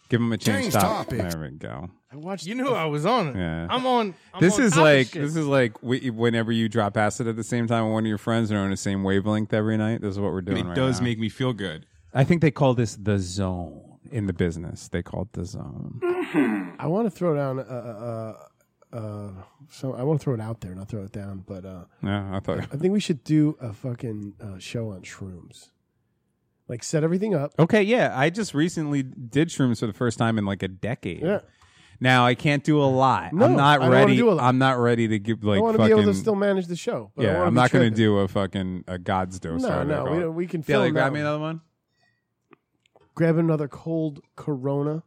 Give him a change
Change
stop.
topics.
There we go.
I watched.
You knew I was on it.
Yeah.
I'm on. I'm
this
on
is
top of
like
shit.
this is like wh- whenever you drop acid at the same time and one of your friends are on the same wavelength every night. This is what we're doing.
It
right
does
now.
make me feel good.
I think they call this the zone in the business. They call it the zone.
I want to throw down. Uh, uh, uh, so I want to throw it out there, not throw it down. But uh,
Yeah, I thought.
I think we should do a fucking uh, show on shrooms. Like set everything up.
Okay, yeah. I just recently did shrooms for the first time in like a decade.
Yeah.
Now I can't do a lot.
No,
I'm not
I don't wanna
ready.
do a lot.
I'm not ready to give like
I want to be
fucking.
able to still manage the show. But I
yeah,
wanna be
I'm not going
tripping.
to do a fucking a God's dose.
No,
or whatever
no,
they
we,
call it.
don't- we can
Daily,
film that
grab
one.
me another one.
Grab another cold Corona.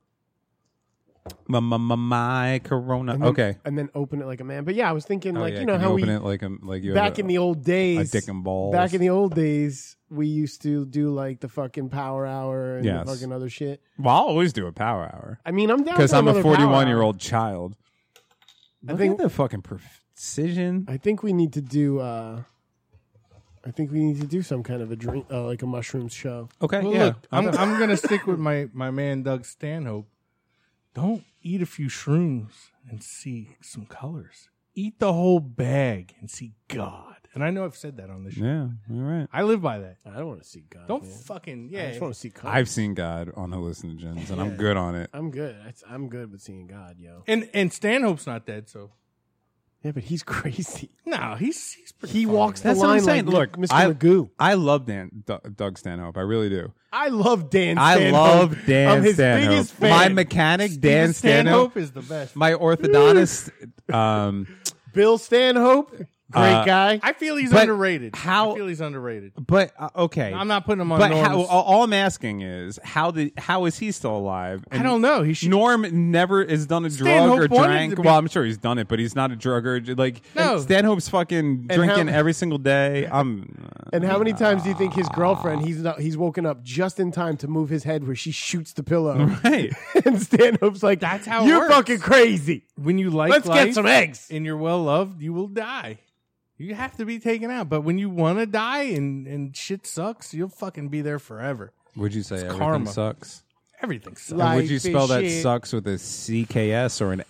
My, my, my, my Corona.
and then-
okay.
and then open it like a man. But yeah, I was thinking
Oh,
like
yeah,
you know
can
how
open
we
it like a, like you have
back
a-
in the old
a
days.
dick and balls.
back in the old days, we used to do like the fucking power hour and
Yes.
the fucking other shit.
well, I'll always do a power hour
I mean, I'm down
because
for
I'm a
another power
41 year
hour.
old child.
I
Look
think-
at the fucking precision.
I think we need to do. uh I think we need to do some kind of a drink, uh, like a mushrooms show.
Okay,
Well,
yeah.
look, I'm, I'm going to stick with my, my man, Doug Stanhope. Don't eat a few shrooms and see some colors. Eat the whole bag and see God. And I know I've said that on this show.
yeah, all right.
I live by that.
I don't want to see God.
Don't
man.
fucking,
I
yeah.
just want to see God.
I've seen God on hallucinogens, and I'm
Oh. Yeah.
good on it.
I'm good. That's- I'm good with seeing God, yo.
And and Stanhope's not dead, so
Yeah, but he's crazy.
No, he's he's pretty.
He walks the
That's what
line
I'm saying.
like
Look,
Mr.
I,
Magoo.
I love Dan D- Doug Stanhope. I really do.
I love Dan.
I
Stanhope.
love Dan
I'm his
Stanhope.
biggest fan.
My mechanic, Dan Stanhope.
Stanhope is the best.
My orthodontist. um,
Bill Stanhope, great
Uh,
guy.
I feel he's
But
underrated.
how-
I feel he's underrated.
but uh, okay,
I'm not putting him on.
But
Norm's-
how, all all I'm asking is how the how is he still alive?
I don't know. He should.
Norm never has done a drug
Stanhope
or
wanted
drank.
to be-
Well, I'm sure he's done it, but he's not a drugger. Like
No.
Stanhope's fucking
how-
drinking every single day. I'm
and how many times do you think his girlfriend he's not he's woken up just in time to move his head where she shoots the pillow?
hey.
and Stanhope's like,
That's how it
you're
works.
fucking crazy.
when you like
Let's
life
get some eggs.
and you're well loved, you will die. You have to be taken out. But when you want to die and and shit sucks, you'll fucking be there forever.
Would you say everything
karma.
sucks?
Everything sucks.
And
Life
would you
is
spell that
shit.
sucks with a CKS or an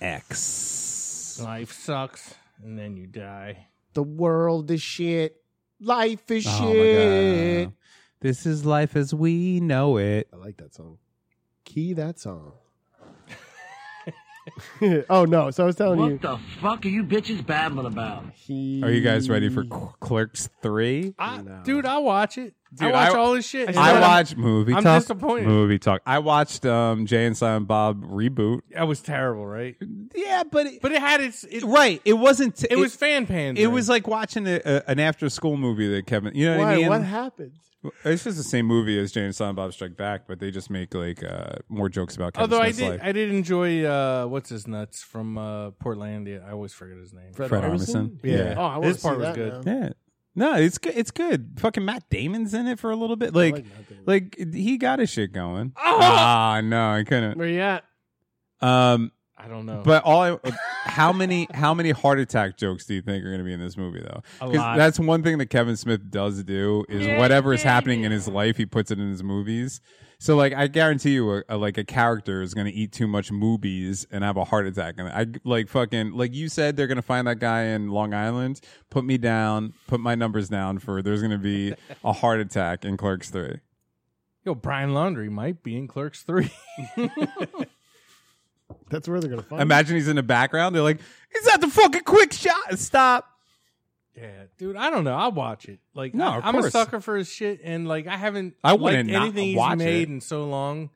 X?
Life sucks, and then you die.
The world is shit. Life is
Oh my
shit.
God. This is life as we know it.
I like that song. Key that song. oh no! So I was telling you,
the fuck are you bitches babbling about?
he.
Are you guys ready for Cl- Clerks 3?
I, Dude, I watch it. I
Dude,
watch
I-
all this shit.
I watched movie
I'm
talk.
disappointed.
Movie talk. I watched um, Jay and Silent Bob reboot.
That was terrible, right?
Yeah, but it,
But it had its. It,
right, it wasn't.
it, was fan pan.
It was like watching a, a, an after school movie that Kevin. You know what I
Why?
mean?
What happened?
It's just the same movie as Jay and Silent Bob Strike Back, but they just make like uh, more jokes about Kevin
Although I
Smith's
did,
life.
I did enjoy uh, what's his nuts from uh, Portlandia. I always forget his name.
Fred Armisen? Yeah.
Oh, I wanna
This part
see
was
that
good.
now.
yeah. No, it's good. It's good. Fucking Matt Damon's in it for a little bit. Like,
like Matt Damon. Oh!
like, he got his shit going. Ah, no, I couldn't.
Where you at?
Um,
I don't
Oh.
know.
But all I, how many how many heart attack jokes do you think are going to be in this movie though?
A
Because
lot.
that's one thing that Kevin Smith does do is whatever is happening in his life, he puts it in his movies. So like I guarantee you, a, a- like a character is going to eat too much movies and have a heart attack. And I like fucking like you said, they're going to find that guy in Long Island. Put me down. Put my numbers down for there's going to be a heart attack in Clerks Three.
Yo, Brian Laundry might be in Clerks Three.
That's where they're gonna find. him.
Imagine he's in the background. They're like, is that the fucking quick shot? Stop.
yeah, dude. I don't know. I'll watch it. Like,
No,
I,
of
am a
course.
sucker for his shit, and like, I haven't.
I
liked
wouldn't not
anything he's
watch
made
it.
in so long.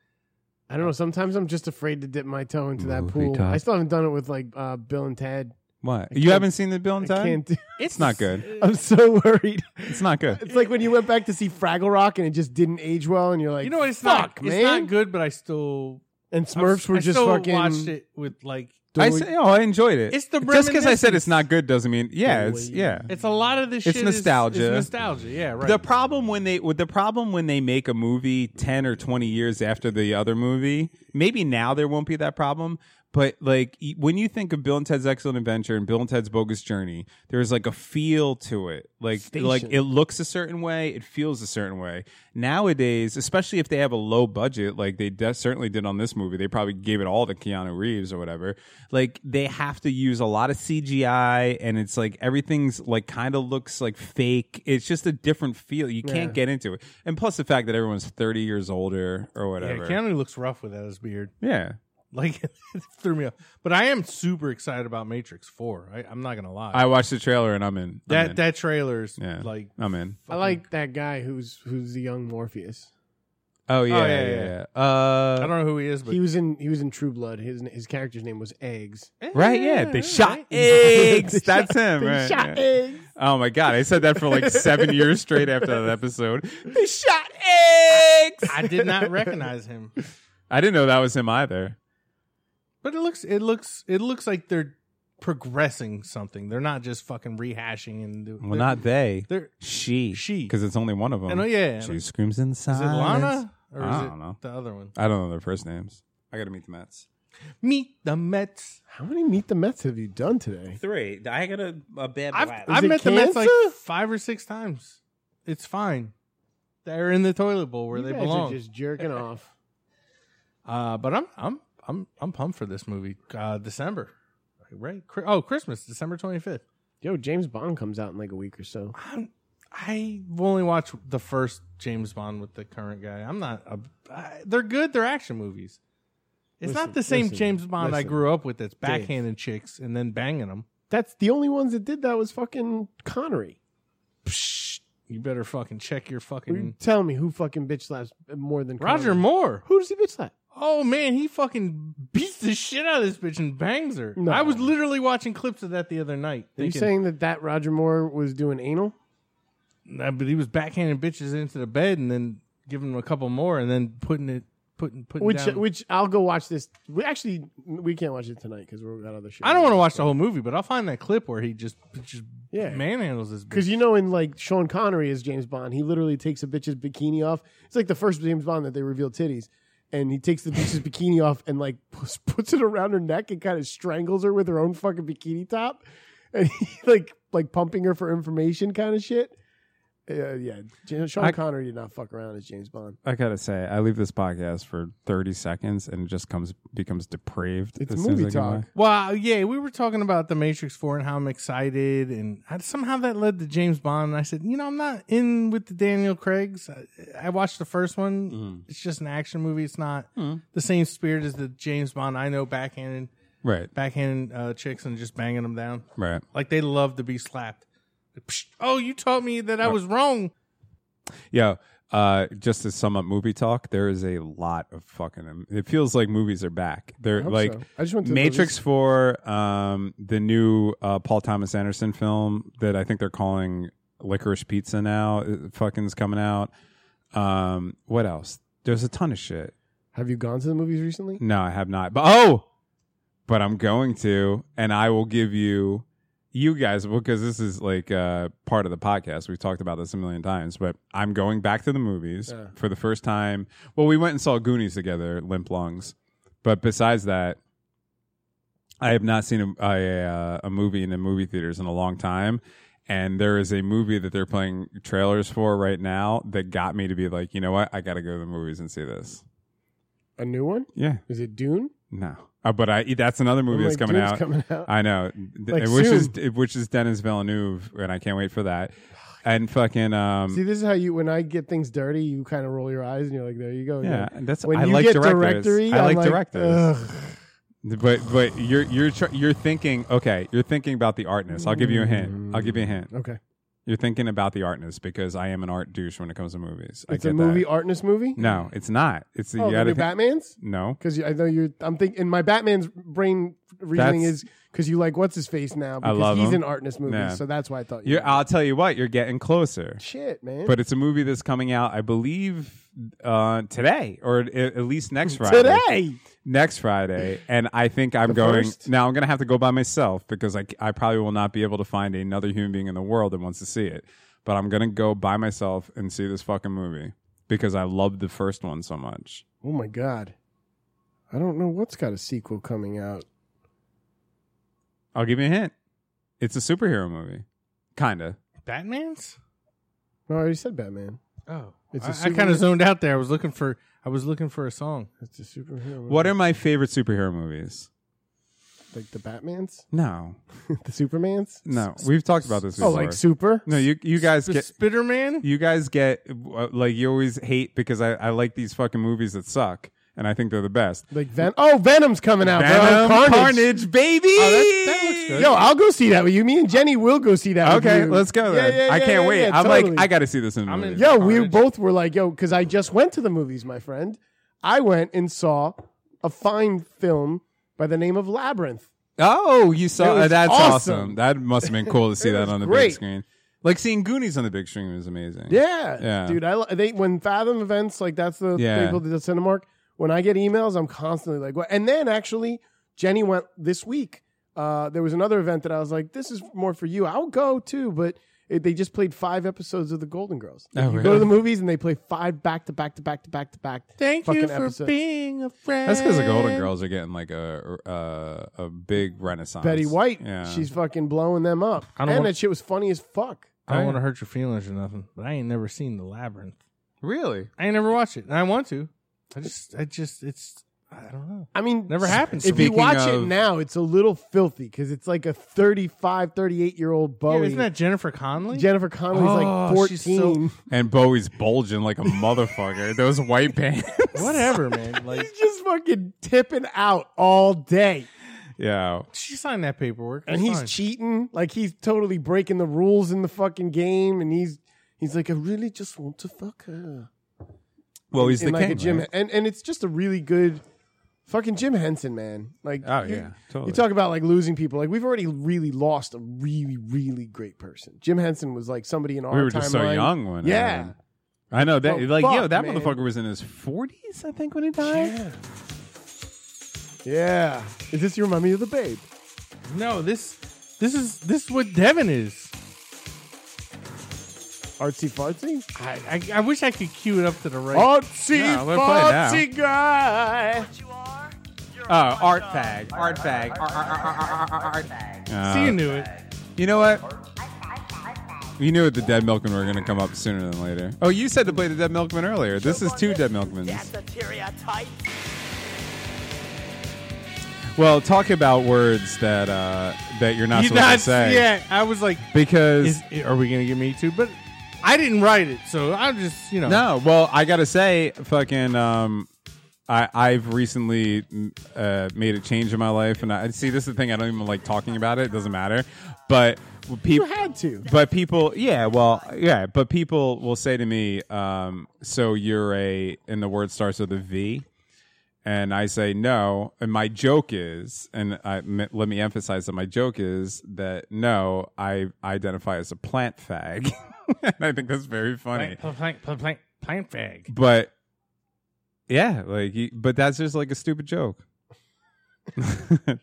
I don't know. Sometimes I'm just afraid to dip my toe into that
Movie
pool.
talk.
I still haven't done it with like uh, Bill and Ted.
What?
I
You
can't-
haven't seen the Bill
I
and Ted?
can't. Do-
It's not good.
I'm so worried.
It's not good.
It's like when you went back to see Fraggle Rock and it just didn't age well, and you're like,
You know what? It's
Fuck,
not.
man.
It's not good, but I still.
And Smurfs
I,
were
I
just
still
fucking.
watched it with like.
I say, oh, I enjoyed it.
It's the
just because I said
reminiscence.
it's not good doesn't mean yeah, it's yeah.
It's a lot of this.
It's
shit is-
nostalgia.
It's nostalgia. Yeah. Right.
The problem when they with the problem when they make a movie ten or twenty years after the other movie, maybe now there won't be that problem. But like y- when you think of Bill and Ted's Excellent Adventure and Bill and Ted's Bogus Journey, there's like a feel to it. Like like it looks a certain way, it feels a certain way. Nowadays, especially if they have a low budget, like they de- certainly did on this movie, they probably gave it all to Keanu Reeves or whatever. Like they have to use a lot of CGI, and it's like everything's like kind of looks like fake. It's just a different feel. You can't get into it, and plus the fact that everyone's thirty years older or
yeah,
whatever.
Keanu looks rough without his beard.
Yeah.
Like it threw me off. But I am super excited about Matrix Four. I, I'm not gonna lie.
I watched the trailer and I'm in. I'm
that
in.
that trailer's
yeah,
like.
I'm in.
I like that guy who's who's the young Morpheus.
Oh yeah,
yeah,
yeah,
yeah.
yeah. Uh,
I don't know who he is, but
He was in he was in True Blood. His his character's name was Eggs.
Eh,
Right, yeah. They shot eggs. That's him, right? yeah.
eggs.
Oh my god, I said that for like seven years straight after that episode. They shot eggs.
I did not recognize him.
I didn't know that was him either.
But it looks it looks it looks like they're progressing something. They're not just fucking rehashing and do-
Well,
they're-
not they.
They're
She,
She.
because it's only one of them.
I know, yeah.
She screams inside.
is it Lana or is
Ah, I
it
don't know.
the other one?
I don't know their first names. I got to meet the Mets.
Meet the Mets.
How many meet the Mets have you done today?
Three. I got a, a bad
I've
Is
I've
it
met the Mets like
cancer?
five or six times. It's fine. They're in the toilet bowl where
you
they
guys
belong.
are just jerking off.
Uh, but I'm I'm I'm I'm pumped for this movie. Uh, December, right? Cri- Oh, Christmas, December 25th.
Yo, James Bond comes out in like a week or so.
I'm, I've only watched the first James Bond with the current guy. I'm not. A, I, they're good. They're action movies. It's
Listen,
not the same
listen,
James Bond I
listen.
grew up with. That's backhanding chicks and then banging them.
That's the only ones that did that was fucking Connery.
Psh, you better fucking check your
Who you
fucking
Tell me who fucking bitch slaps more than
Mm-hmm. Roger
Connery?
Moore.
Who does he bitch slap?
Oh man, he fucking beats the shit out of this bitch and bangs her.
No.
I was literally watching clips of that the other night.
Are you
thinking-
saying that that Roger Moore was doing anal?
Nah, but he was backhanding bitches into the bed and then giving them a couple more and then putting it putting putting
Which
down.
which I'll go watch this. We actually we can't watch it tonight because we've got other shit.
I don't want to watch the whole movie, but I'll find that clip where he just just
Yeah.
manhandles this bitch.
Because you know, in like Sean Connery as James Bond, he literally takes a bitch's bikini off. It's like the first James Bond that they reveal titties, and he takes the bitch's bikini off and like puts, puts it around her neck and kind of strangles her with her own fucking bikini top, and he like like pumping her for information kind of shit. Uh, yeah, Jan- Sean
I-
Connery did not fuck around as James Bond.
I gotta say, I leave this podcast for thirty seconds and it just comes becomes depraved.
It's
as soon as
movie
I get
talk.
away.
Well, yeah, we were talking about the Matrix Four and how I'm excited, and I, somehow that led to James Bond. And I said, you know, I'm not in with the Daniel Craig's. I, I watched the first one; it's just an action movie. It's not the same spirit as the James Bond I know, backhanded,
Right,
backhanded uh, chicks and just banging them down.
right.
Like they love to be slapped. Like, "Psh, oh, you told me that I was wrong.
Yeah. Uh, just to sum up movie talk, there is a lot of fucking. um, It feels like movies are back. They're
hope
like
so. I just went to the
Matrix
list.
Four, um, the new uh, Paul Thomas Anderson film that I think they're calling Licorice Pizza now. uh, Fucking's coming out. Um, what else? There's a ton of shit.
Have you gone to the movies recently?
No, I have not. But oh, but I'm going to, and I will give you, you guys, because this is like uh, part of the podcast. We've talked about this a million times, but I'm going back to the movies for the first time. Well, we went and saw Goonies together, Limp Lungs. But besides that, I have not seen a, a, uh, a movie in the movie theaters in a long time. And there is a movie that they're playing trailers for right now that got me to be like, you know what? I got to go to the movies and see this.
A new one?
Yeah.
Is it Dune?
No, Uh, but I that's another movie
I'm
that's
like,
coming
Dune's
out.
coming out.
I know,
Like,
Th- which is
soon.
which is Dennis Villeneuve, and I can't wait for that. And fucking um,
See, this is how you when I get things dirty, you kind of roll your eyes and you're like, "There you go."
yeah, that's
When
I
you
like
get
directors.
directory,
I
I'm
like directors.
"Ugh."
But but you're you're tr- you're thinking okay, you're thinking about the artness. I'll give you a hint. I'll give you a hint.
Okay,
You're thinking about the artness because I am an art douche when it comes to movies. I
it's
get
a movie
that.
artness movie.
No, it's not. It's
Oh,
you
the
gotta
new
thi-
Batman's.
No,
Because I know you're. I'm thinking. My Batman's brain reasoning
That's-
is because you like what's his face now. Because
love
he's in
him.
artness movies,
Yeah.
so that's why I thought you.
you're,
were-
I'll tell you what. You're getting closer.
Shit, man.
but it's a movie that's coming out, I believe, uh, today or at, at least next Friday.
today,
next Friday, and I think I'm
The
going
first?
now. I'm going to have to go by myself because I c- I probably will not be able to find another human being in the world that wants to see it. But I'm going to go by myself and see this fucking movie because I loved the first one so much.
oh my god, I don't know what's got a sequel coming out.
I'll give you a hint. It's a superhero movie, kinda.
Batman's.
No, I already said Batman.
Oh,
It's a
I, I
super-
kind of zoned out there. I was looking for I was looking for a song.
It's a superhero. movie.
What are my favorite superhero movies?
like the Batman's,
No,
the Superman's?
no, we've talked about this before.
Oh, like Super?
no, you you guys
The
get
Spiderman.
you guys get uh, like you always hate because I, I like these fucking movies that suck and I think they're the best.
Like Ven- Oh, Venom's coming out. bro.
Venom,
Carnage. Oh,
baby.
that looks good.
Yo, I'll go see that with you. Me and Jenny will go see that. with
Okay,
you.
let's go.
Yeah,
Then.
yeah,
I
yeah,
can't
yeah,
wait.
yeah,
I'm
totally.
like, I got to see this in the
I'm in-
movie.
Yo, we
Carnage.
both were like, yo, because I just went to the movies, my friend. I went and saw a fine film by the name of Labyrinth.
Oh, you saw
It was
uh, that's awesome.
awesome.
That must have been cool to see
It
that
was
on the
great.
big screen. Like seeing Goonies on the big screen was amazing.
Yeah,
Yeah.
dude. I lo- they when Fathom events like that's the
Yeah.
people that does Cinemark. When I get emails, I'm constantly like, what? And then actually, Jenny went this week. Uh, there was another event that I was like, this is more for you. I'll go too, but. It, they just played five episodes of The Golden Girls.
Oh,
you
really?
go to the movies and they play five back to back to back to back to back.
Thank you
fucking
for
episodes.
being a friend.
That's because the Golden Girls are getting like a a, a big renaissance.
Betty White,
Yeah.
she's fucking blowing them up.
I
And
don't want-
that shit was funny as fuck.
Oh,
I don't want to hurt your feelings or nothing, but I ain't never seen the labyrinth.
really.
I ain't never watched it, and I want to. I just, I just, it's, I don't know.
I mean,
Never happened.
If you
Speaking
watch it
of-
now, it's a little filthy because it's like a 35, 38 year old
Yeah,
Bowie.
isn't that Jennifer
Oh,
Connelly?
Oh, Jennifer Connelly's like
Oh, she's
14.
And Bowie's bulging like a motherfucker. Those white pants.
Whatever, man. Like,
Just fucking tipping out all day.
Yeah.
She signed that paperwork.
and
It's
he's
fine.
cheating. Like he's totally breaking the rules in the fucking game, and he's he's like, I really just want to fuck her.
Well, he's
in
the
like a
king,
Jim,
right?
and and it's just a really good fucking Jim Henson, man. Like,
Oh,
you-
yeah, totally.
You talk about like losing people. Like we've already really lost a really really great person. Jim Henson was like somebody in our
We were
timeline.
just so young when.
Yeah.
um, I know that.
But
like, yo,
fuck,
that
man.
motherfucker was in his forties, I think, when he died.
yeah. Yeah. Is this your mummy of the babe?
No, this this is this is what Devin is.
Artsy fartsy?
I, I, I wish I could cue it up to the right.
Artsy
Yeah, I'm gonna play it now.
fartsy Oh, guy.
Oh, art fag, art fag, art,
See, you knew it.
Uh, You know what? You knew the Dead Milkmen were going to come up sooner than later. Oh, you said to play the Dead Milkman earlier. This is two Dead Milkmans.
That's a stereotype.
Well, talk about words that uh, that you're not
you
supposed
not
to say.
Yeah, I was like,
Because
is, are we gonna get me too? But I didn't write it, so I'm just you know.
no, well, I gotta say, fucking, um, I I've recently mm, uh, made a change in my life, and I see this is the thing I don't even like talking about it. It doesn't matter, but people
You had to.
But people, yeah, well, yeah, but people will say to me, um, so you're a, and the word starts with a V. And I say no. And my joke is, and I, m- let me emphasize that my joke is that no, I identify as a plant fag. and I think that's very funny.
Plank, plank, plank, plank, plank fag.
But yeah, like, you- but that's just like a stupid joke.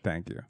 Thank you.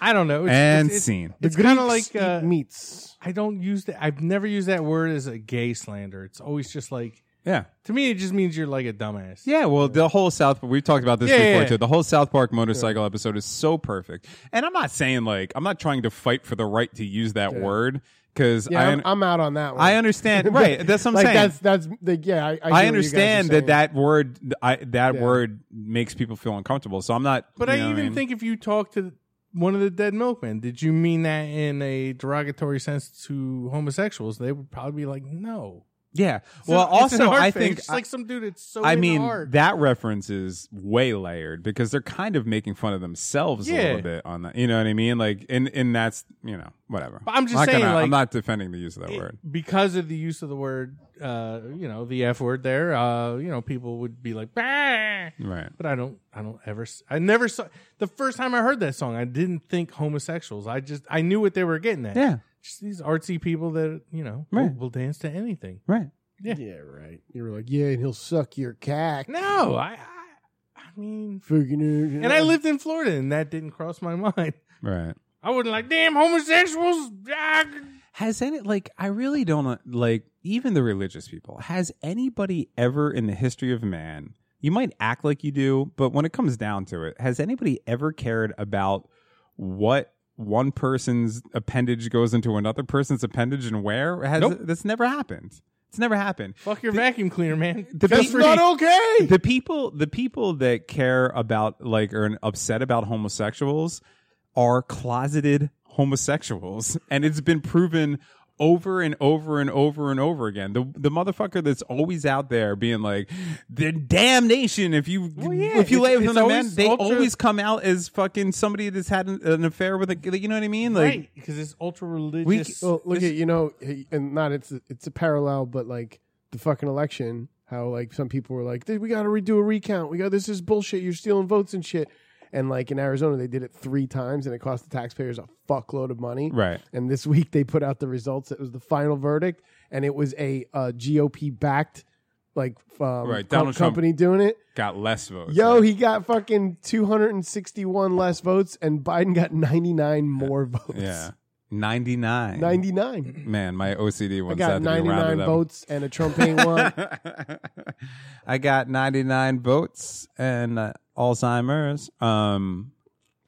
I don't know. It's,
And
it's, it's,
scene.
it's kind of
Greeks
like uh,
eat meats.
I don't use that. I've never used that word as a gay slander. It's always just like
Yeah.
to me. It just means you're like a dumbass.
Yeah, well, the whole South we've talked about this
Yeah,
before
yeah,
too.
yeah.
The whole South Park motorcycle episode is so perfect, and I'm not saying like I'm not trying to fight for the right to use that word because
Yeah,
I
I'm, I'm out on that one.
I understand right. That's what I'm
like
saying.
that's that's the, yeah. I, I, hear what
I
you
understand
guys are
that that word I, that
Yeah.
word makes people feel uncomfortable. So I'm not.
But
you
I
know what
even
mean?
think if you talk to one of the dead milkmen, did you mean that in a derogatory sense to homosexuals? They would probably be like, no.
yeah.
It's
Well,
an- it's an
also
art
I
thing.
think
it's like some dude. It's so.
I
into
mean,
art.
that reference is way layered because they're kind of making fun of themselves a
Yeah.
little bit on that. You know what I mean? Like, and and that's you know whatever.
But I'm just
not
saying,
gonna-
like,
I'm not defending the use of that
it-
word.
because of the use of the word, uh, you know, the F word there. Uh, you know, people would be like, bah.
Right.
But I don't, I don't ever, s- I never saw the first time I heard that song. I didn't think homosexuals. I just, I knew what they were getting at.
Yeah.
just these artsy people that you know will-
Right.
will dance to anything.
Right.
saying. Yeah, right. You were like, yeah, and he'll suck your cack.
No, I, I, I mean,
And
and I lived in Florida, and that didn't cross my mind.
Right.
I wasn't like, damn homosexuals. ah,
Has any like I really don't uh, like even the religious people. Has anybody ever in the history of man? You might act like you do, but when it comes down to it, has anybody ever cared about what one person's appendage goes into another person's appendage and where? Has
Nope.
that's never happened. It's never happened.
Fuck your vacuum cleaner, man.
The
That's
people-
not okay.
the people the people that care about like are upset about homosexuals are closeted homosexuals and it's been proven over and over and over and over again the the motherfucker that's always out there being like the damnation if you
yeah,
if you lay
it's-
with
it's
another
always
man they
ultra-
always come out as fucking somebody that's had an, an affair with a you know what i mean like
right, because it's ultra religious.
well, look at you know, and not it's a, it's a parallel, but like the fucking election, how like some people were like, we got to redo a recount. We got this is bullshit. You're stealing votes and shit. And like in Arizona, they did it three times, and it cost the taxpayers a fuckload of money.
Right.
And this week they put out the results. It was the final verdict, and it was a uh, GOP backed like um,
Right,
co-
Donald Trump.
company doing it.
got less votes
Yo, he got fucking 261 less votes, and Biden got 99 more votes.
yeah 99
99.
man my ocd
I
ones
got
had to be
99
rounded up.
votes and a Trump ain't one.
I got 99 votes and uh, Alzheimer's. Um,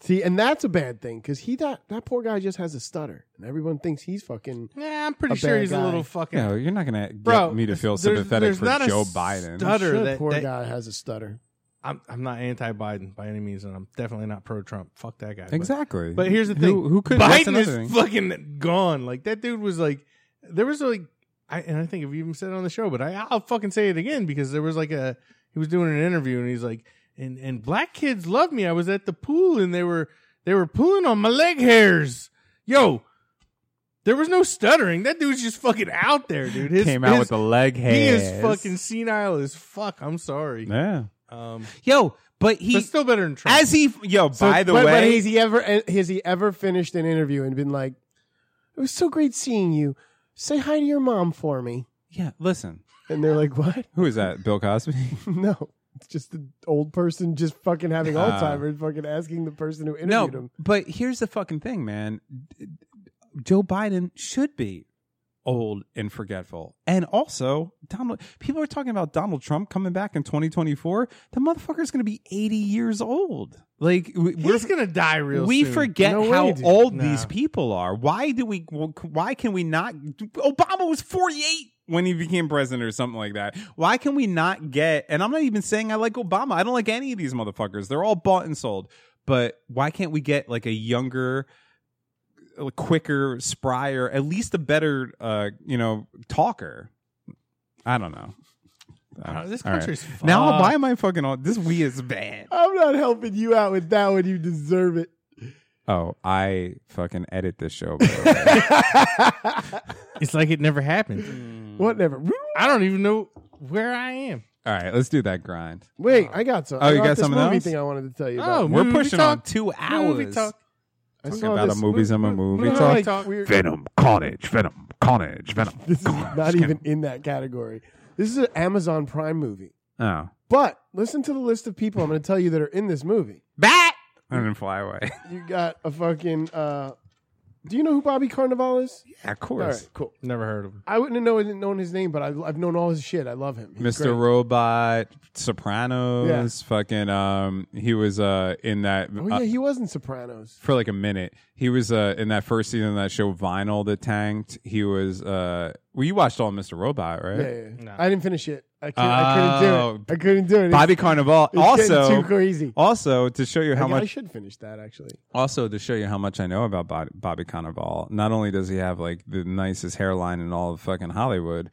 See, and that's a bad thing because he that that poor guy just has a stutter, and everyone thinks he's fucking.
yeah, I'm pretty
a
sure
bad
he's a
guy.
little fucking.
you know, you're not going to get
Bro,
me to feel
there's-
sympathetic
there's
for
not a
Joe Biden.
stud- Stutter,
Sure,
that-
poor
that-
guy has a stutter.
I'm, I'm not anti-Biden by any means, and I'm definitely not pro-Trump. Fuck that guy. But-
exactly.
But, here's the
Who-
thing:
Who, could that's
Biden
another
is
thing.
fucking gone. Like that dude was like, there was like, I, and I think I've even said it on the show, but I, I'll fucking say it again because there was like a he was doing an interview and he's like, and and black kids love me. I was at the pool and they were They were pulling on my leg hairs. Yo, there was no stuttering. That dude's just fucking out there, dude. His,
Came out
his-
with the leg hairs.
He is fucking senile as fuck. I'm sorry.
Yeah.
Um,
Yo, but he
but still better than Trump.
as he yo.
So-
by the
but,
way,
but has he ever eh, has he ever finished an interview and been like, "It was so great seeing you. Say hi to your mom for me."
Yeah. Listen,
And they're like, "What?
who is that? Bill Cosby.
no." It's just the old person just fucking having
Ah.
Alzheimer's, fucking asking the person who interviewed
no,
him.
but here's the fucking thing, man. D- d- Joe Biden should be old and forgetful, and also Donald. People are talking about Donald Trump coming back in 2024. The motherfucker's going to be 80 years old. Like we- we're
He's gonna die real
we
soon.
forget
No way,
how
dude.
old
Nah.
these people are. Why do we? Why can we not? Obama was forty eight when he became president, or something like that. Why can we not get? And I'm not even saying I like Obama. I don't like any of these motherfuckers. They're all bought and sold. But why can't we get like a younger? a quicker sprier at least a better uh you know talker i don't know
Uh, this
Uh-huh. All right.
country's fucked.
now i'll buy my fucking all this we is bad
I'm not helping you out with that one. You deserve it.
oh i fucking edit this show by the way.
It's like it never happened.
Whatever.
I don't even know where I am.
All right, let's do that grind.
Wait, I got some.
Oh,
I
you
got
got
this
something
movie
else?
thing I wanted to tell you.
Oh,
About.
We're
movie
pushing
talk.
on two hours.
Movie talk.
I
Talking
saw
about
Oh, this
a movies, I'm a movie
no,
talk.
like, we're-
Venom, carnage, venom, carnage, venom.
this is not even in that category. This is an Amazon Prime movie.
Oh,
But listen to the list of people I'm going to tell you that are in this movie.
bat.
I didn't fly away.
You got a fucking. Uh, do you know who Bobby Carnival is?
yeah, of
All
course.
right, cool.
Never heard of him.
I wouldn't have known, known his name, but I've, I've known all his shit. I love him. He's
Mr.
great.
Robot, Sopranos, fucking um he was uh in that
Oh
uh,
yeah, he was in Sopranos.
for like a minute. He was uh in that first season of that show Vinyl that tanked. He was uh well you watched all Mr. Robot, right?
Yeah, yeah, yeah.
No.
I didn't finish it. I, can't, I couldn't do it. I couldn't do it. It's-
Oh. Bobby Carnival
it's getting
also
too crazy.
also to show you how
I,
much
I should finish that actually.
also to show you how much I know about Bob- Bobby Cannavale, not only does he have like the nicest hairline in all of fucking Hollywood,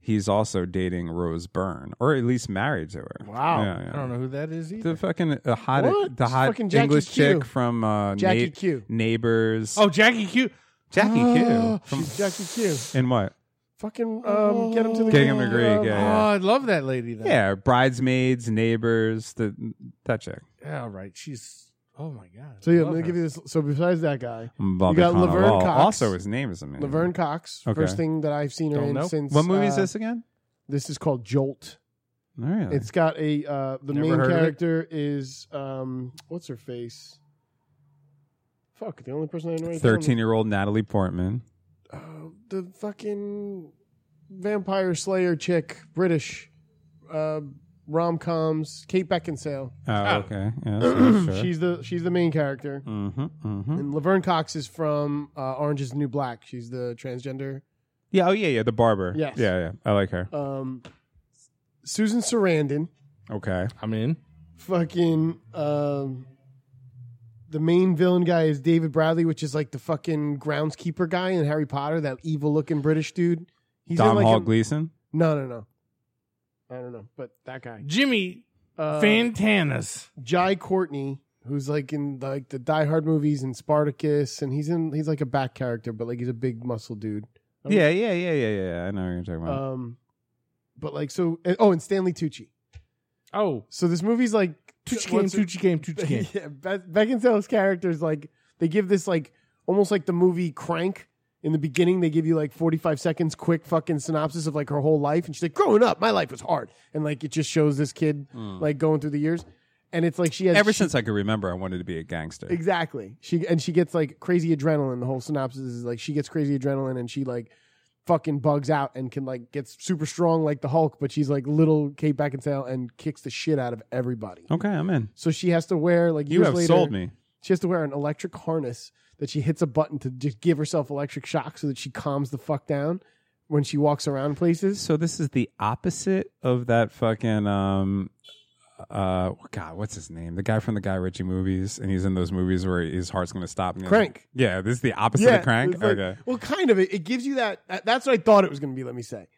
he's also dating Rose Byrne, or at least married to her.
Wow.
Yeah, yeah.
I don't know who that is either.
The fucking uh, hot,
What?
the
It's
hot
fucking Jackie
English
Q.
chick from uh,
Jackie
Na-
Q.
Neighbors.
Oh, Jackie Q.
Jackie
Oh,
Q. From,
she's Jackie Q.
in what?
Fucking um, get him to the
Getting him to
Greek,
Greek,
um,
yeah,
Oh,
yeah.
I love that lady. Though.
Yeah, Bridesmaids, Neighbors, the that chick.
Yeah, All right. She's. Oh my god.
So yeah,
Love
I'm gonna
her.
give you this. So besides that guy,
Bobby
got Laverne
Cannavale.
Cox.
Also, his name is amazing.
Laverne Cox,
Okay.
first thing that I've seen her
Don't
in
know.
since.
What movie is
uh,
this again?
This is called Jolt.
All right.
It's got a uh, the
Never
main
heard of it.
character is um what's her face? Fuck, the only person I know. right now-
thirteen-year-old Natalie Portman.
Uh, the fucking vampire slayer chick, British, uh, rom coms. Kate Beckinsale.
Oh, okay. Yeah, so sure.
She's the she's the main character.
Mm-hmm, mm-hmm.
And Laverne Cox is from uh, Orange is the New Black. She's the transgender.
Yeah. Oh, yeah. Yeah. The barber.
Yes.
Yeah. Yeah. I like her.
Um, Susan Sarandon,
Okay.
I'm in.
fucking um, the main villain guy is David Bradley, which is like the fucking groundskeeper guy in Harry Potter, that evil looking British dude. He's
Dom
in like
Hall
a-
Gleason.
No, no, no. I don't know, but that guy.
Jimmy
Uh,
Fantanas.
Jai Courtney, who's like in like the Die Hard movies and Spartacus, and he's in he's like a back character, but like he's a big muscle dude. Okay.
Yeah. Yeah. Yeah. Yeah. Yeah. yeah. I know what you're talking about.
Um, but like so, and, oh, and Stanley Tucci.
Oh,
So this movie's like
Tucci game,
what's it-
Tucci game, Tucci game.
yeah, Be- Beckinsale's characters like they give this like almost like the movie Crank. In the beginning, they give you like 45 seconds, quick fucking synopsis of like her whole life. And she's like, growing up, my life was hard. And like, it just shows this kid Uh, like going through the years. And it's like she has
Mm. Ever
she-
since I could remember, I wanted to be a gangster.
Exactly. She and she gets like crazy adrenaline. The whole synopsis is like she gets crazy adrenaline and she like fucking bugs out and can like gets super strong like the Hulk, but she's like little Kate Beckinsale and kicks the shit out of everybody.
Okay, I'm in.
So she has to wear like
You
years
have
later,
sold me.
She has to wear an electric harness that she hits a button to just give herself electric shock so that she calms the fuck down when she walks around places.
So this is the opposite of that fucking um uh God, what's his name? The guy from the Guy Ritchie movies, and he's in those movies where his heart's gonna stop. And he has-
Crank.
Yeah, this is the opposite of crank.
it's like-
okay.
Well, kind of. It, it gives you that, that. That's what I thought it was going to be. Let me say.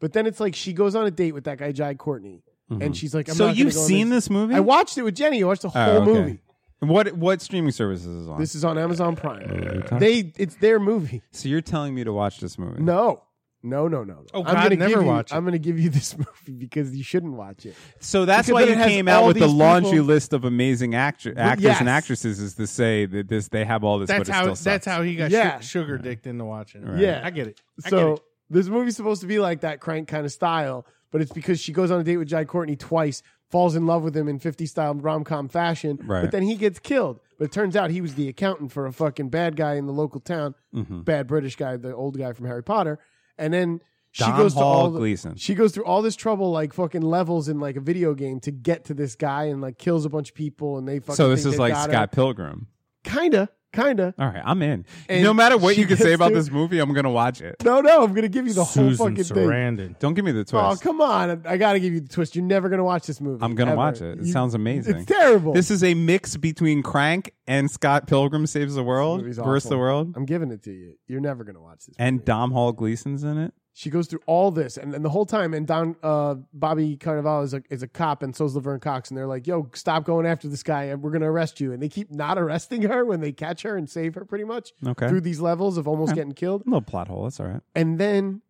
But then it's like she goes on a date with that guy, Jai Courtney, and she's like, I'm
Mm-hmm. so
not gonna
you've
go on
seen this movie? Oh,
I watched it with Jenny. I watched the whole
okay.
movie.
And what what streaming service is this on?
This is on Amazon Prime.
talk-
They it's their movie.
so you're telling me to watch this movie?
No. No, no, no.
Oh,
I'm
God,
gonna
never
give you,
watch it.
I'm going to give you this movie because you shouldn't watch it.
So that's
Because
why
then
you
it has
came out
all
with the
these
laundry
people-
list of amazing actors, actors
yes.
and actresses, is to say that this they have all this. but
That's
it
how.
Still sucks.
That's how he got
Yeah.
su- sugar dicked into watching. it.
Right.
Yeah.
I get it. I get
So
it.
this movie's supposed to be like that crank kind of style, but it's because she goes on a date with Jai Courtney twice, falls in love with him in 50 style rom com fashion,
Right.
but then he gets killed. But it turns out he was the accountant for a fucking bad guy in the local town,
Mm-hmm.
bad British guy, the old guy from Harry Potter. And then she
Dom
goes
Hall
to all the-
Gleason.
she goes through all this trouble, like fucking levels in like a video game to get to this guy, and like kills a bunch of people, and they fucking.
So this
think
is
they've
like
got her.
Scott Pilgrim.
Kinda, kinda.
All right, I'm in.
And
no matter what
she
you can say
gets
about
to-
this movie, I'm gonna watch it.
No, no, I'm gonna give you the whole
Susan
fucking thing.
Sarandon.
Don't give me the twist.
Oh, come on. I got to give you the twist. You're never going to watch this movie.
I'm gonna
ever.
watch it. It
You-
sounds amazing.
It's terrible.
This is a mix between Crank and Scott Pilgrim Saves the World,
movie's
versus the
awful.
World,
I'm giving it to you. You're never going to watch this.
and
movie.
Dom Hall Gleason's in it.
she goes through all this and, and the whole time and Don uh, Bobby Carnival is a, is a cop and so's Laverne Cox and they're like, "Yo, stop going after this guy and we're going to arrest you." And they keep not arresting her when they catch her and save her pretty much
Okay,
through these levels of almost
Okay.
getting killed.
little plot hole. That's all right.
And then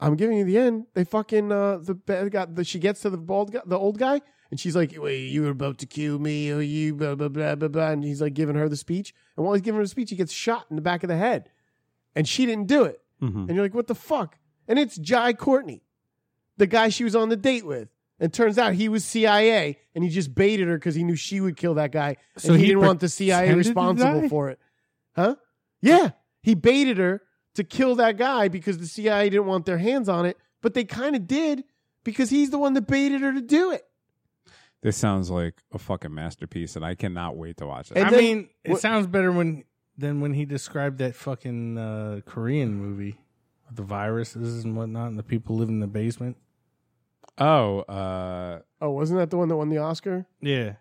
I'm giving you the end. They fucking uh, the bad guy. The, she gets to the bald guy, the old guy, and she's like, "Wait, you were about to kill me, or you blah blah blah blah blah." And he's like giving her the speech, and while he's giving her the speech, he gets shot in the back of the head, and she didn't do it.
Mhm.
And you're like, "What the fuck?" And it's Jai Courtney, the guy she was on the date with. And turns out he was CIA, and he just baited her because he knew she would kill that guy,
So
and he,
he
didn't want the CIA
pretended to die?
responsible for it. Huh? Yeah, he baited her to kill that guy because the CIA didn't want their hands on it, but they kind of did because he's the one that baited her to do it.
This sounds like a fucking masterpiece, and I cannot wait to watch it.
And
I
then-
mean, it
what-
sounds better when than when he described that fucking uh, Korean movie, with the viruses and whatnot, and the people live in the basement.
oh, uh,
Oh, wasn't that the one that won the Oscar?
Yeah,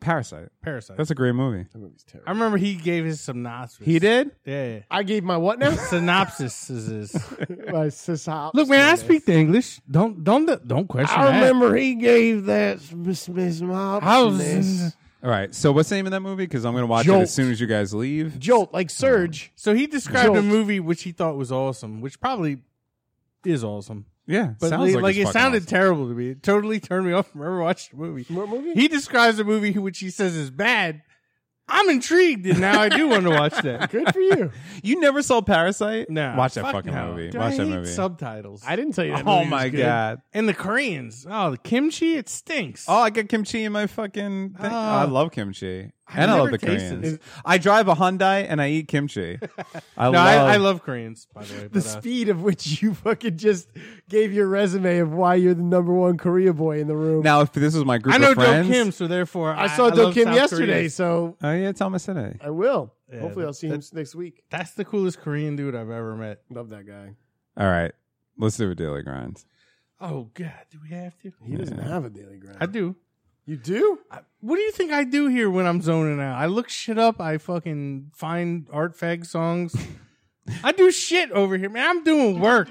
Parasite.
Parasite.
That's a great movie.
That movie's terrible.
I remember he gave his synopsis.
He did.
Yeah.
I gave my what now?
synopsis is this.
my sysop.
Look, man, I speak the English. Don't don't don't question
I
that.
remember he gave that Miss Miss Mob.
I was-
All right. So what's the name of that movie? Because I'm gonna watch it
Jolt.
as soon as you guys leave.
Jolt like Surge.
So he described a
Jolt.
movie which he thought was awesome, which probably is awesome.
Yeah,
But
sounds
like, like
it's
it
fucking
sounded
awesome.
terrible to me. It totally turned me off from ever watching the
Uh,
movie.
What movie?
He describes a movie which he says is bad. I'm intrigued, and now I do want to watch that.
Good for you.
You never saw Parasite?
No,
Watch that
fuck
fucking
no.
movie.
Dude, I
watch that
hate
movie.
Subtitles.
I didn't tell you. That movie
oh
was
my
good.
god.
and the Koreans. Oh, the kimchi. It stinks.
Oh, I got kimchi in my fucking. Thing.
Oh.
I love kimchi,
I've
and I love
never
the
tasted
Koreans.
it.
I drive a Hyundai and I eat kimchi. I
no,
love.
I, I love Koreans. By the way,
The
but, uh,
speed of which you fucking just gave your resume of why you're the number one Korea boy in the room.
now, if this was my group
I know
of friends,
Do Kim, so therefore I,
I saw
I
Do
love
Kim
South
yesterday,
Koreans.
so
Oh yeah, Thomas in it.
I will.
Yeah,
Hopefully, I'll see him
that-
next week.
That's the coolest Korean dude I've ever met.
Love that guy.
All right, let's do a daily grind.
Oh God, do we have to?
He doesn't have a daily
I
grind.
do.
You do?
I- What do you think I do here when I'm zoning out? I look shit up. I fucking find art fag songs. I do shit over here, man. I'm doing work.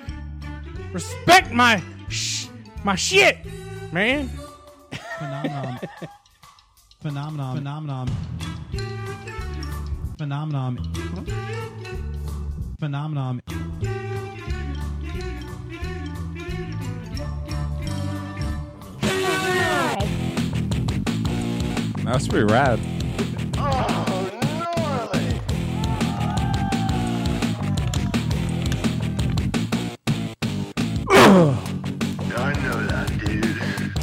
Respect my sh- my shit, man.
phenomenon. phenomenon. Phenomenon. Phenomenon. Phenomenon.
That was pretty rad.
I know that, dude.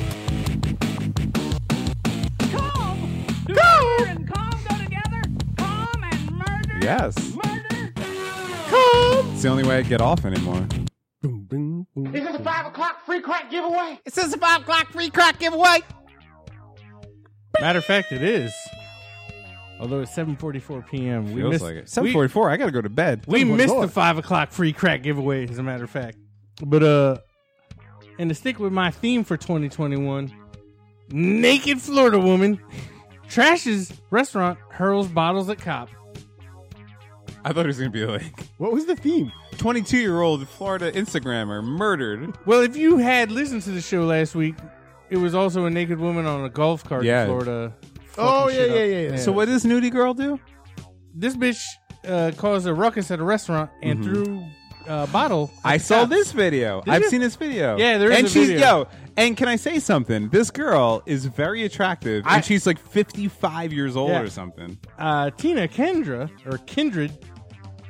Calm! Do murder and calm go together? Calm and murder?
Yes,
Murder?
it's the only way I get off anymore.
Boom, boom, boom.
It's a five o'clock free crack giveaway.
Matter of fact, it is. Although it's 7:44 p.m., we
Feels
missed.
like it.
we-
Seven forty-four. I gotta go to bed.
We
Someone
missed
saw
the
it.
five o'clock free crack giveaway, as a matter of fact. But uh, and to stick with my theme for 2021, naked Florida woman trashes restaurant, hurls bottles at cop.
I thought it was gonna be like
What was the theme?
twenty-two-year-old Florida Instagrammer murdered.
Well, if you had listened to the show last week, it was also a naked woman on a golf cart
Yeah.
in Florida Oh,
yeah, yeah, yeah, yeah. So what
does Nudie Girl do?
This bitch uh, caused a ruckus at a restaurant and
Mhm.
threw a bottle.
I
at the
saw
cops.
this video.
Did
I've
you?
seen this video.
Yeah, there is
And
a
she's
video.
yo. And can I say something? This girl is very attractive,
I-
and she's like fifty-five years old
Yeah.
or something.
Uh, Tina Kendra or Kindred,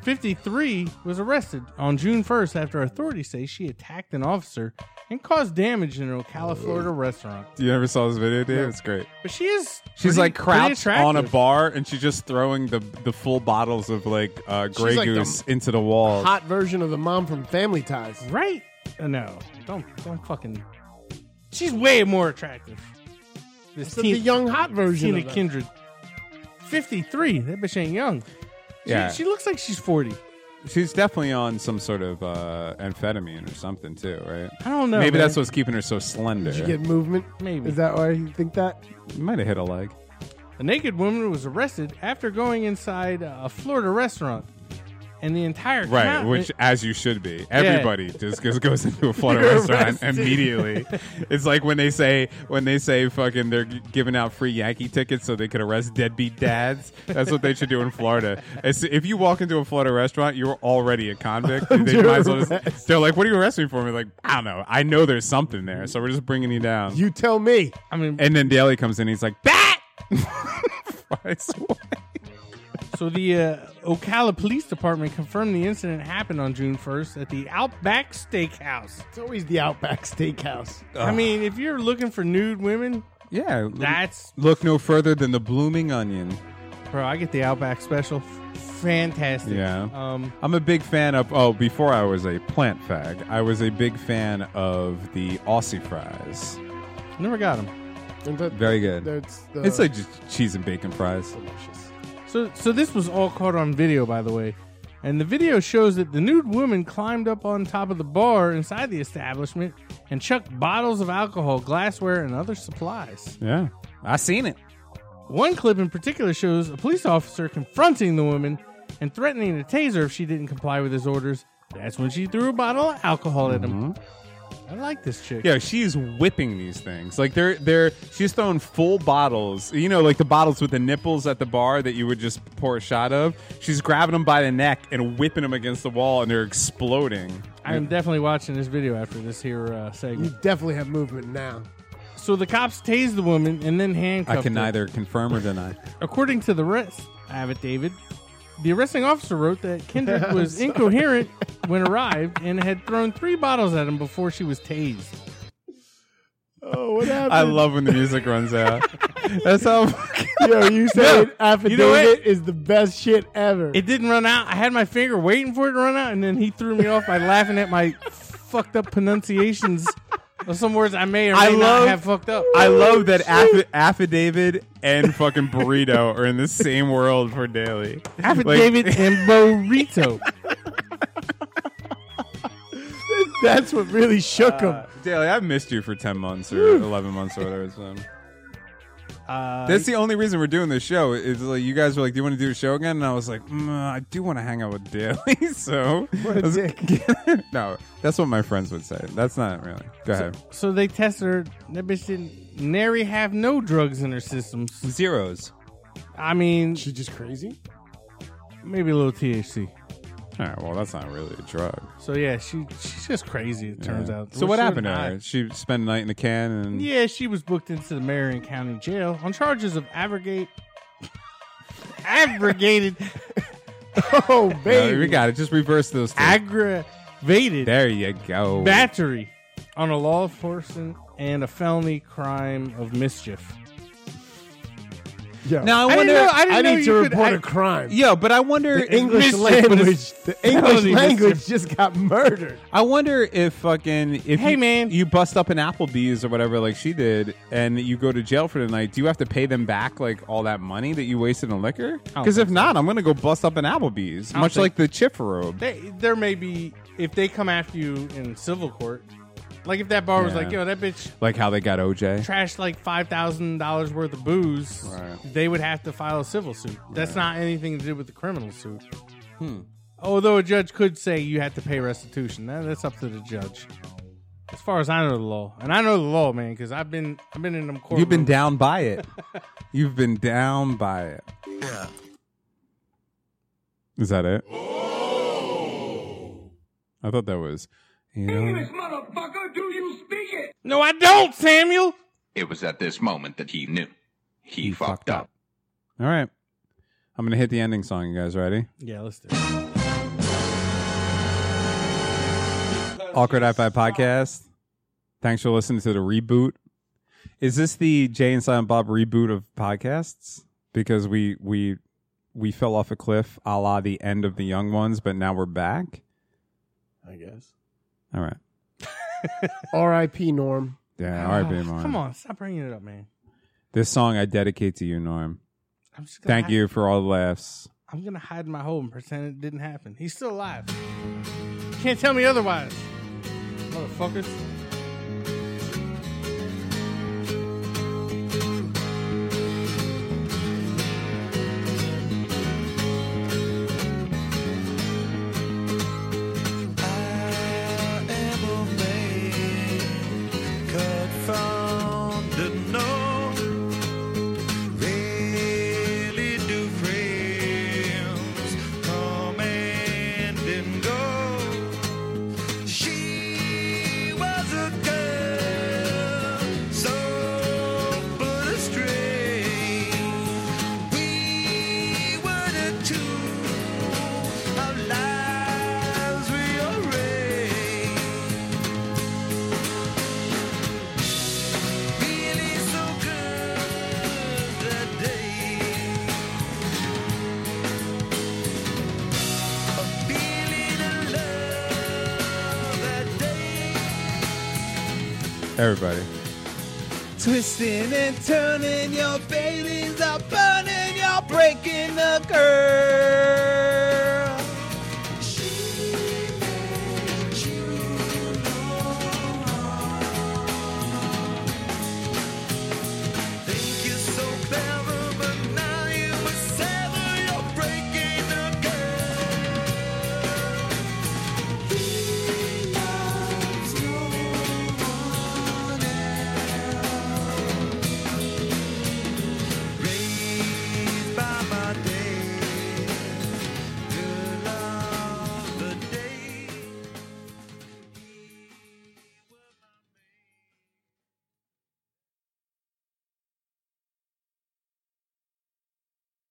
fifty-three, was arrested on June first after authorities say she attacked an officer and caused damage in an Ocala, Florida restaurant.
You ever saw this video, Dave?
No.
It's great.
But she is
She's
pretty-
like
pretty
crouched on a
attractive.
bar, and she's just throwing the the full bottles of like uh,
She's
Grey
like the
Goose into the wall.
Hot version of the mom from Family Ties.
Right? Uh, no, don't don't fucking. She's way more attractive. This
So the young hot version
Tina
of that.
Kindred, fifty-three. That bitch ain't young. She-
Yeah.
she looks like she's forty.
She's definitely on some sort of uh, amphetamine or something too, right?
I don't know,
Maybe
man.
that's what's keeping her so slender.
Did you get movement?
Maybe.
Is that why you think that?
You might have hit a leg.
A naked woman was arrested after going inside a Florida restaurant, and the entire
Right,
continent-
which as you should be. Everybody just goes, goes into a Florida
You're
restaurant
arrested.
immediately. it's like when they say when they say fucking they're g- giving out free Yankee tickets so they could arrest deadbeat dads. That's what they should do in Florida. As- if you walk into a Florida restaurant, you're already a convict. They
Under
might as well just,
arrest.
they're like, "What are you arresting me for?" And we're like, "I don't know. I know there's something there, so we're just bringing you down."
You tell me.
I mean,
and then Daly comes in. He's like, "Bat." Flies away.
so the uh, Ocala Police Department confirmed the incident happened on June 1st at the Outback Steakhouse.
It's always the Outback Steakhouse.
I mean, if you're looking for nude women,
yeah,
that's
look no further than the blooming onion.
bro. I get the Outback special, F- fantastic.
Yeah.
Um,
I'm a big fan of. Oh, before I was a plant fag, I was a big fan of the Aussie fries.
never got them.
And that-
Very good.
That's the,
it's like just cheese and bacon fries.
delicious.
So, so this was all caught on video, by the way. And the video shows that the nude woman climbed up on top of the bar inside the establishment and chucked bottles of alcohol, glassware, and other supplies.
Yeah, I seen it.
One clip in particular shows a police officer confronting the woman and threatening to tase her if she didn't comply with his orders. That's when she threw a bottle of alcohol at him. I like this chick.
Mm-hmm. Yeah, she's whipping these things. Like they're they're she's throwing full bottles. You know, like the bottles with the nipples at the bar that you would just pour a shot of. She's grabbing them by the neck and whipping them against the wall, and they're exploding.
I am definitely watching this video after this here uh,
You
segment.
definitely have movement now.
So the cops tased the woman and then handcuffed
Mm. I can
her.
neither confirm or deny.
According to the arrest affidavit, the arresting officer wrote that Kendrick was incoherent when arrived and had thrown three bottles at him before she was tased.
Oh, what happened?
I love when the music runs out. That's how.
Yo, you said
You know what?
affidavit is the best shit ever.
It didn't run out. I had my finger waiting for it to run out, and then he threw me off by laughing at my fucked up pronunciations of some words I may or may
I love-
not have fucked up.
I love that affi- affidavit and fucking burrito are in the same world for daily.
affidavit
Like,
and burrito.
That's what really shook him.
daily, I've missed you for ten months or eleven months or whatever it's been.
Uh,
That's the only reason we're doing this show. Is like you guys were like, "Do you want to do a show again?" And I was like, mm, "I do want to hang out with Daily." So
What a
Let's-
dick.
no, that's what my friends would say. That's not really. Go ahead.
so they tested her. That bitch didn't nary have no drugs in her systems.
Zeros.
I mean,
She just crazy?
maybe a little THC.
All right. Well, that's not really a drug.
So yeah, she she's just crazy. It turns
Yeah.
out.
So what
She
happened to
was
her?
hot.
She spent a night in the can and
Yeah, she was booked into the Marion County Jail on charges of abrogate, abrogated,
Oh,
No,
baby.
we got it. Just reverse those. Two.
aggravated
There you go.
battery on a law enforcement and a felony crime of mischief.
Yo,
now
I
I
didn't
wonder.
know- I didn't
I
know
need
you
to
could-
report
I-
a crime.
yeah, but I wonder.
the English
mischief
language,
was
the
felony
English
mischief.
language just got murdered.
I wonder if fucking if
Hey,
you,
man.
you bust up an Applebee's or whatever like she did, and you go to jail for the night. Do you have to pay them back like all that money that you wasted on liquor?
don't
Because if
think so.
not, I'm gonna go bust up an Applebee's,
don't
much
think-
like the Chifferobe.
They, there may be if they come after you in civil court, like if that bar was
Yeah.
like, yo, that bitch
Like how they got OJ.
trashed like five thousand dollars worth of booze, they would have to file a civil suit. That's not anything to do with the criminal suit.
Hmm.
Although a judge could say you have to pay restitution, that, that's up to the judge. As far as I know the law, and I know the law, man, because I've been I've been in them court.
You've been down by it. You've been down by it.
Yeah.
Is that it? I thought that was. You know,
motherfucker, do you speak it?
No, I don't, Samuel.
It was at this moment that he knew. He, fucked, up.
all right. I'm gonna hit the ending song. You guys ready?
Yeah, let's do it.
Awkward Hi-Fi podcast. Thanks for listening to the reboot. Is this the Jay and Silent Bob reboot of podcasts? Because we we we fell off a cliff, a la the end of the Young Ones, but now we're back.
I guess.
All right.
R.I.P. Norm.
Yeah. All right,
Oh,
baby.
Come on, stop bringing it up, man.
This song I dedicate to you, Norm.
I'm just gonna
Thank
hi-
you for all the laughs.
I'm gonna hide my hole and pretend it didn't happen. He's still alive. Can't tell me otherwise, motherfuckers.
Confounded, no. Really do frames come and then go. She was a girl, so but astray. We were the two, our lives rearranged. Feeling so good today. A feeling of love that day.
Everybody.
Twisting and turning, your feelings are burning, you're breaking the girl.